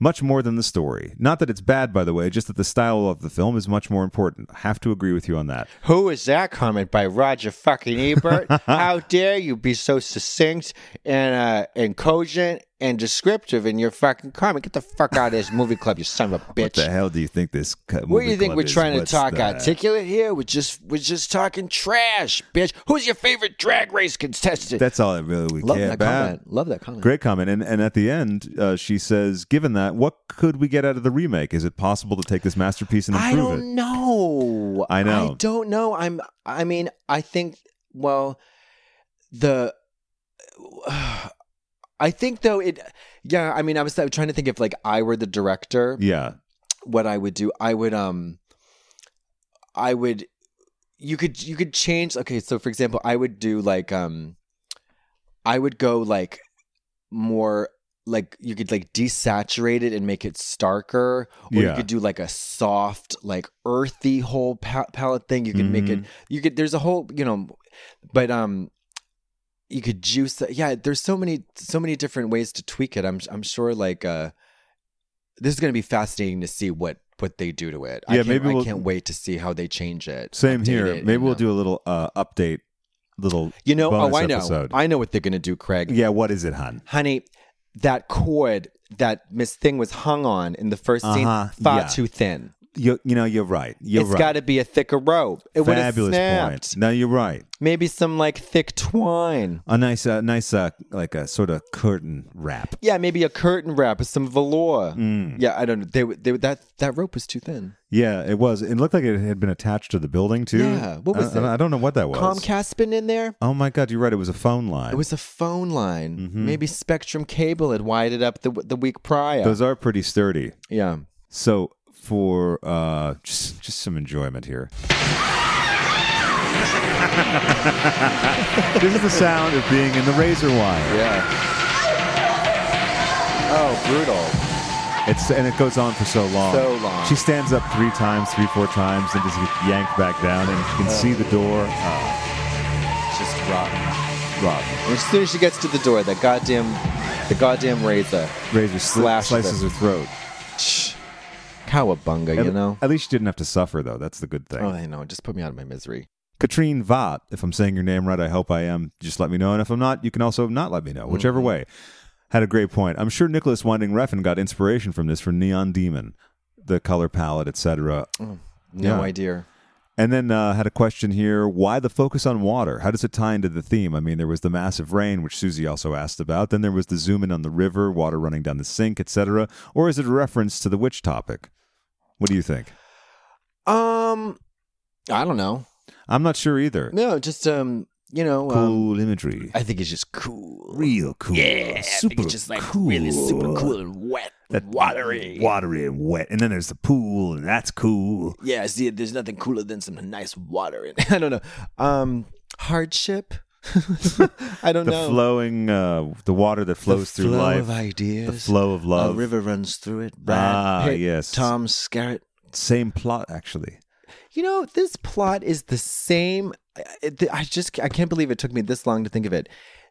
[SPEAKER 1] Much more than the story. Not that it's bad, by the way, just that the style of the film is much more important. I have to agree with you on that.
[SPEAKER 3] Who is that comment by Roger fucking Ebert? How dare you be so succinct and uh, and cogent and descriptive in your fucking comment. Get the fuck out of this movie club, you son of a bitch.
[SPEAKER 1] What the hell do you think this? Cut
[SPEAKER 3] What do you think we're trying to talk articulate here? We're just we're just talking trash, bitch. Who's your favorite drag race contestant?
[SPEAKER 1] That's all that really we
[SPEAKER 3] Love
[SPEAKER 1] care
[SPEAKER 3] that
[SPEAKER 1] about.
[SPEAKER 3] comment. Love that comment.
[SPEAKER 1] Great comment. And and at the end, uh, she says, "Given that, what could we get out of the remake? Is it possible to take this masterpiece and
[SPEAKER 3] I
[SPEAKER 1] improve
[SPEAKER 3] don't
[SPEAKER 1] it?"
[SPEAKER 3] know.
[SPEAKER 1] I know.
[SPEAKER 3] I don't know. I'm. I mean, I think. Well, the. I think though it. Yeah, I mean, I was I was trying to think if like I were the director.
[SPEAKER 1] Yeah.
[SPEAKER 3] What I would do, I would um. I would, you could you could change. Okay, so for example, I would do like um, I would go like more like you could like desaturate it and make it starker or you
[SPEAKER 2] Yeah.
[SPEAKER 3] could do like a soft like earthy whole pa- palette thing you could make it
[SPEAKER 2] Mhm.
[SPEAKER 1] Mm-hmm.
[SPEAKER 3] you could there's a whole you know but um you could juice it. yeah there's so many so many different ways to tweak it i'm i'm sure like uh this is going to be fascinating to see what what they do to it I
[SPEAKER 1] Yeah,
[SPEAKER 3] can't,
[SPEAKER 1] maybe
[SPEAKER 3] i
[SPEAKER 1] we'll-
[SPEAKER 3] can't wait to see how they change it
[SPEAKER 1] Same
[SPEAKER 3] update
[SPEAKER 1] here.
[SPEAKER 3] it,
[SPEAKER 1] Maybe we'll do a little uh, update. Little
[SPEAKER 3] you know oh
[SPEAKER 1] bonus
[SPEAKER 3] i know
[SPEAKER 1] episode.
[SPEAKER 3] i know what they're going to do craig
[SPEAKER 1] yeah, what is it, hon?
[SPEAKER 3] honey, that cord that Miss Thing was hung on in the 1st
[SPEAKER 1] Uh-huh,
[SPEAKER 3] scene, far
[SPEAKER 1] yeah.
[SPEAKER 3] too thin.
[SPEAKER 1] You you know you're right. You're
[SPEAKER 3] It's
[SPEAKER 1] right.
[SPEAKER 3] got to be a thicker rope. It would have
[SPEAKER 1] Fabulous
[SPEAKER 3] snapped.
[SPEAKER 1] point. No, you're right.
[SPEAKER 3] Maybe some like thick twine.
[SPEAKER 1] A nice, uh, nice, uh, like a sort of curtain wrap.
[SPEAKER 3] Yeah, maybe a curtain wrap or some velour.
[SPEAKER 1] Mm.
[SPEAKER 3] Yeah, I don't know. They, would- they would- that that rope was too thin.
[SPEAKER 1] Yeah, it was. It looked like it had been attached to the building too.
[SPEAKER 3] Yeah, what was
[SPEAKER 1] I, I-
[SPEAKER 3] it?
[SPEAKER 1] I don't know what that was.
[SPEAKER 3] Comcast been in there.
[SPEAKER 1] Oh my God, you're right. It was a phone line. Mm-hmm.
[SPEAKER 3] It was a phone line.
[SPEAKER 1] Mm.
[SPEAKER 3] Maybe Spectrum cable had wired it up the the week prior.
[SPEAKER 1] Those are pretty sturdy.
[SPEAKER 3] Yeah.
[SPEAKER 1] So for uh, just just some enjoyment here. this is the sound of being in the razor wire.
[SPEAKER 3] Yeah. Oh, brutal.
[SPEAKER 1] It's and it goes on for so long.
[SPEAKER 3] So long.
[SPEAKER 1] She stands up three times, three, four times, and just gets yanked back down, and you can
[SPEAKER 3] Oh.
[SPEAKER 1] see the door. Uh,
[SPEAKER 3] Just rotten.
[SPEAKER 1] Rotten.
[SPEAKER 3] And as soon as she gets to the door, that goddamn, the goddamn razor,
[SPEAKER 1] razor
[SPEAKER 3] slash
[SPEAKER 1] slices her throat.
[SPEAKER 3] Cowabunga, you
[SPEAKER 1] At-
[SPEAKER 3] know.
[SPEAKER 1] At least she didn't have to suffer, though. That's the good thing.
[SPEAKER 3] Oh, I know. It just put me out of my misery.
[SPEAKER 1] Katrine Vott, if I'm saying your name right, I hope I am. Just let me know. And if I'm not, you can also not let me know,
[SPEAKER 3] Mm-hmm.
[SPEAKER 1] whichever way. Had a great point. I'm sure Nicholas Winding Refn got inspiration from this for Neon Demon, the color palette, etc.
[SPEAKER 3] Mm, No idea.
[SPEAKER 1] And then uh, had a question here why the focus on water? How does it tie into the theme? I mean, there was the massive rain, which Susie also asked about. Then there was the zoom in on the river, water running down the sink, etc. Or is it a reference to the witch topic? What do you think?
[SPEAKER 3] Um, I don't know.
[SPEAKER 1] I'm not sure either.
[SPEAKER 3] No, just um, you know, um,
[SPEAKER 1] Cool imagery.
[SPEAKER 3] I think it's just cool,
[SPEAKER 1] real cool.
[SPEAKER 3] Yeah, super I think it's just like really super cool and wet,
[SPEAKER 1] That-
[SPEAKER 3] watery.
[SPEAKER 1] watery and wet. And then there's the pool, and that's cool.
[SPEAKER 3] Yeah, see, there's nothing cooler than some nice water. In I don't know. Um, hardship. I don't
[SPEAKER 1] the
[SPEAKER 3] know.
[SPEAKER 1] flowing, uh, the water that flows through
[SPEAKER 3] flow
[SPEAKER 1] life,
[SPEAKER 3] of ideas.
[SPEAKER 1] the flow of
[SPEAKER 3] A
[SPEAKER 1] love.
[SPEAKER 3] river runs through it. Brad
[SPEAKER 1] ah,
[SPEAKER 3] Pitt,
[SPEAKER 1] yes.
[SPEAKER 3] Tom Skerritt.
[SPEAKER 1] Same plot, actually.
[SPEAKER 3] You know, this plot is the same. I- It, I just I can't believe it took me this long to think of it.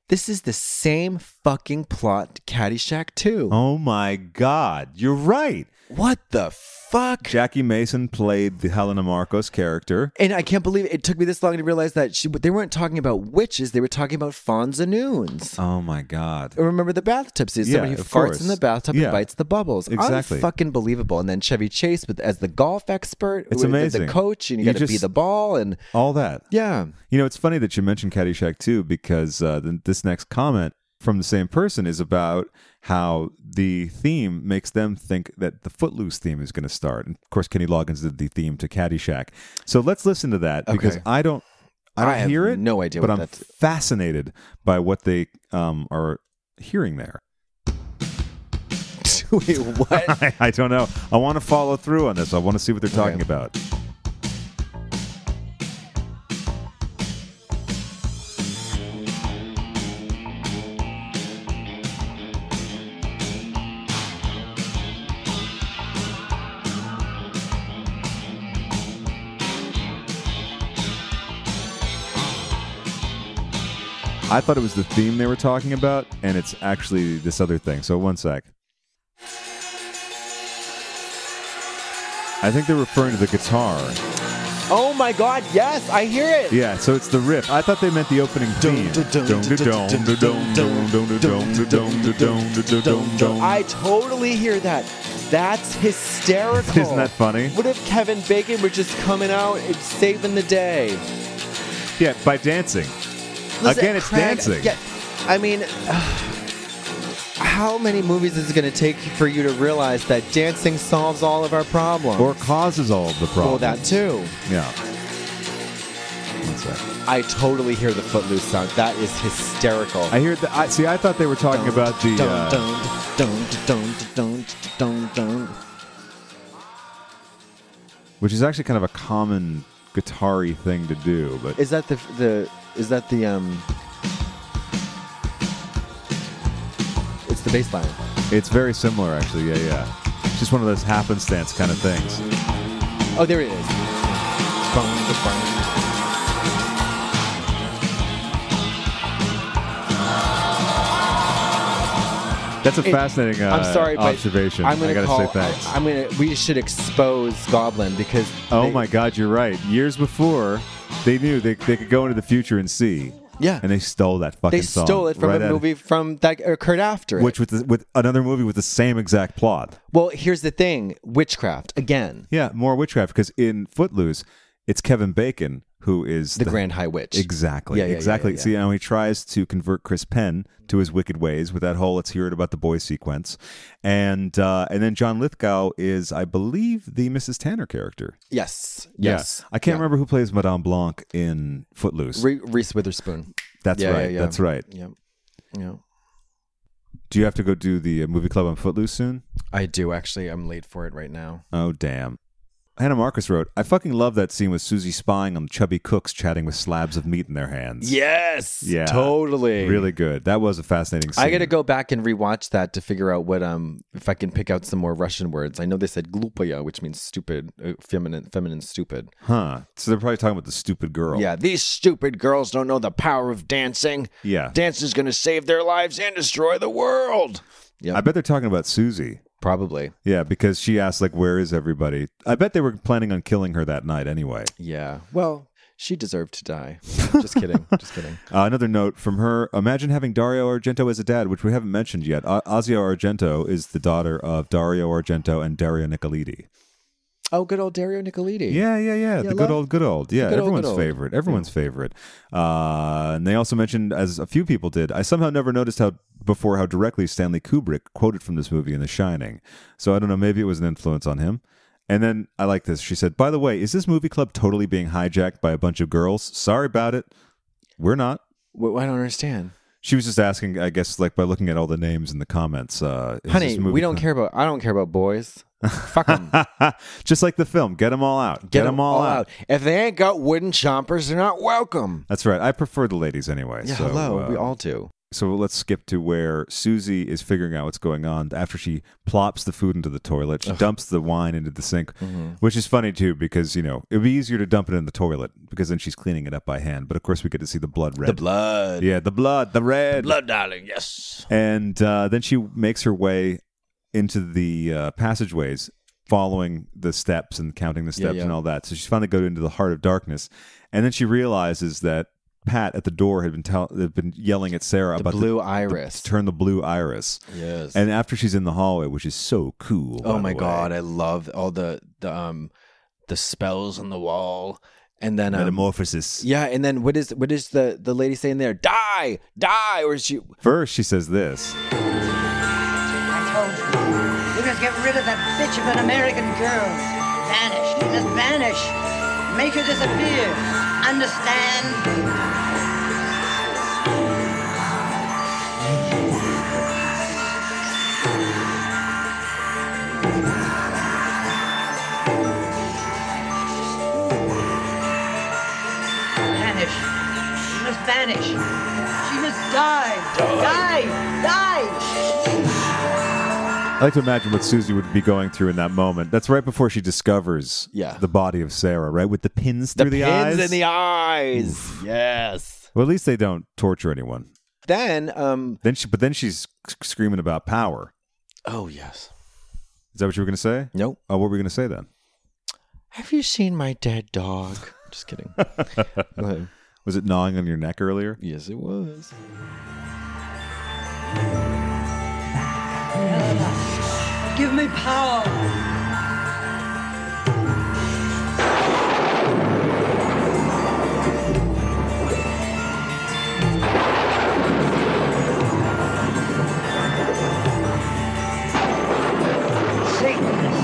[SPEAKER 3] This is the same fucking plot to Caddyshack 2.
[SPEAKER 1] Oh my God, you're right.
[SPEAKER 3] What the fuck?
[SPEAKER 1] Jackie Mason played the Helena Marcos character.
[SPEAKER 3] And I can't believe it took me this long to realize that she, they weren't talking about witches, they were talking about Fonzanoons.
[SPEAKER 1] Oh my God.
[SPEAKER 3] Remember the bathtub scene?
[SPEAKER 1] Yeah,
[SPEAKER 3] Somebody who
[SPEAKER 1] of
[SPEAKER 3] farts
[SPEAKER 1] course.
[SPEAKER 3] in the bathtub
[SPEAKER 1] Yeah.
[SPEAKER 3] and bites the bubbles.
[SPEAKER 1] Exactly.
[SPEAKER 3] Fucking believable. And then Chevy Chase with as the golf expert,
[SPEAKER 1] It's
[SPEAKER 3] with
[SPEAKER 1] amazing.
[SPEAKER 3] the coach, and you,
[SPEAKER 1] You
[SPEAKER 3] got to be
[SPEAKER 1] just-
[SPEAKER 3] the ball and
[SPEAKER 1] All that.
[SPEAKER 3] yeah.
[SPEAKER 1] You know, it's funny that you mentioned Caddyshack too, because uh, th- this next comment from the same person is about how the theme makes them think that the Footloose theme is going to start. And of course, Kenny Loggins did the theme to Caddyshack. So let's listen to that because
[SPEAKER 3] Okay.
[SPEAKER 1] I don't, I don't
[SPEAKER 3] I have
[SPEAKER 1] hear it.
[SPEAKER 3] no idea
[SPEAKER 1] but
[SPEAKER 3] what
[SPEAKER 1] I'm
[SPEAKER 3] that's-
[SPEAKER 1] fascinated by what they um, are hearing there.
[SPEAKER 3] Wait, what?
[SPEAKER 1] I, I don't know. I want to follow through on this. I want to see what they're talking about. I thought it was the theme they were talking about, and it's actually this other thing. So, one sec. I think they're referring to the guitar.
[SPEAKER 3] Oh my God! Yes, I hear it.
[SPEAKER 1] Yeah, so it's the riff. I thought they meant the opening theme.
[SPEAKER 3] I totally hear that. That's hysterical.
[SPEAKER 1] Isn't that funny?
[SPEAKER 3] What if Kevin Bacon were just coming out and saving the day?
[SPEAKER 1] Yeah, by dancing.
[SPEAKER 3] Listen,
[SPEAKER 1] Again, it's
[SPEAKER 3] Craig,
[SPEAKER 1] dancing.
[SPEAKER 3] yeah, I mean, how many movies is it going to take for you to realize that dancing solves all of our problems?
[SPEAKER 1] Or causes all of the
[SPEAKER 3] Well,
[SPEAKER 1] problems.
[SPEAKER 3] that too.
[SPEAKER 1] Yeah. That's right.
[SPEAKER 3] I totally hear the Footloose sound. That is hysterical.
[SPEAKER 1] I hear the. I see. I thought they were talking about the. uh,
[SPEAKER 3] don't, don't, don't, don't, don't.
[SPEAKER 1] which is actually kind of a common guitar-y thing to do, but
[SPEAKER 3] Is that the the? Is that the um? It's the bass line.
[SPEAKER 1] it's very similar, actually. Yeah, yeah. It's Just one of those happenstance kind of things.
[SPEAKER 3] Oh, there it is.
[SPEAKER 1] That's a
[SPEAKER 3] It-
[SPEAKER 1] fascinating uh,
[SPEAKER 3] I'm sorry, but
[SPEAKER 1] observation.
[SPEAKER 3] I'm gonna
[SPEAKER 1] I gotta
[SPEAKER 3] call,
[SPEAKER 1] say thanks.
[SPEAKER 3] I, am gonna. We should expose Goblin because.
[SPEAKER 1] oh
[SPEAKER 3] they-
[SPEAKER 1] my God, you're right. Years before, they knew they, they could go into the future and see.
[SPEAKER 3] Yeah.
[SPEAKER 1] And they stole that fucking
[SPEAKER 3] They
[SPEAKER 1] song.
[SPEAKER 3] stole it from
[SPEAKER 1] right
[SPEAKER 3] a
[SPEAKER 1] out of-
[SPEAKER 3] movie from that occurred after. it.
[SPEAKER 1] which with the, with another movie with the same exact plot.
[SPEAKER 3] Well, here's the thing: witchcraft again.
[SPEAKER 1] Yeah, more witchcraft because in Footloose, it's Kevin Bacon who is
[SPEAKER 3] The Grand High Witch.
[SPEAKER 1] Exactly.
[SPEAKER 3] Yeah, yeah, yeah,
[SPEAKER 1] exactly.
[SPEAKER 3] yeah, yeah.
[SPEAKER 1] See, now he tries to convert Chris Penn to his wicked ways with that whole "Let's hear it about the boy" sequence, and uh, and then John Lithgow is, I believe, the Mrs. Tanner character.
[SPEAKER 3] Yes.
[SPEAKER 1] Yeah.
[SPEAKER 3] Yes.
[SPEAKER 1] I can't remember who plays Madame Blanc in Footloose.
[SPEAKER 3] Re- Reese Witherspoon.
[SPEAKER 1] That's
[SPEAKER 3] Yeah, yeah,
[SPEAKER 1] right.
[SPEAKER 3] yeah.
[SPEAKER 1] That's right.
[SPEAKER 3] Yep. Yeah.
[SPEAKER 1] Do you have to go do the uh, movie club on Footloose soon?
[SPEAKER 3] I do actually. I'm late for it right now.
[SPEAKER 1] Oh, damn. Hannah Marcus wrote, I fucking love that scene with Susie spying on chubby cooks chatting with slabs of meat in their hands.
[SPEAKER 3] Yes.
[SPEAKER 1] Yeah.
[SPEAKER 3] Totally.
[SPEAKER 1] Really good. That was a fascinating scene.
[SPEAKER 3] I gotta go back and rewatch that to figure out what um if I can pick out some more Russian words. I know they said glupaya, which means stupid, uh, feminine, feminine, stupid.
[SPEAKER 1] Huh. So they're probably talking about the stupid girl.
[SPEAKER 3] Yeah, these stupid girls don't know the power of dancing.
[SPEAKER 1] Yeah.
[SPEAKER 3] Dance is gonna save their lives and destroy the world. Yeah.
[SPEAKER 1] I bet they're talking about Susie.
[SPEAKER 3] Probably.
[SPEAKER 1] Yeah, because she asked, like, where is everybody? I bet they were planning on killing her that night anyway.
[SPEAKER 3] Yeah. Well, she deserved to die. Just kidding. Just kidding.
[SPEAKER 1] Uh, another note from her Imagine having Dario Argento as a dad, which we haven't mentioned yet. Uh, Ozio Argento is the daughter of Dario Argento and Dario Nicoliti.
[SPEAKER 3] Oh, good old Dario Nicoliti.
[SPEAKER 1] Yeah, yeah, yeah. the good
[SPEAKER 3] love-
[SPEAKER 1] old, good old. Yeah,
[SPEAKER 3] good old,
[SPEAKER 1] everyone's
[SPEAKER 3] good old.
[SPEAKER 1] favorite. Everyone's favorite. Uh, and they also mentioned, as a few people did, I somehow never noticed how before how directly Stanley Kubrick quoted from this movie in The Shining. So I don't know. Maybe it was an influence on him. And then I like this. She said, "By the way, is this movie club totally being hijacked by a bunch of girls? Sorry about it. We're not."
[SPEAKER 3] Wh- I don't understand.
[SPEAKER 1] She was just asking, I guess, like by looking at all the names in the comments. Uh, is
[SPEAKER 3] Honey,
[SPEAKER 1] this movie
[SPEAKER 3] we don't
[SPEAKER 1] club-
[SPEAKER 3] care about. I don't care about boys. Fuck them.
[SPEAKER 1] just like the film, get them all out. Get, them, all, out.
[SPEAKER 3] If they ain't got wooden chompers, they're not welcome.
[SPEAKER 1] That's right. I prefer the ladies anyway.
[SPEAKER 3] Yeah,
[SPEAKER 1] so,
[SPEAKER 3] hello. we
[SPEAKER 1] uh,
[SPEAKER 3] all do.
[SPEAKER 1] So let's skip to where Susie is figuring out what's going on after she plops the food into the toilet. She dumps the wine into the sink,
[SPEAKER 3] Mm-hmm.
[SPEAKER 1] which is funny too because, you know, it would be easier to dump it in the toilet because then she's cleaning it up by hand. But of course, we get to see the blood red.
[SPEAKER 3] The blood.
[SPEAKER 1] Yeah, the blood, the red.
[SPEAKER 2] Blood, darling, yes.
[SPEAKER 1] And uh, then she makes her way into the uh, passageways, following the steps and counting the
[SPEAKER 3] Yeah,
[SPEAKER 1] steps
[SPEAKER 3] yeah.
[SPEAKER 1] and all that. So she's finally going into the heart of darkness, and then she realizes that Pat at the door had been tell- had been yelling at Sarah about
[SPEAKER 3] blue
[SPEAKER 1] the,
[SPEAKER 3] iris.
[SPEAKER 1] the, turn the blue iris.
[SPEAKER 3] Yes.
[SPEAKER 1] And after she's in the hallway, which is so cool. by
[SPEAKER 3] Oh
[SPEAKER 1] the
[SPEAKER 3] my
[SPEAKER 1] way.
[SPEAKER 3] god, I love all the the um the spells on the wall, and then um,
[SPEAKER 1] Metamorphosis.
[SPEAKER 3] Yeah, and then what is what is the the lady saying there? Die, die, or is she?
[SPEAKER 1] First, she says this.
[SPEAKER 12] You must get rid of that bitch of an American girl. Vanish. You must vanish. Make her disappear. Understand?
[SPEAKER 4] Vanish. She must vanish. She must die. Die. Die.
[SPEAKER 1] I like to imagine what Susie would be going through in that moment. That's right before she discovers
[SPEAKER 3] Yeah.
[SPEAKER 1] the body of Sarah, right? With the pins
[SPEAKER 3] The
[SPEAKER 1] through the eyes.
[SPEAKER 3] pins in the eyes. Yes.
[SPEAKER 1] Well, at least they don't torture anyone.
[SPEAKER 3] Then um
[SPEAKER 1] Then she, but then she's sc- screaming about power.
[SPEAKER 3] oh yes.
[SPEAKER 1] Is that what you were going to say?
[SPEAKER 3] Nope.
[SPEAKER 1] Oh, what were we going to say then?
[SPEAKER 3] Have you seen my dead dog? Just kidding.
[SPEAKER 1] was it gnawing on your neck earlier?
[SPEAKER 3] Yes, it was.
[SPEAKER 4] Give me power.
[SPEAKER 12] Sickness.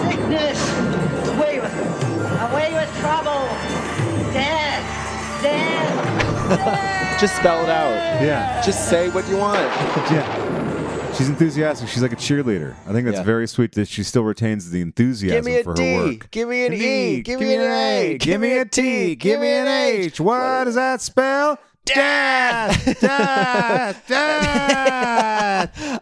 [SPEAKER 12] Sickness. Away with it. Away with trouble. Death. Death.
[SPEAKER 3] Just spell it out.
[SPEAKER 1] Yeah.
[SPEAKER 3] Just say what you want.
[SPEAKER 1] yeah. She's enthusiastic. She's like a cheerleader. I think that's very sweet that she still retains the enthusiasm
[SPEAKER 3] Give me a
[SPEAKER 1] for her
[SPEAKER 3] D.
[SPEAKER 1] work.
[SPEAKER 3] Give me an E. Give me an A.
[SPEAKER 1] Give me a T. Give me an H. What does that spell? Death. Death.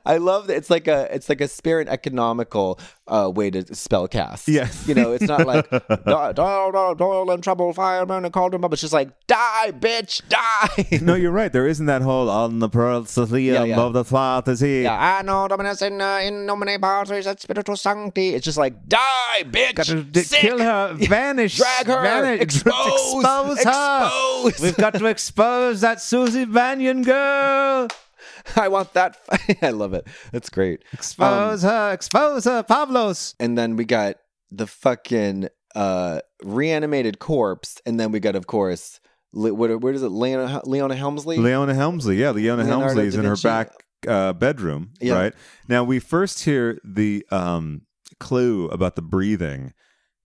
[SPEAKER 3] I love that it's like a it's like a spirit economical uh, way to spell cast. Yes, you know it's not like Doyle, Doyle, Doyle in trouble, fireman and called him up. It's just like die, bitch, die.
[SPEAKER 1] no, you're right. There isn't that whole on the pearl
[SPEAKER 3] Yeah, yeah.
[SPEAKER 1] above the fantasy.
[SPEAKER 3] Yeah, I know dominus in uh, in nomine patris et spiritus sancti. It's just like die, bitch.
[SPEAKER 1] to kill her, vanish,
[SPEAKER 3] drag her,
[SPEAKER 1] vanish,
[SPEAKER 3] expose,
[SPEAKER 1] expose her.
[SPEAKER 3] expose.
[SPEAKER 1] We've got to expose that Susie Banyan girl.
[SPEAKER 3] I want that. F- I love it. That's great. Um,
[SPEAKER 1] Expose her, expose her, Pablos.
[SPEAKER 3] And then we got the fucking uh, reanimated corpse, and then we got, of course, Le- what, where is it? Leona, Leona Helmsley.
[SPEAKER 1] Leona Helmsley, yeah, Leona
[SPEAKER 3] Leonardo
[SPEAKER 1] Helmsley is
[SPEAKER 3] da
[SPEAKER 1] in her
[SPEAKER 3] Vinci.
[SPEAKER 1] back uh, bedroom,
[SPEAKER 3] Yeah.
[SPEAKER 1] right? Now we first hear the um, clue about the breathing.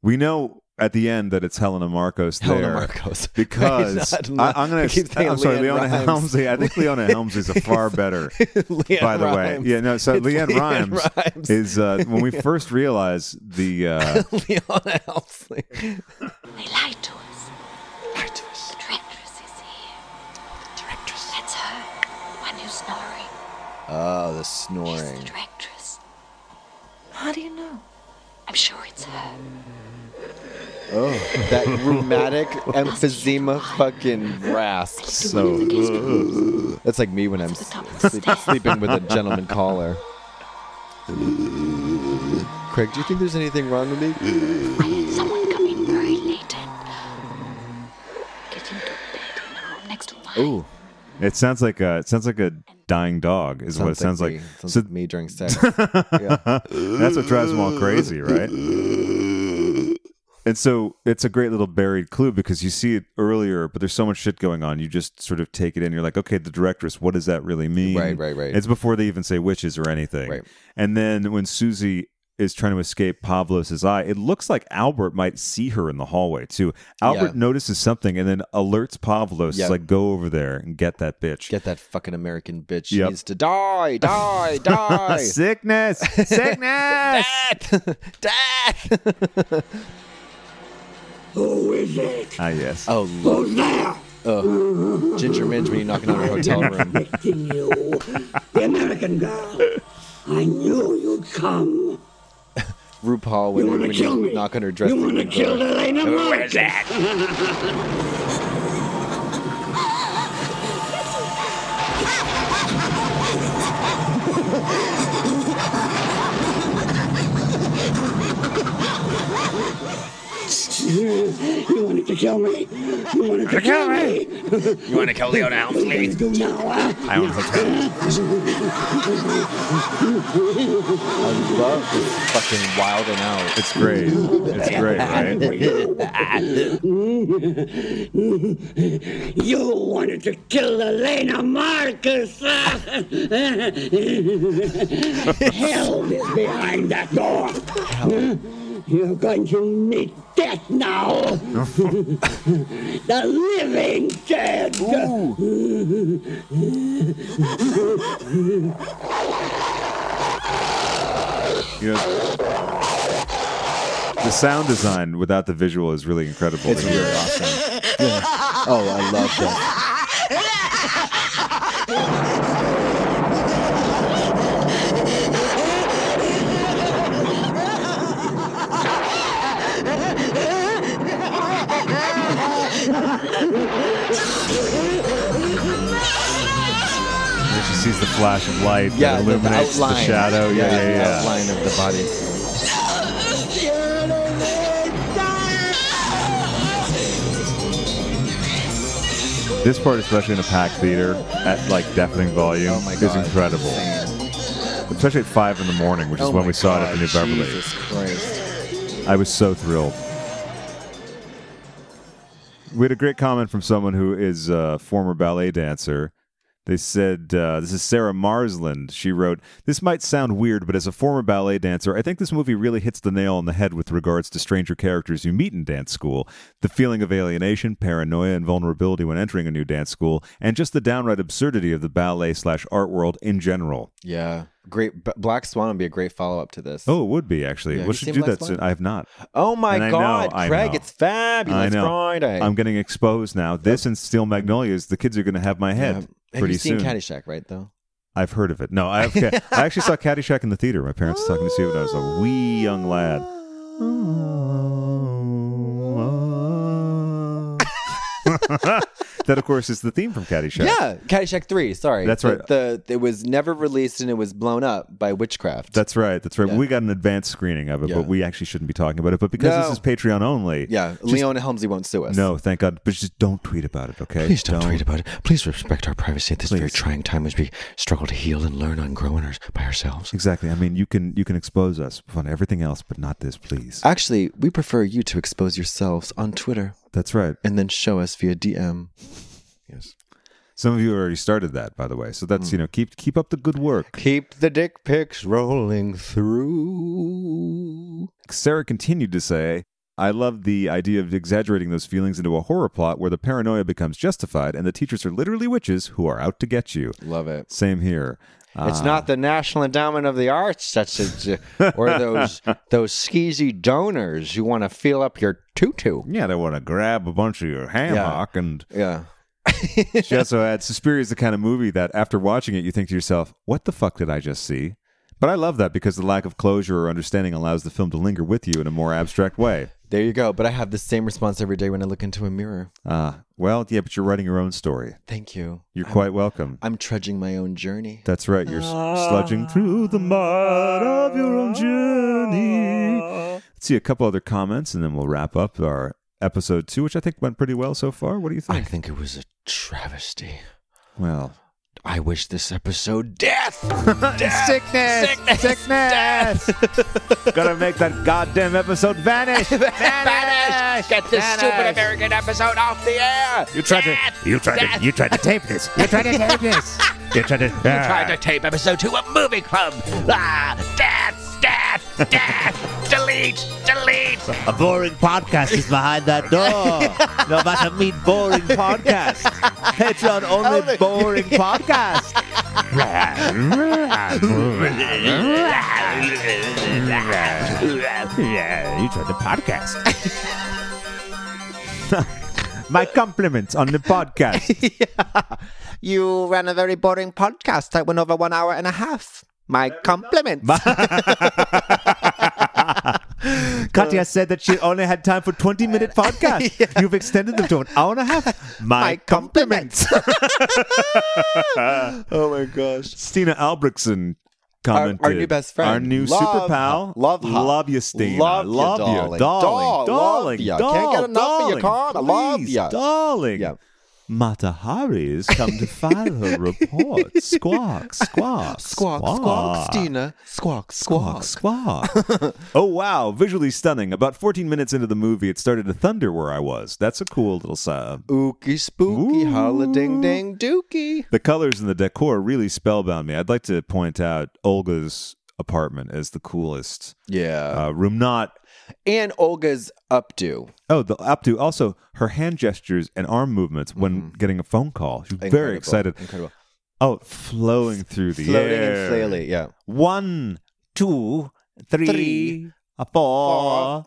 [SPEAKER 1] We know at the end that it's Helena Marcos
[SPEAKER 3] Helena
[SPEAKER 1] there
[SPEAKER 3] Marcos.
[SPEAKER 1] because
[SPEAKER 3] Right, not-
[SPEAKER 1] I, am
[SPEAKER 3] I
[SPEAKER 1] going
[SPEAKER 3] keep
[SPEAKER 1] to.
[SPEAKER 3] thinking
[SPEAKER 1] I'm sorry,
[SPEAKER 3] Leanne
[SPEAKER 1] Leona
[SPEAKER 3] Rimes.
[SPEAKER 1] Helmsley. I think Leona Helmsley's a far better.
[SPEAKER 3] Leanne
[SPEAKER 1] by the
[SPEAKER 3] Rimes.
[SPEAKER 1] way, yeah, no. So
[SPEAKER 3] It's
[SPEAKER 1] Leanne,
[SPEAKER 3] Leanne
[SPEAKER 1] Rhymes,
[SPEAKER 3] Rimes.
[SPEAKER 1] is uh, when we first realize the uh,
[SPEAKER 3] Leona Helmsley.
[SPEAKER 5] They lied to us. Lied to us. The directress is here. The directress? That's her. The one who's snoring.
[SPEAKER 3] Oh, the snoring.
[SPEAKER 5] Directress. How do you know? I'm sure it's her.
[SPEAKER 3] Oh, that rheumatic emphysema fucking rasp. So that's like me when I'm sleep, sleeping with a gentleman caller. Craig, do you think there's anything wrong with me?
[SPEAKER 5] I heard someone come in very late and get into bed in the room next to mine.
[SPEAKER 3] Ooh,
[SPEAKER 1] It sounds like a it sounds like a dying dog is what it sounds like.
[SPEAKER 3] me. Sounds like me during sex.
[SPEAKER 1] That's what drives them all crazy, right? And so it's a great little buried clue because you see it earlier, but there's so much shit going on. You just sort of take it in. You're like, okay, the directress, what does that really mean?
[SPEAKER 3] Right, right, right.
[SPEAKER 1] It's before they even say witches or anything.
[SPEAKER 3] Right.
[SPEAKER 1] And then when Susie is trying to escape Pavlos's eye, it looks like Albert might see her in the hallway too. Albert
[SPEAKER 3] Yeah.
[SPEAKER 1] notices something and then alerts Pavlos,
[SPEAKER 3] Yeah.
[SPEAKER 1] like, go over there and get that bitch.
[SPEAKER 3] Get that fucking American bitch. She
[SPEAKER 1] Yep.
[SPEAKER 3] needs to die, die, die.
[SPEAKER 1] Sickness, sickness.
[SPEAKER 3] Death! Death!
[SPEAKER 12] Who is it?
[SPEAKER 1] ah, yes.
[SPEAKER 3] oh,
[SPEAKER 12] Who's
[SPEAKER 3] look.
[SPEAKER 12] there?
[SPEAKER 3] Ugh. Ginger Minge when you knock on her hotel room.
[SPEAKER 12] Expecting you. The American girl. I knew you'd come.
[SPEAKER 3] RuPaul when
[SPEAKER 12] You
[SPEAKER 3] you,
[SPEAKER 12] wanna
[SPEAKER 3] when
[SPEAKER 12] kill
[SPEAKER 3] you
[SPEAKER 12] me?
[SPEAKER 3] knock on her dressing
[SPEAKER 12] you want to
[SPEAKER 3] room
[SPEAKER 12] kill
[SPEAKER 3] door.
[SPEAKER 12] Elena Marcus? you wanted to kill me. You wanted to kill me.
[SPEAKER 2] You want to kill Leona Helmsley?
[SPEAKER 12] Let's go now. huh?
[SPEAKER 2] I want to
[SPEAKER 3] I love this fucking wild and out.
[SPEAKER 1] It's great. It's great, right?
[SPEAKER 12] You wanted to kill Elena Marcus. Hell is behind that door. You're going to meet death now. the living dead.
[SPEAKER 1] You know, the sound design without the visual is really incredible.
[SPEAKER 3] It's
[SPEAKER 1] to
[SPEAKER 3] really
[SPEAKER 1] hear.
[SPEAKER 3] awesome. Yeah. Oh, I love that.
[SPEAKER 1] And then she sees the flash of light that
[SPEAKER 3] Yeah, the, the
[SPEAKER 1] illuminates the,
[SPEAKER 3] outline.
[SPEAKER 1] shadow. Yeah, yeah,
[SPEAKER 3] the
[SPEAKER 1] yeah.
[SPEAKER 3] outline of the body.
[SPEAKER 1] This part, especially in a packed theater at like deafening
[SPEAKER 3] Oh
[SPEAKER 1] volume, is incredible. Especially at five in the morning, which is
[SPEAKER 3] Oh
[SPEAKER 1] when
[SPEAKER 3] my
[SPEAKER 1] we saw it at
[SPEAKER 3] God,
[SPEAKER 1] the New Beverly.
[SPEAKER 3] Jesus Christ.
[SPEAKER 1] I was so thrilled. We had a great comment from someone who is a former ballet dancer. They said, uh, This is Sarah Marsland. She wrote, This might sound weird, but as a former ballet dancer, I think this movie really hits the nail on the head with regards to stranger characters you meet in dance school. The feeling of alienation, paranoia, and vulnerability when entering a new dance school, and just the downright absurdity of the ballet slash art world in general.
[SPEAKER 3] Yeah. Great. B- Black Swan would be a great follow up to this.
[SPEAKER 1] Oh, it would be actually.
[SPEAKER 3] Yeah, have
[SPEAKER 1] we
[SPEAKER 3] you
[SPEAKER 1] should
[SPEAKER 3] seen
[SPEAKER 1] do
[SPEAKER 3] Black
[SPEAKER 1] that
[SPEAKER 3] Swan?
[SPEAKER 1] soon. I have not.
[SPEAKER 3] Oh my
[SPEAKER 1] And I know,
[SPEAKER 3] God,
[SPEAKER 1] I
[SPEAKER 3] Craig,
[SPEAKER 1] know.
[SPEAKER 3] it's fabulous
[SPEAKER 1] I know.
[SPEAKER 3] Friday.
[SPEAKER 1] I'm getting exposed now. This and Steel Magnolias, the kids are going to have my head
[SPEAKER 3] Yeah. Have
[SPEAKER 1] pretty
[SPEAKER 3] you seen
[SPEAKER 1] soon.
[SPEAKER 3] Caddyshack, right, though?
[SPEAKER 1] I've heard of it. No, I, okay. I actually saw Caddyshack in the theater. My parents took me to see it when I was a wee young lad. that, of course, is the theme from Caddyshack.
[SPEAKER 3] Yeah, Caddyshack 3, sorry.
[SPEAKER 1] That's
[SPEAKER 3] The-
[SPEAKER 1] right.
[SPEAKER 3] The, It was never released and it was blown up by witchcraft.
[SPEAKER 1] That's right. That's right.
[SPEAKER 3] Yeah.
[SPEAKER 1] We got an advanced screening of it,
[SPEAKER 3] Yeah.
[SPEAKER 1] but we actually shouldn't be talking about it. But because
[SPEAKER 3] No.
[SPEAKER 1] this is Patreon only,
[SPEAKER 3] Yeah,
[SPEAKER 1] just-
[SPEAKER 3] Leona Helmsley won't sue us.
[SPEAKER 1] No, thank God. But just don't tweet about it, okay?
[SPEAKER 3] Please don't, tweet about it. Please respect our privacy at this very trying time as we struggle to heal and learn and grow in our, by ourselves.
[SPEAKER 1] Exactly. I mean, you can you can expose us on everything else, but not this, please.
[SPEAKER 3] Actually, we prefer you to expose yourselves on Twitter.
[SPEAKER 1] That's right.
[SPEAKER 3] And then show us via DM. Yes.
[SPEAKER 1] Some of you already started that, by the way. So that's
[SPEAKER 3] Mm.
[SPEAKER 1] you know keep keep up the good work.
[SPEAKER 3] Keep the dick pics rolling through.
[SPEAKER 1] Sarah continued to say, "I love the idea of exaggerating those feelings into a horror plot where the paranoia becomes justified and the teachers are literally witches who are out to get you."
[SPEAKER 3] Love it.
[SPEAKER 1] Same here.
[SPEAKER 3] It's
[SPEAKER 1] Uh,
[SPEAKER 3] not the National Endowment of the Arts that's it, or those those skeezy donors who want to feel up your tutu.
[SPEAKER 1] Yeah, they want to grab a bunch of your hammock and
[SPEAKER 3] yeah.
[SPEAKER 1] she also adds, Suspiria is the kind of movie that after watching it, you think to yourself, what the fuck did I just see? But I love that because the lack of closure or understanding allows the film to linger with you in a more abstract way.
[SPEAKER 3] There you go. But I have the same response every day when I look into a mirror.
[SPEAKER 1] Uh, well, yeah, but you're writing your own story.
[SPEAKER 3] Thank you.
[SPEAKER 1] You're
[SPEAKER 3] I'm-
[SPEAKER 1] quite welcome.
[SPEAKER 3] I'm trudging my own journey.
[SPEAKER 1] That's right. You're s- sludging through the mud of your own journey. Let's see a couple other comments and then we'll wrap up our episode two, which I think went pretty well so far. What do you think?
[SPEAKER 3] I think it was a travesty.
[SPEAKER 1] Well,
[SPEAKER 3] I wish this episode death.
[SPEAKER 1] Sickness. Sickness. Gotta make that goddamn episode vanish.
[SPEAKER 3] Vanish! Get this stupid American episode off the air.
[SPEAKER 1] You tried to. You tried to. You tried to tape this. You tried to tape this. You tried to.
[SPEAKER 3] You tried to tape episode two of Movie Club. Ah, death, death, death. delete, delete.
[SPEAKER 20] A boring podcast is behind that door. no matter mean boring podcast. Patreon only boring podcast.
[SPEAKER 1] yeah, you tried the podcast. My compliments on the podcast.
[SPEAKER 3] You ran a very boring podcast that went over one hour and a half. My compliments.
[SPEAKER 20] Katya said that she only had time for 20 minute podcast. You've extended them to an hour and a half. My, compliments.
[SPEAKER 3] oh my gosh.
[SPEAKER 1] Stina Albrechtson
[SPEAKER 3] Our,
[SPEAKER 1] commented.
[SPEAKER 3] our new best friend.
[SPEAKER 1] Our new
[SPEAKER 3] Love
[SPEAKER 1] super
[SPEAKER 3] her.
[SPEAKER 1] pal.
[SPEAKER 3] Love her.
[SPEAKER 1] Love you, Stina.
[SPEAKER 3] Love, you,
[SPEAKER 1] you, Darling.
[SPEAKER 3] darling. Doll,
[SPEAKER 1] Darling.
[SPEAKER 3] love ya. Can't get enough of
[SPEAKER 1] darling.
[SPEAKER 3] you, Con. I love
[SPEAKER 1] Please,
[SPEAKER 3] ya.
[SPEAKER 1] Darling. Mata Hari has come to file her report. Squawk, squawk,
[SPEAKER 3] Squawk, squawk, Stina. Squawk, squawk.
[SPEAKER 1] Ah. Squawk. oh, wow. Visually stunning. About 14 minutes into the movie, it started to thunder where I was. That's a cool little sub.
[SPEAKER 3] Ookie spooky, holla ding ding dookie.
[SPEAKER 1] The colors and the decor really spellbound me. I'd like to point out Olga's apartment as the coolest.
[SPEAKER 3] Yeah.
[SPEAKER 1] Uh, room not.
[SPEAKER 3] And Olga's updo.
[SPEAKER 1] Oh, the updo. Also, her hand gestures and arm movements when getting a phone call. She was very
[SPEAKER 3] Mm-hmm. Incredible.
[SPEAKER 1] excited.
[SPEAKER 3] Incredible.
[SPEAKER 1] Oh, flowing through the
[SPEAKER 3] Floating and
[SPEAKER 1] air.
[SPEAKER 3] flaily, yeah.
[SPEAKER 1] One, two, three,
[SPEAKER 3] Three.
[SPEAKER 1] a four.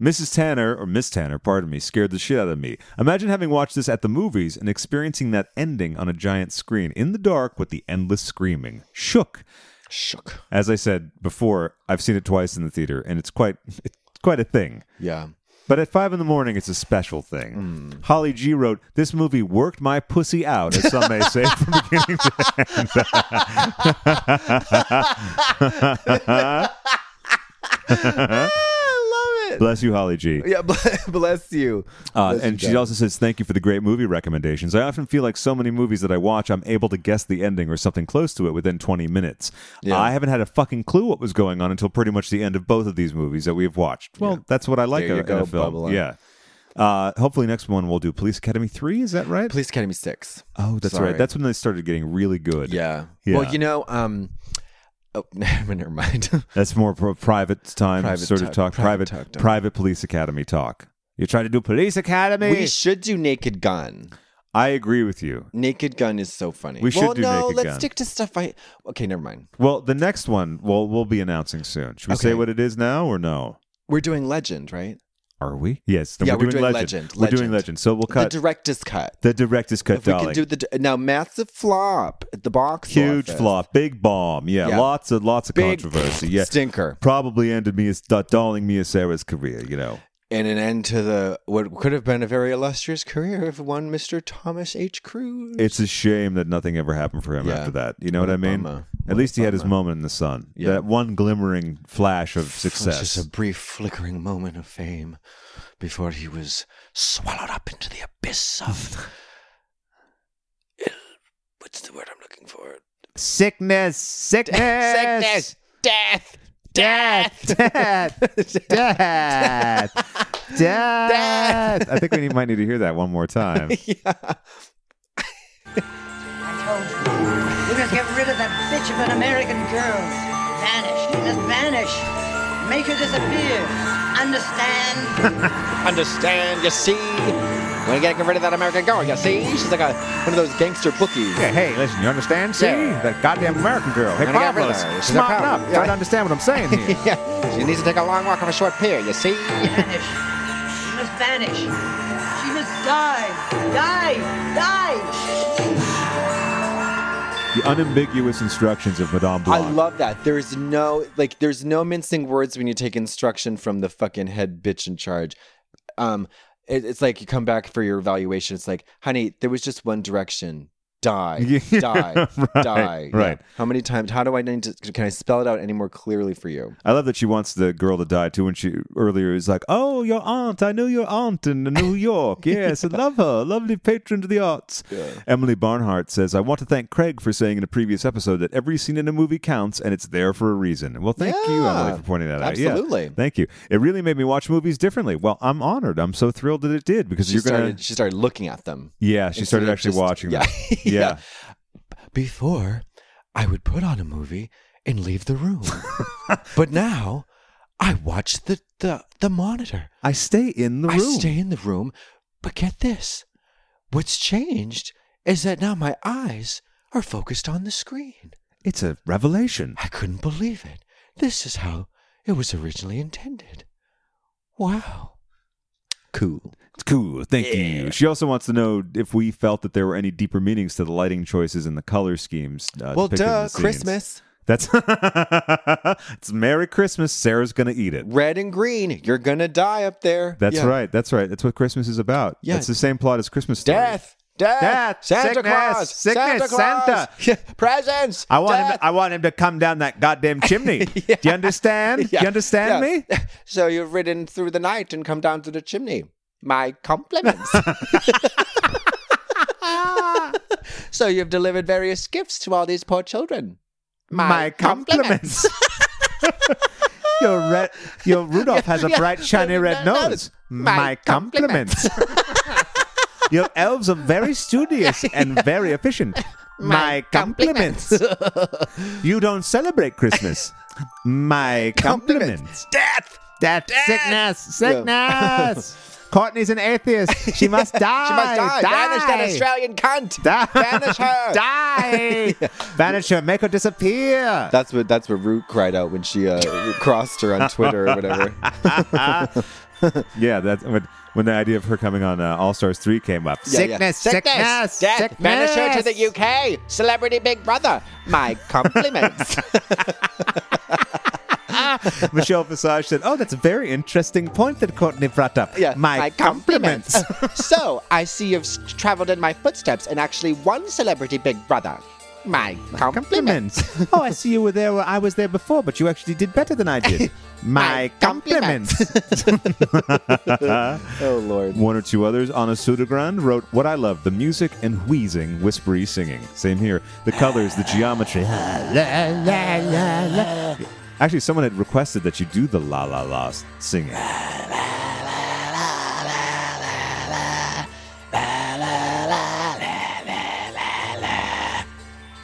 [SPEAKER 1] Mrs. Tanner, or Miss Tanner, pardon me, scared the shit out of me. Imagine having watched this at the movies and experiencing that ending on a giant screen in the dark with the endless screaming. Shook.
[SPEAKER 3] Shook.
[SPEAKER 1] As I said before, I've seen it twice in the theater, and it's quite, it's quite a thing.
[SPEAKER 3] Yeah. Mm.
[SPEAKER 1] But at five in the morning, it's a special thing. Holly G wrote, "This movie worked my pussy out," as some may say, from beginning to end.
[SPEAKER 3] Ah, I it.
[SPEAKER 1] Bless you, Holly G.
[SPEAKER 3] Yeah, bl- bless you.
[SPEAKER 1] Uh,
[SPEAKER 3] Bless
[SPEAKER 1] and
[SPEAKER 3] you,
[SPEAKER 1] she
[SPEAKER 3] Doc.
[SPEAKER 1] also says, Thank you for the great movie recommendations. I often feel like so many movies that I watch, I'm able to guess the ending or something close to it within 20 minutes. I haven't had a fucking clue what was going on until pretty much the end of both of these movies that we've watched. Well, that's what I like
[SPEAKER 3] There you
[SPEAKER 1] in a
[SPEAKER 3] go,
[SPEAKER 1] film.
[SPEAKER 3] bubbling.
[SPEAKER 1] Yeah. Uh, hopefully, next one we'll do Police Academy 3. Is that right?
[SPEAKER 3] Police Academy 6.
[SPEAKER 1] Oh, that's
[SPEAKER 3] Sorry.
[SPEAKER 1] right. That's when they started getting really good.
[SPEAKER 3] Yeah.
[SPEAKER 1] Yeah.
[SPEAKER 3] Well, you know, um, oh, never mind.
[SPEAKER 1] That's more pro- private time
[SPEAKER 3] Private
[SPEAKER 1] sort of talk.
[SPEAKER 3] talk-
[SPEAKER 1] Private private,
[SPEAKER 3] private talk, don't-
[SPEAKER 1] police academy talk. You're trying to do police academy.
[SPEAKER 3] we should do Naked Gun.
[SPEAKER 1] I agree with you.
[SPEAKER 3] Naked Gun is so funny.
[SPEAKER 1] We should
[SPEAKER 3] well,
[SPEAKER 1] do
[SPEAKER 3] no,
[SPEAKER 1] Naked
[SPEAKER 3] let's
[SPEAKER 1] Gun.
[SPEAKER 3] stick to stuff I. Okay, never mind.
[SPEAKER 1] Well, the next one we'll we'll be announcing soon. Should we say
[SPEAKER 3] Okay.
[SPEAKER 1] what it is now or no?
[SPEAKER 3] We're doing Legend, right?
[SPEAKER 1] Are we? Yes. then
[SPEAKER 3] Yeah,
[SPEAKER 1] we're, doing, legend. We're doing legend. So we'll cut
[SPEAKER 3] The director's cut.
[SPEAKER 1] the director's cut.
[SPEAKER 3] If we
[SPEAKER 1] darling.
[SPEAKER 3] can do the d- now massive flop at the box
[SPEAKER 1] Huge
[SPEAKER 3] office.
[SPEAKER 1] flop, big bomb, yeah,
[SPEAKER 3] Yeah.
[SPEAKER 1] lots of lots of
[SPEAKER 3] Big
[SPEAKER 1] controversy, yeah,
[SPEAKER 3] stinker.
[SPEAKER 1] Probably ended me as darling Mia Sarah's career, you know.
[SPEAKER 3] and an end to the what could have been a very illustrious career of one Mr. Thomas H. Cruz.
[SPEAKER 1] It's a shame that nothing ever happened for him
[SPEAKER 3] Yeah.
[SPEAKER 1] after that. You know what,
[SPEAKER 3] What
[SPEAKER 1] I
[SPEAKER 3] a
[SPEAKER 1] mean?
[SPEAKER 3] bummer.
[SPEAKER 1] At least he had his moment in the sun.
[SPEAKER 3] Yeah.
[SPEAKER 1] That one glimmering flash of
[SPEAKER 3] It was just
[SPEAKER 1] success.
[SPEAKER 3] a brief flickering moment of fame before he was swallowed up into the abyss of what's the word I'm looking for?
[SPEAKER 20] Sickness, sickness,
[SPEAKER 3] Sickness, death, death,
[SPEAKER 20] death, death, death.
[SPEAKER 1] I think we need- might need to hear that one more time.
[SPEAKER 21] You must get rid of that bitch of an American girl. Vanish. You must vanish. Make her disappear. Understand?
[SPEAKER 10] Understand? You see? When you get rid of that American girl, you see? She's like a, one of those gangster bookies.
[SPEAKER 1] Yeah, hey, listen, you understand? See? That goddamn American girl. Hey,
[SPEAKER 10] Gotta get rid of
[SPEAKER 1] Pablos,
[SPEAKER 10] her. She's a
[SPEAKER 1] smarten up.
[SPEAKER 10] problem.
[SPEAKER 1] Try
[SPEAKER 10] Yeah.
[SPEAKER 1] to understand what I'm saying here.
[SPEAKER 10] yeah. She needs to take a long walk on a short pier, you see?
[SPEAKER 21] Vanish. She must vanish. She must die. Die. Die.
[SPEAKER 1] The unambiguous instructions of Madame Blanc.
[SPEAKER 3] I love that. There is no like there's no mincing words when you take instruction from the fucking head bitch in charge. Um it- it's like you come back for your evaluation. It's like, honey, there was just one direction. Die,
[SPEAKER 1] Yeah,
[SPEAKER 3] die,
[SPEAKER 1] right,
[SPEAKER 3] die. Yeah.
[SPEAKER 1] right.
[SPEAKER 3] How many times? How do I need to? Can I spell it out any more clearly for you?
[SPEAKER 1] I love that she wants the girl to die too. When she earlier is like, "Oh, your aunt, I knew your aunt in New York. Yes, I love her, lovely patron to the arts." Emily Barnhart says, "I want to thank Craig for saying in a previous episode that every scene in a movie counts and it's there for a reason." Well, thank you,
[SPEAKER 3] Yeah,
[SPEAKER 1] Emily, for pointing that out. Yeah,
[SPEAKER 3] absolutely.
[SPEAKER 1] thank you. It really made me watch movies differently. Well, I'm honored. I'm so thrilled that it did because
[SPEAKER 3] She
[SPEAKER 1] you're
[SPEAKER 3] started.
[SPEAKER 1] gonna.
[SPEAKER 3] She started looking at them.
[SPEAKER 1] Yeah, she
[SPEAKER 3] instead
[SPEAKER 1] started
[SPEAKER 3] of
[SPEAKER 1] actually
[SPEAKER 3] just-
[SPEAKER 1] watching
[SPEAKER 3] Yeah.
[SPEAKER 1] them. Yeah.
[SPEAKER 3] Before, I would put on a movie and leave the room, but now I watch the the, the monitor.
[SPEAKER 1] I stay in the
[SPEAKER 3] I
[SPEAKER 1] room.
[SPEAKER 3] stay in the room, but get this: what's changed is that now my eyes are focused on the screen.
[SPEAKER 1] It's a revelation.
[SPEAKER 3] I couldn't believe it. This is how it was originally intended. Wow. Cool.
[SPEAKER 1] It's cool. Thank you. She also wants to know if we felt that there were any deeper meanings to the lighting choices and the color schemes. Uh,
[SPEAKER 3] well,
[SPEAKER 1] depicted in
[SPEAKER 3] duh,
[SPEAKER 1] the scenes.
[SPEAKER 3] Christmas.
[SPEAKER 1] That's it's Merry Christmas. Sarah's gonna eat it.
[SPEAKER 3] Red and green. You're gonna die up there.
[SPEAKER 1] That's
[SPEAKER 3] Yeah.
[SPEAKER 1] right. That's right. That's what Christmas is about.
[SPEAKER 3] Yeah.
[SPEAKER 1] It's the same plot as Christmas. Story.
[SPEAKER 3] Death. Death.
[SPEAKER 1] Death,
[SPEAKER 3] Santa
[SPEAKER 1] sickness,
[SPEAKER 3] Claus.
[SPEAKER 1] sickness,
[SPEAKER 3] Santa. Claus. Presents.
[SPEAKER 1] I want him.
[SPEAKER 3] Death.
[SPEAKER 1] I want him to come down that goddamn chimney. Do you understand? Do
[SPEAKER 3] Yeah.
[SPEAKER 1] you understand
[SPEAKER 3] Yeah.
[SPEAKER 1] me?
[SPEAKER 3] So you've ridden through the night and come down to the chimney. My compliments. so you've delivered various gifts to all these poor children. My, compliments.
[SPEAKER 1] Your red, your Rudolph has a
[SPEAKER 3] Yeah.
[SPEAKER 1] bright shiny red nose. My, compliments. your elves are very studious and very efficient. My compliments. you don't celebrate Christmas. My compliments.
[SPEAKER 10] Death!
[SPEAKER 1] That sickness, sickness. Courtney's an atheist. She must die.
[SPEAKER 10] She must die. Banish that
[SPEAKER 3] Australian cunt.
[SPEAKER 1] Die.
[SPEAKER 10] Banish her.
[SPEAKER 1] Die. Banish her. Make her disappear.
[SPEAKER 3] That's what that's what Root cried out when she uh, crossed her on Twitter or whatever.
[SPEAKER 1] Ah. yeah, that's when, when the idea of her coming on uh, All Stars 3 came up.
[SPEAKER 3] Yeah, yeah.
[SPEAKER 10] Sickness, sickness,
[SPEAKER 3] death,
[SPEAKER 10] sickness.
[SPEAKER 3] banish her to the UK. Celebrity Big Brother. My compliments.
[SPEAKER 1] Michelle Visage said, Oh, that's a very interesting point that Courtney brought up.
[SPEAKER 3] Yeah,
[SPEAKER 1] my,
[SPEAKER 3] my
[SPEAKER 1] compliments.
[SPEAKER 3] so I see you've s- traveled in my footsteps and actually won Celebrity Big Brother.
[SPEAKER 2] my compliments.
[SPEAKER 20] oh, I see you were there. Where I was there before, but you actually did better than I did. My compliments.
[SPEAKER 1] oh lord. One or two others. Anna Sudegrand wrote, "What I love: the music and wheezing, whispery singing. Same here. The colors, the geometry. Actually, someone had requested that you do the la la la s- singing.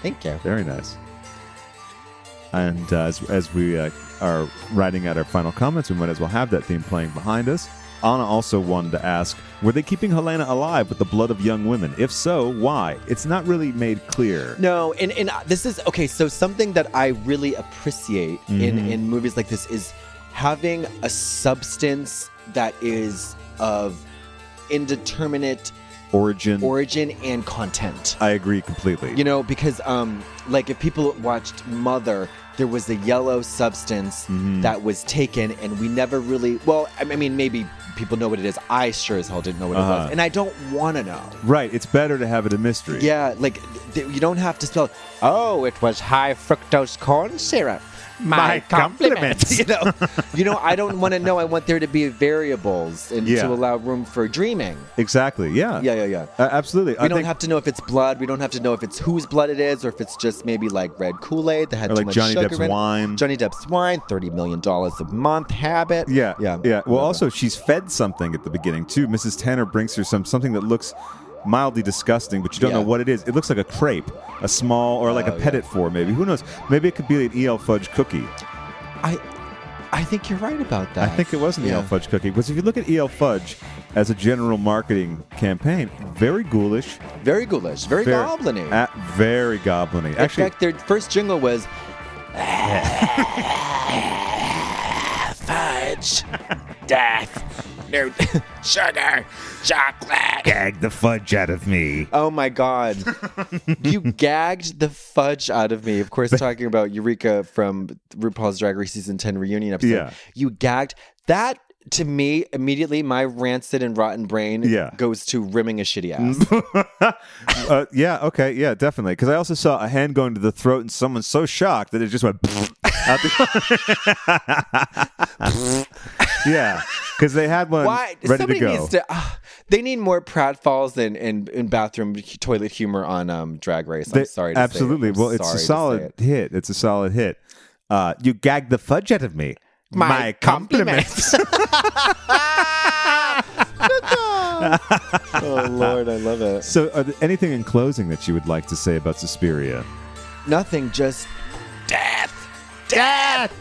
[SPEAKER 2] Thank you.
[SPEAKER 1] Very nice. And uh, as, as we uh, are writing out our final comments, we might as well have that theme playing behind us. Anna also wanted to ask Were they keeping Helena alive with the blood of young women? If so, why? It's not really made clear.
[SPEAKER 3] No, and and this is okay. So something that I really appreciate in
[SPEAKER 1] Mhm.
[SPEAKER 3] in movies like this is having a substance that is of indeterminate
[SPEAKER 1] origin,
[SPEAKER 3] origin and content.
[SPEAKER 1] I agree completely.
[SPEAKER 3] You know, because um, like if people watched Mother, there was a yellow substance that was taken, and we never really. Well, I I mean, maybe people know what it is. I sure as hell didn't know what it
[SPEAKER 1] Uh-huh.
[SPEAKER 3] was, and I don't want to know.
[SPEAKER 1] Right, it's better to have it a mystery.
[SPEAKER 3] Yeah, like th- you don't have to spell. Oh, it was high fructose corn syrup.
[SPEAKER 2] My compliments."
[SPEAKER 3] you know, you know, I don't want to know. I want there to be variables and
[SPEAKER 1] Yeah.
[SPEAKER 3] to allow room for dreaming.
[SPEAKER 1] Exactly, yeah.
[SPEAKER 3] Yeah, yeah, yeah.
[SPEAKER 1] Uh, absolutely.
[SPEAKER 3] We don't have to know if it's blood. We don't have to know if it's whose blood it is, or if it's just maybe like red Kool Aid that had
[SPEAKER 1] Or
[SPEAKER 3] too
[SPEAKER 1] like
[SPEAKER 3] much
[SPEAKER 1] Johnny
[SPEAKER 3] sugar
[SPEAKER 1] Depp's
[SPEAKER 3] in it.
[SPEAKER 1] wine.
[SPEAKER 3] Johnny Depp's wine, thirty million dollars a month habit.
[SPEAKER 1] Yeah, yeah, yeah. Well, also she's fed something at the beginning too. Mrs. Tanner brings her some something that looks mildly disgusting, but you don't
[SPEAKER 3] Yeah.
[SPEAKER 1] know what it is. It looks like a crepe, a small or like
[SPEAKER 3] Oh,
[SPEAKER 1] a
[SPEAKER 3] yeah.
[SPEAKER 1] petit four, maybe. Who knows? Maybe it could be an EL fudge cookie.
[SPEAKER 3] I, I think you're right about
[SPEAKER 1] I
[SPEAKER 3] that.
[SPEAKER 1] think it was an
[SPEAKER 3] Yeah.
[SPEAKER 1] EL fudge cookie because if you look at EL fudge as a general marketing campaign, very ghoulish,
[SPEAKER 3] very ghoulish, very goblin-y.
[SPEAKER 1] a- very goblin-y.
[SPEAKER 3] In
[SPEAKER 1] Actually,
[SPEAKER 3] fact, their first jingle was
[SPEAKER 2] Fudge, death, new sugar, chocolate.
[SPEAKER 1] gag the fudge out of me.
[SPEAKER 3] Oh my God. you gagged the fudge out of me. Of course, talking about Eureka from RuPaul's Drag Race Season 10 reunion episode.
[SPEAKER 1] Yeah.
[SPEAKER 3] You gagged. That, to me, immediately my rancid and rotten brain
[SPEAKER 1] Yeah.
[SPEAKER 3] goes to rimming a shitty ass.
[SPEAKER 1] uh, yeah, okay, yeah, definitely. Because I also saw a hand going to the throat, and someone so shocked that it just went out the. yeah, because they had one
[SPEAKER 3] Why?
[SPEAKER 1] ready
[SPEAKER 3] Somebody
[SPEAKER 1] to go.
[SPEAKER 3] needs to. ah, they need more pratfalls and, and, and bathroom hu- toilet humor on um, Drag Race. I'm
[SPEAKER 1] They-
[SPEAKER 3] sorry. To say it.
[SPEAKER 1] absolutely.
[SPEAKER 3] I'm
[SPEAKER 1] Well, it's
[SPEAKER 3] sorry
[SPEAKER 1] a
[SPEAKER 3] to say
[SPEAKER 1] solid
[SPEAKER 3] it.
[SPEAKER 1] hit. It's a solid hit. Uh, you gagged the fudge out of me.
[SPEAKER 2] My
[SPEAKER 1] compliments.
[SPEAKER 3] oh Lord, I love it.
[SPEAKER 1] So, are there anything in closing that you would like to say about Suspiria?
[SPEAKER 3] Nothing, just
[SPEAKER 2] Death, death,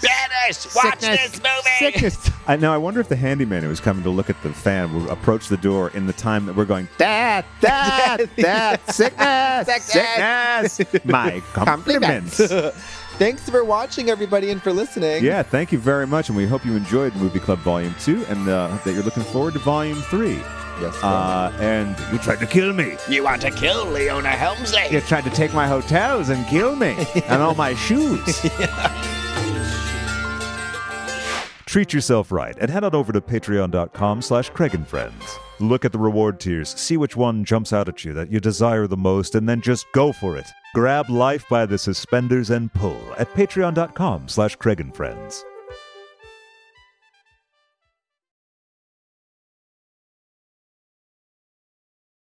[SPEAKER 2] finish. Watch this movie.
[SPEAKER 1] I now I wonder if the handyman who was coming to look at the fan will approach the door in the time that we're going that that that sickness
[SPEAKER 2] Sickness.
[SPEAKER 1] sickness. My compliments.
[SPEAKER 3] Thanks for watching, everybody, and for listening.
[SPEAKER 1] yeah, thank you very much, and we hope you enjoyed Movie Club Volume Two, and uh, that you're looking forward to Volume Three.
[SPEAKER 3] Yes.
[SPEAKER 1] Uh, and you tried to kill me.
[SPEAKER 2] You want to kill Leona Helmsley?
[SPEAKER 1] You tried to take my hotels and kill me and all my shoes. Treat yourself right and head on over to patreon.com slash Craig and Friends. Look at the reward tiers, see which one jumps out at you that you desire the most, and then just go for it. Grab life by the suspenders and pull at patreon.com slash Craig and Friends.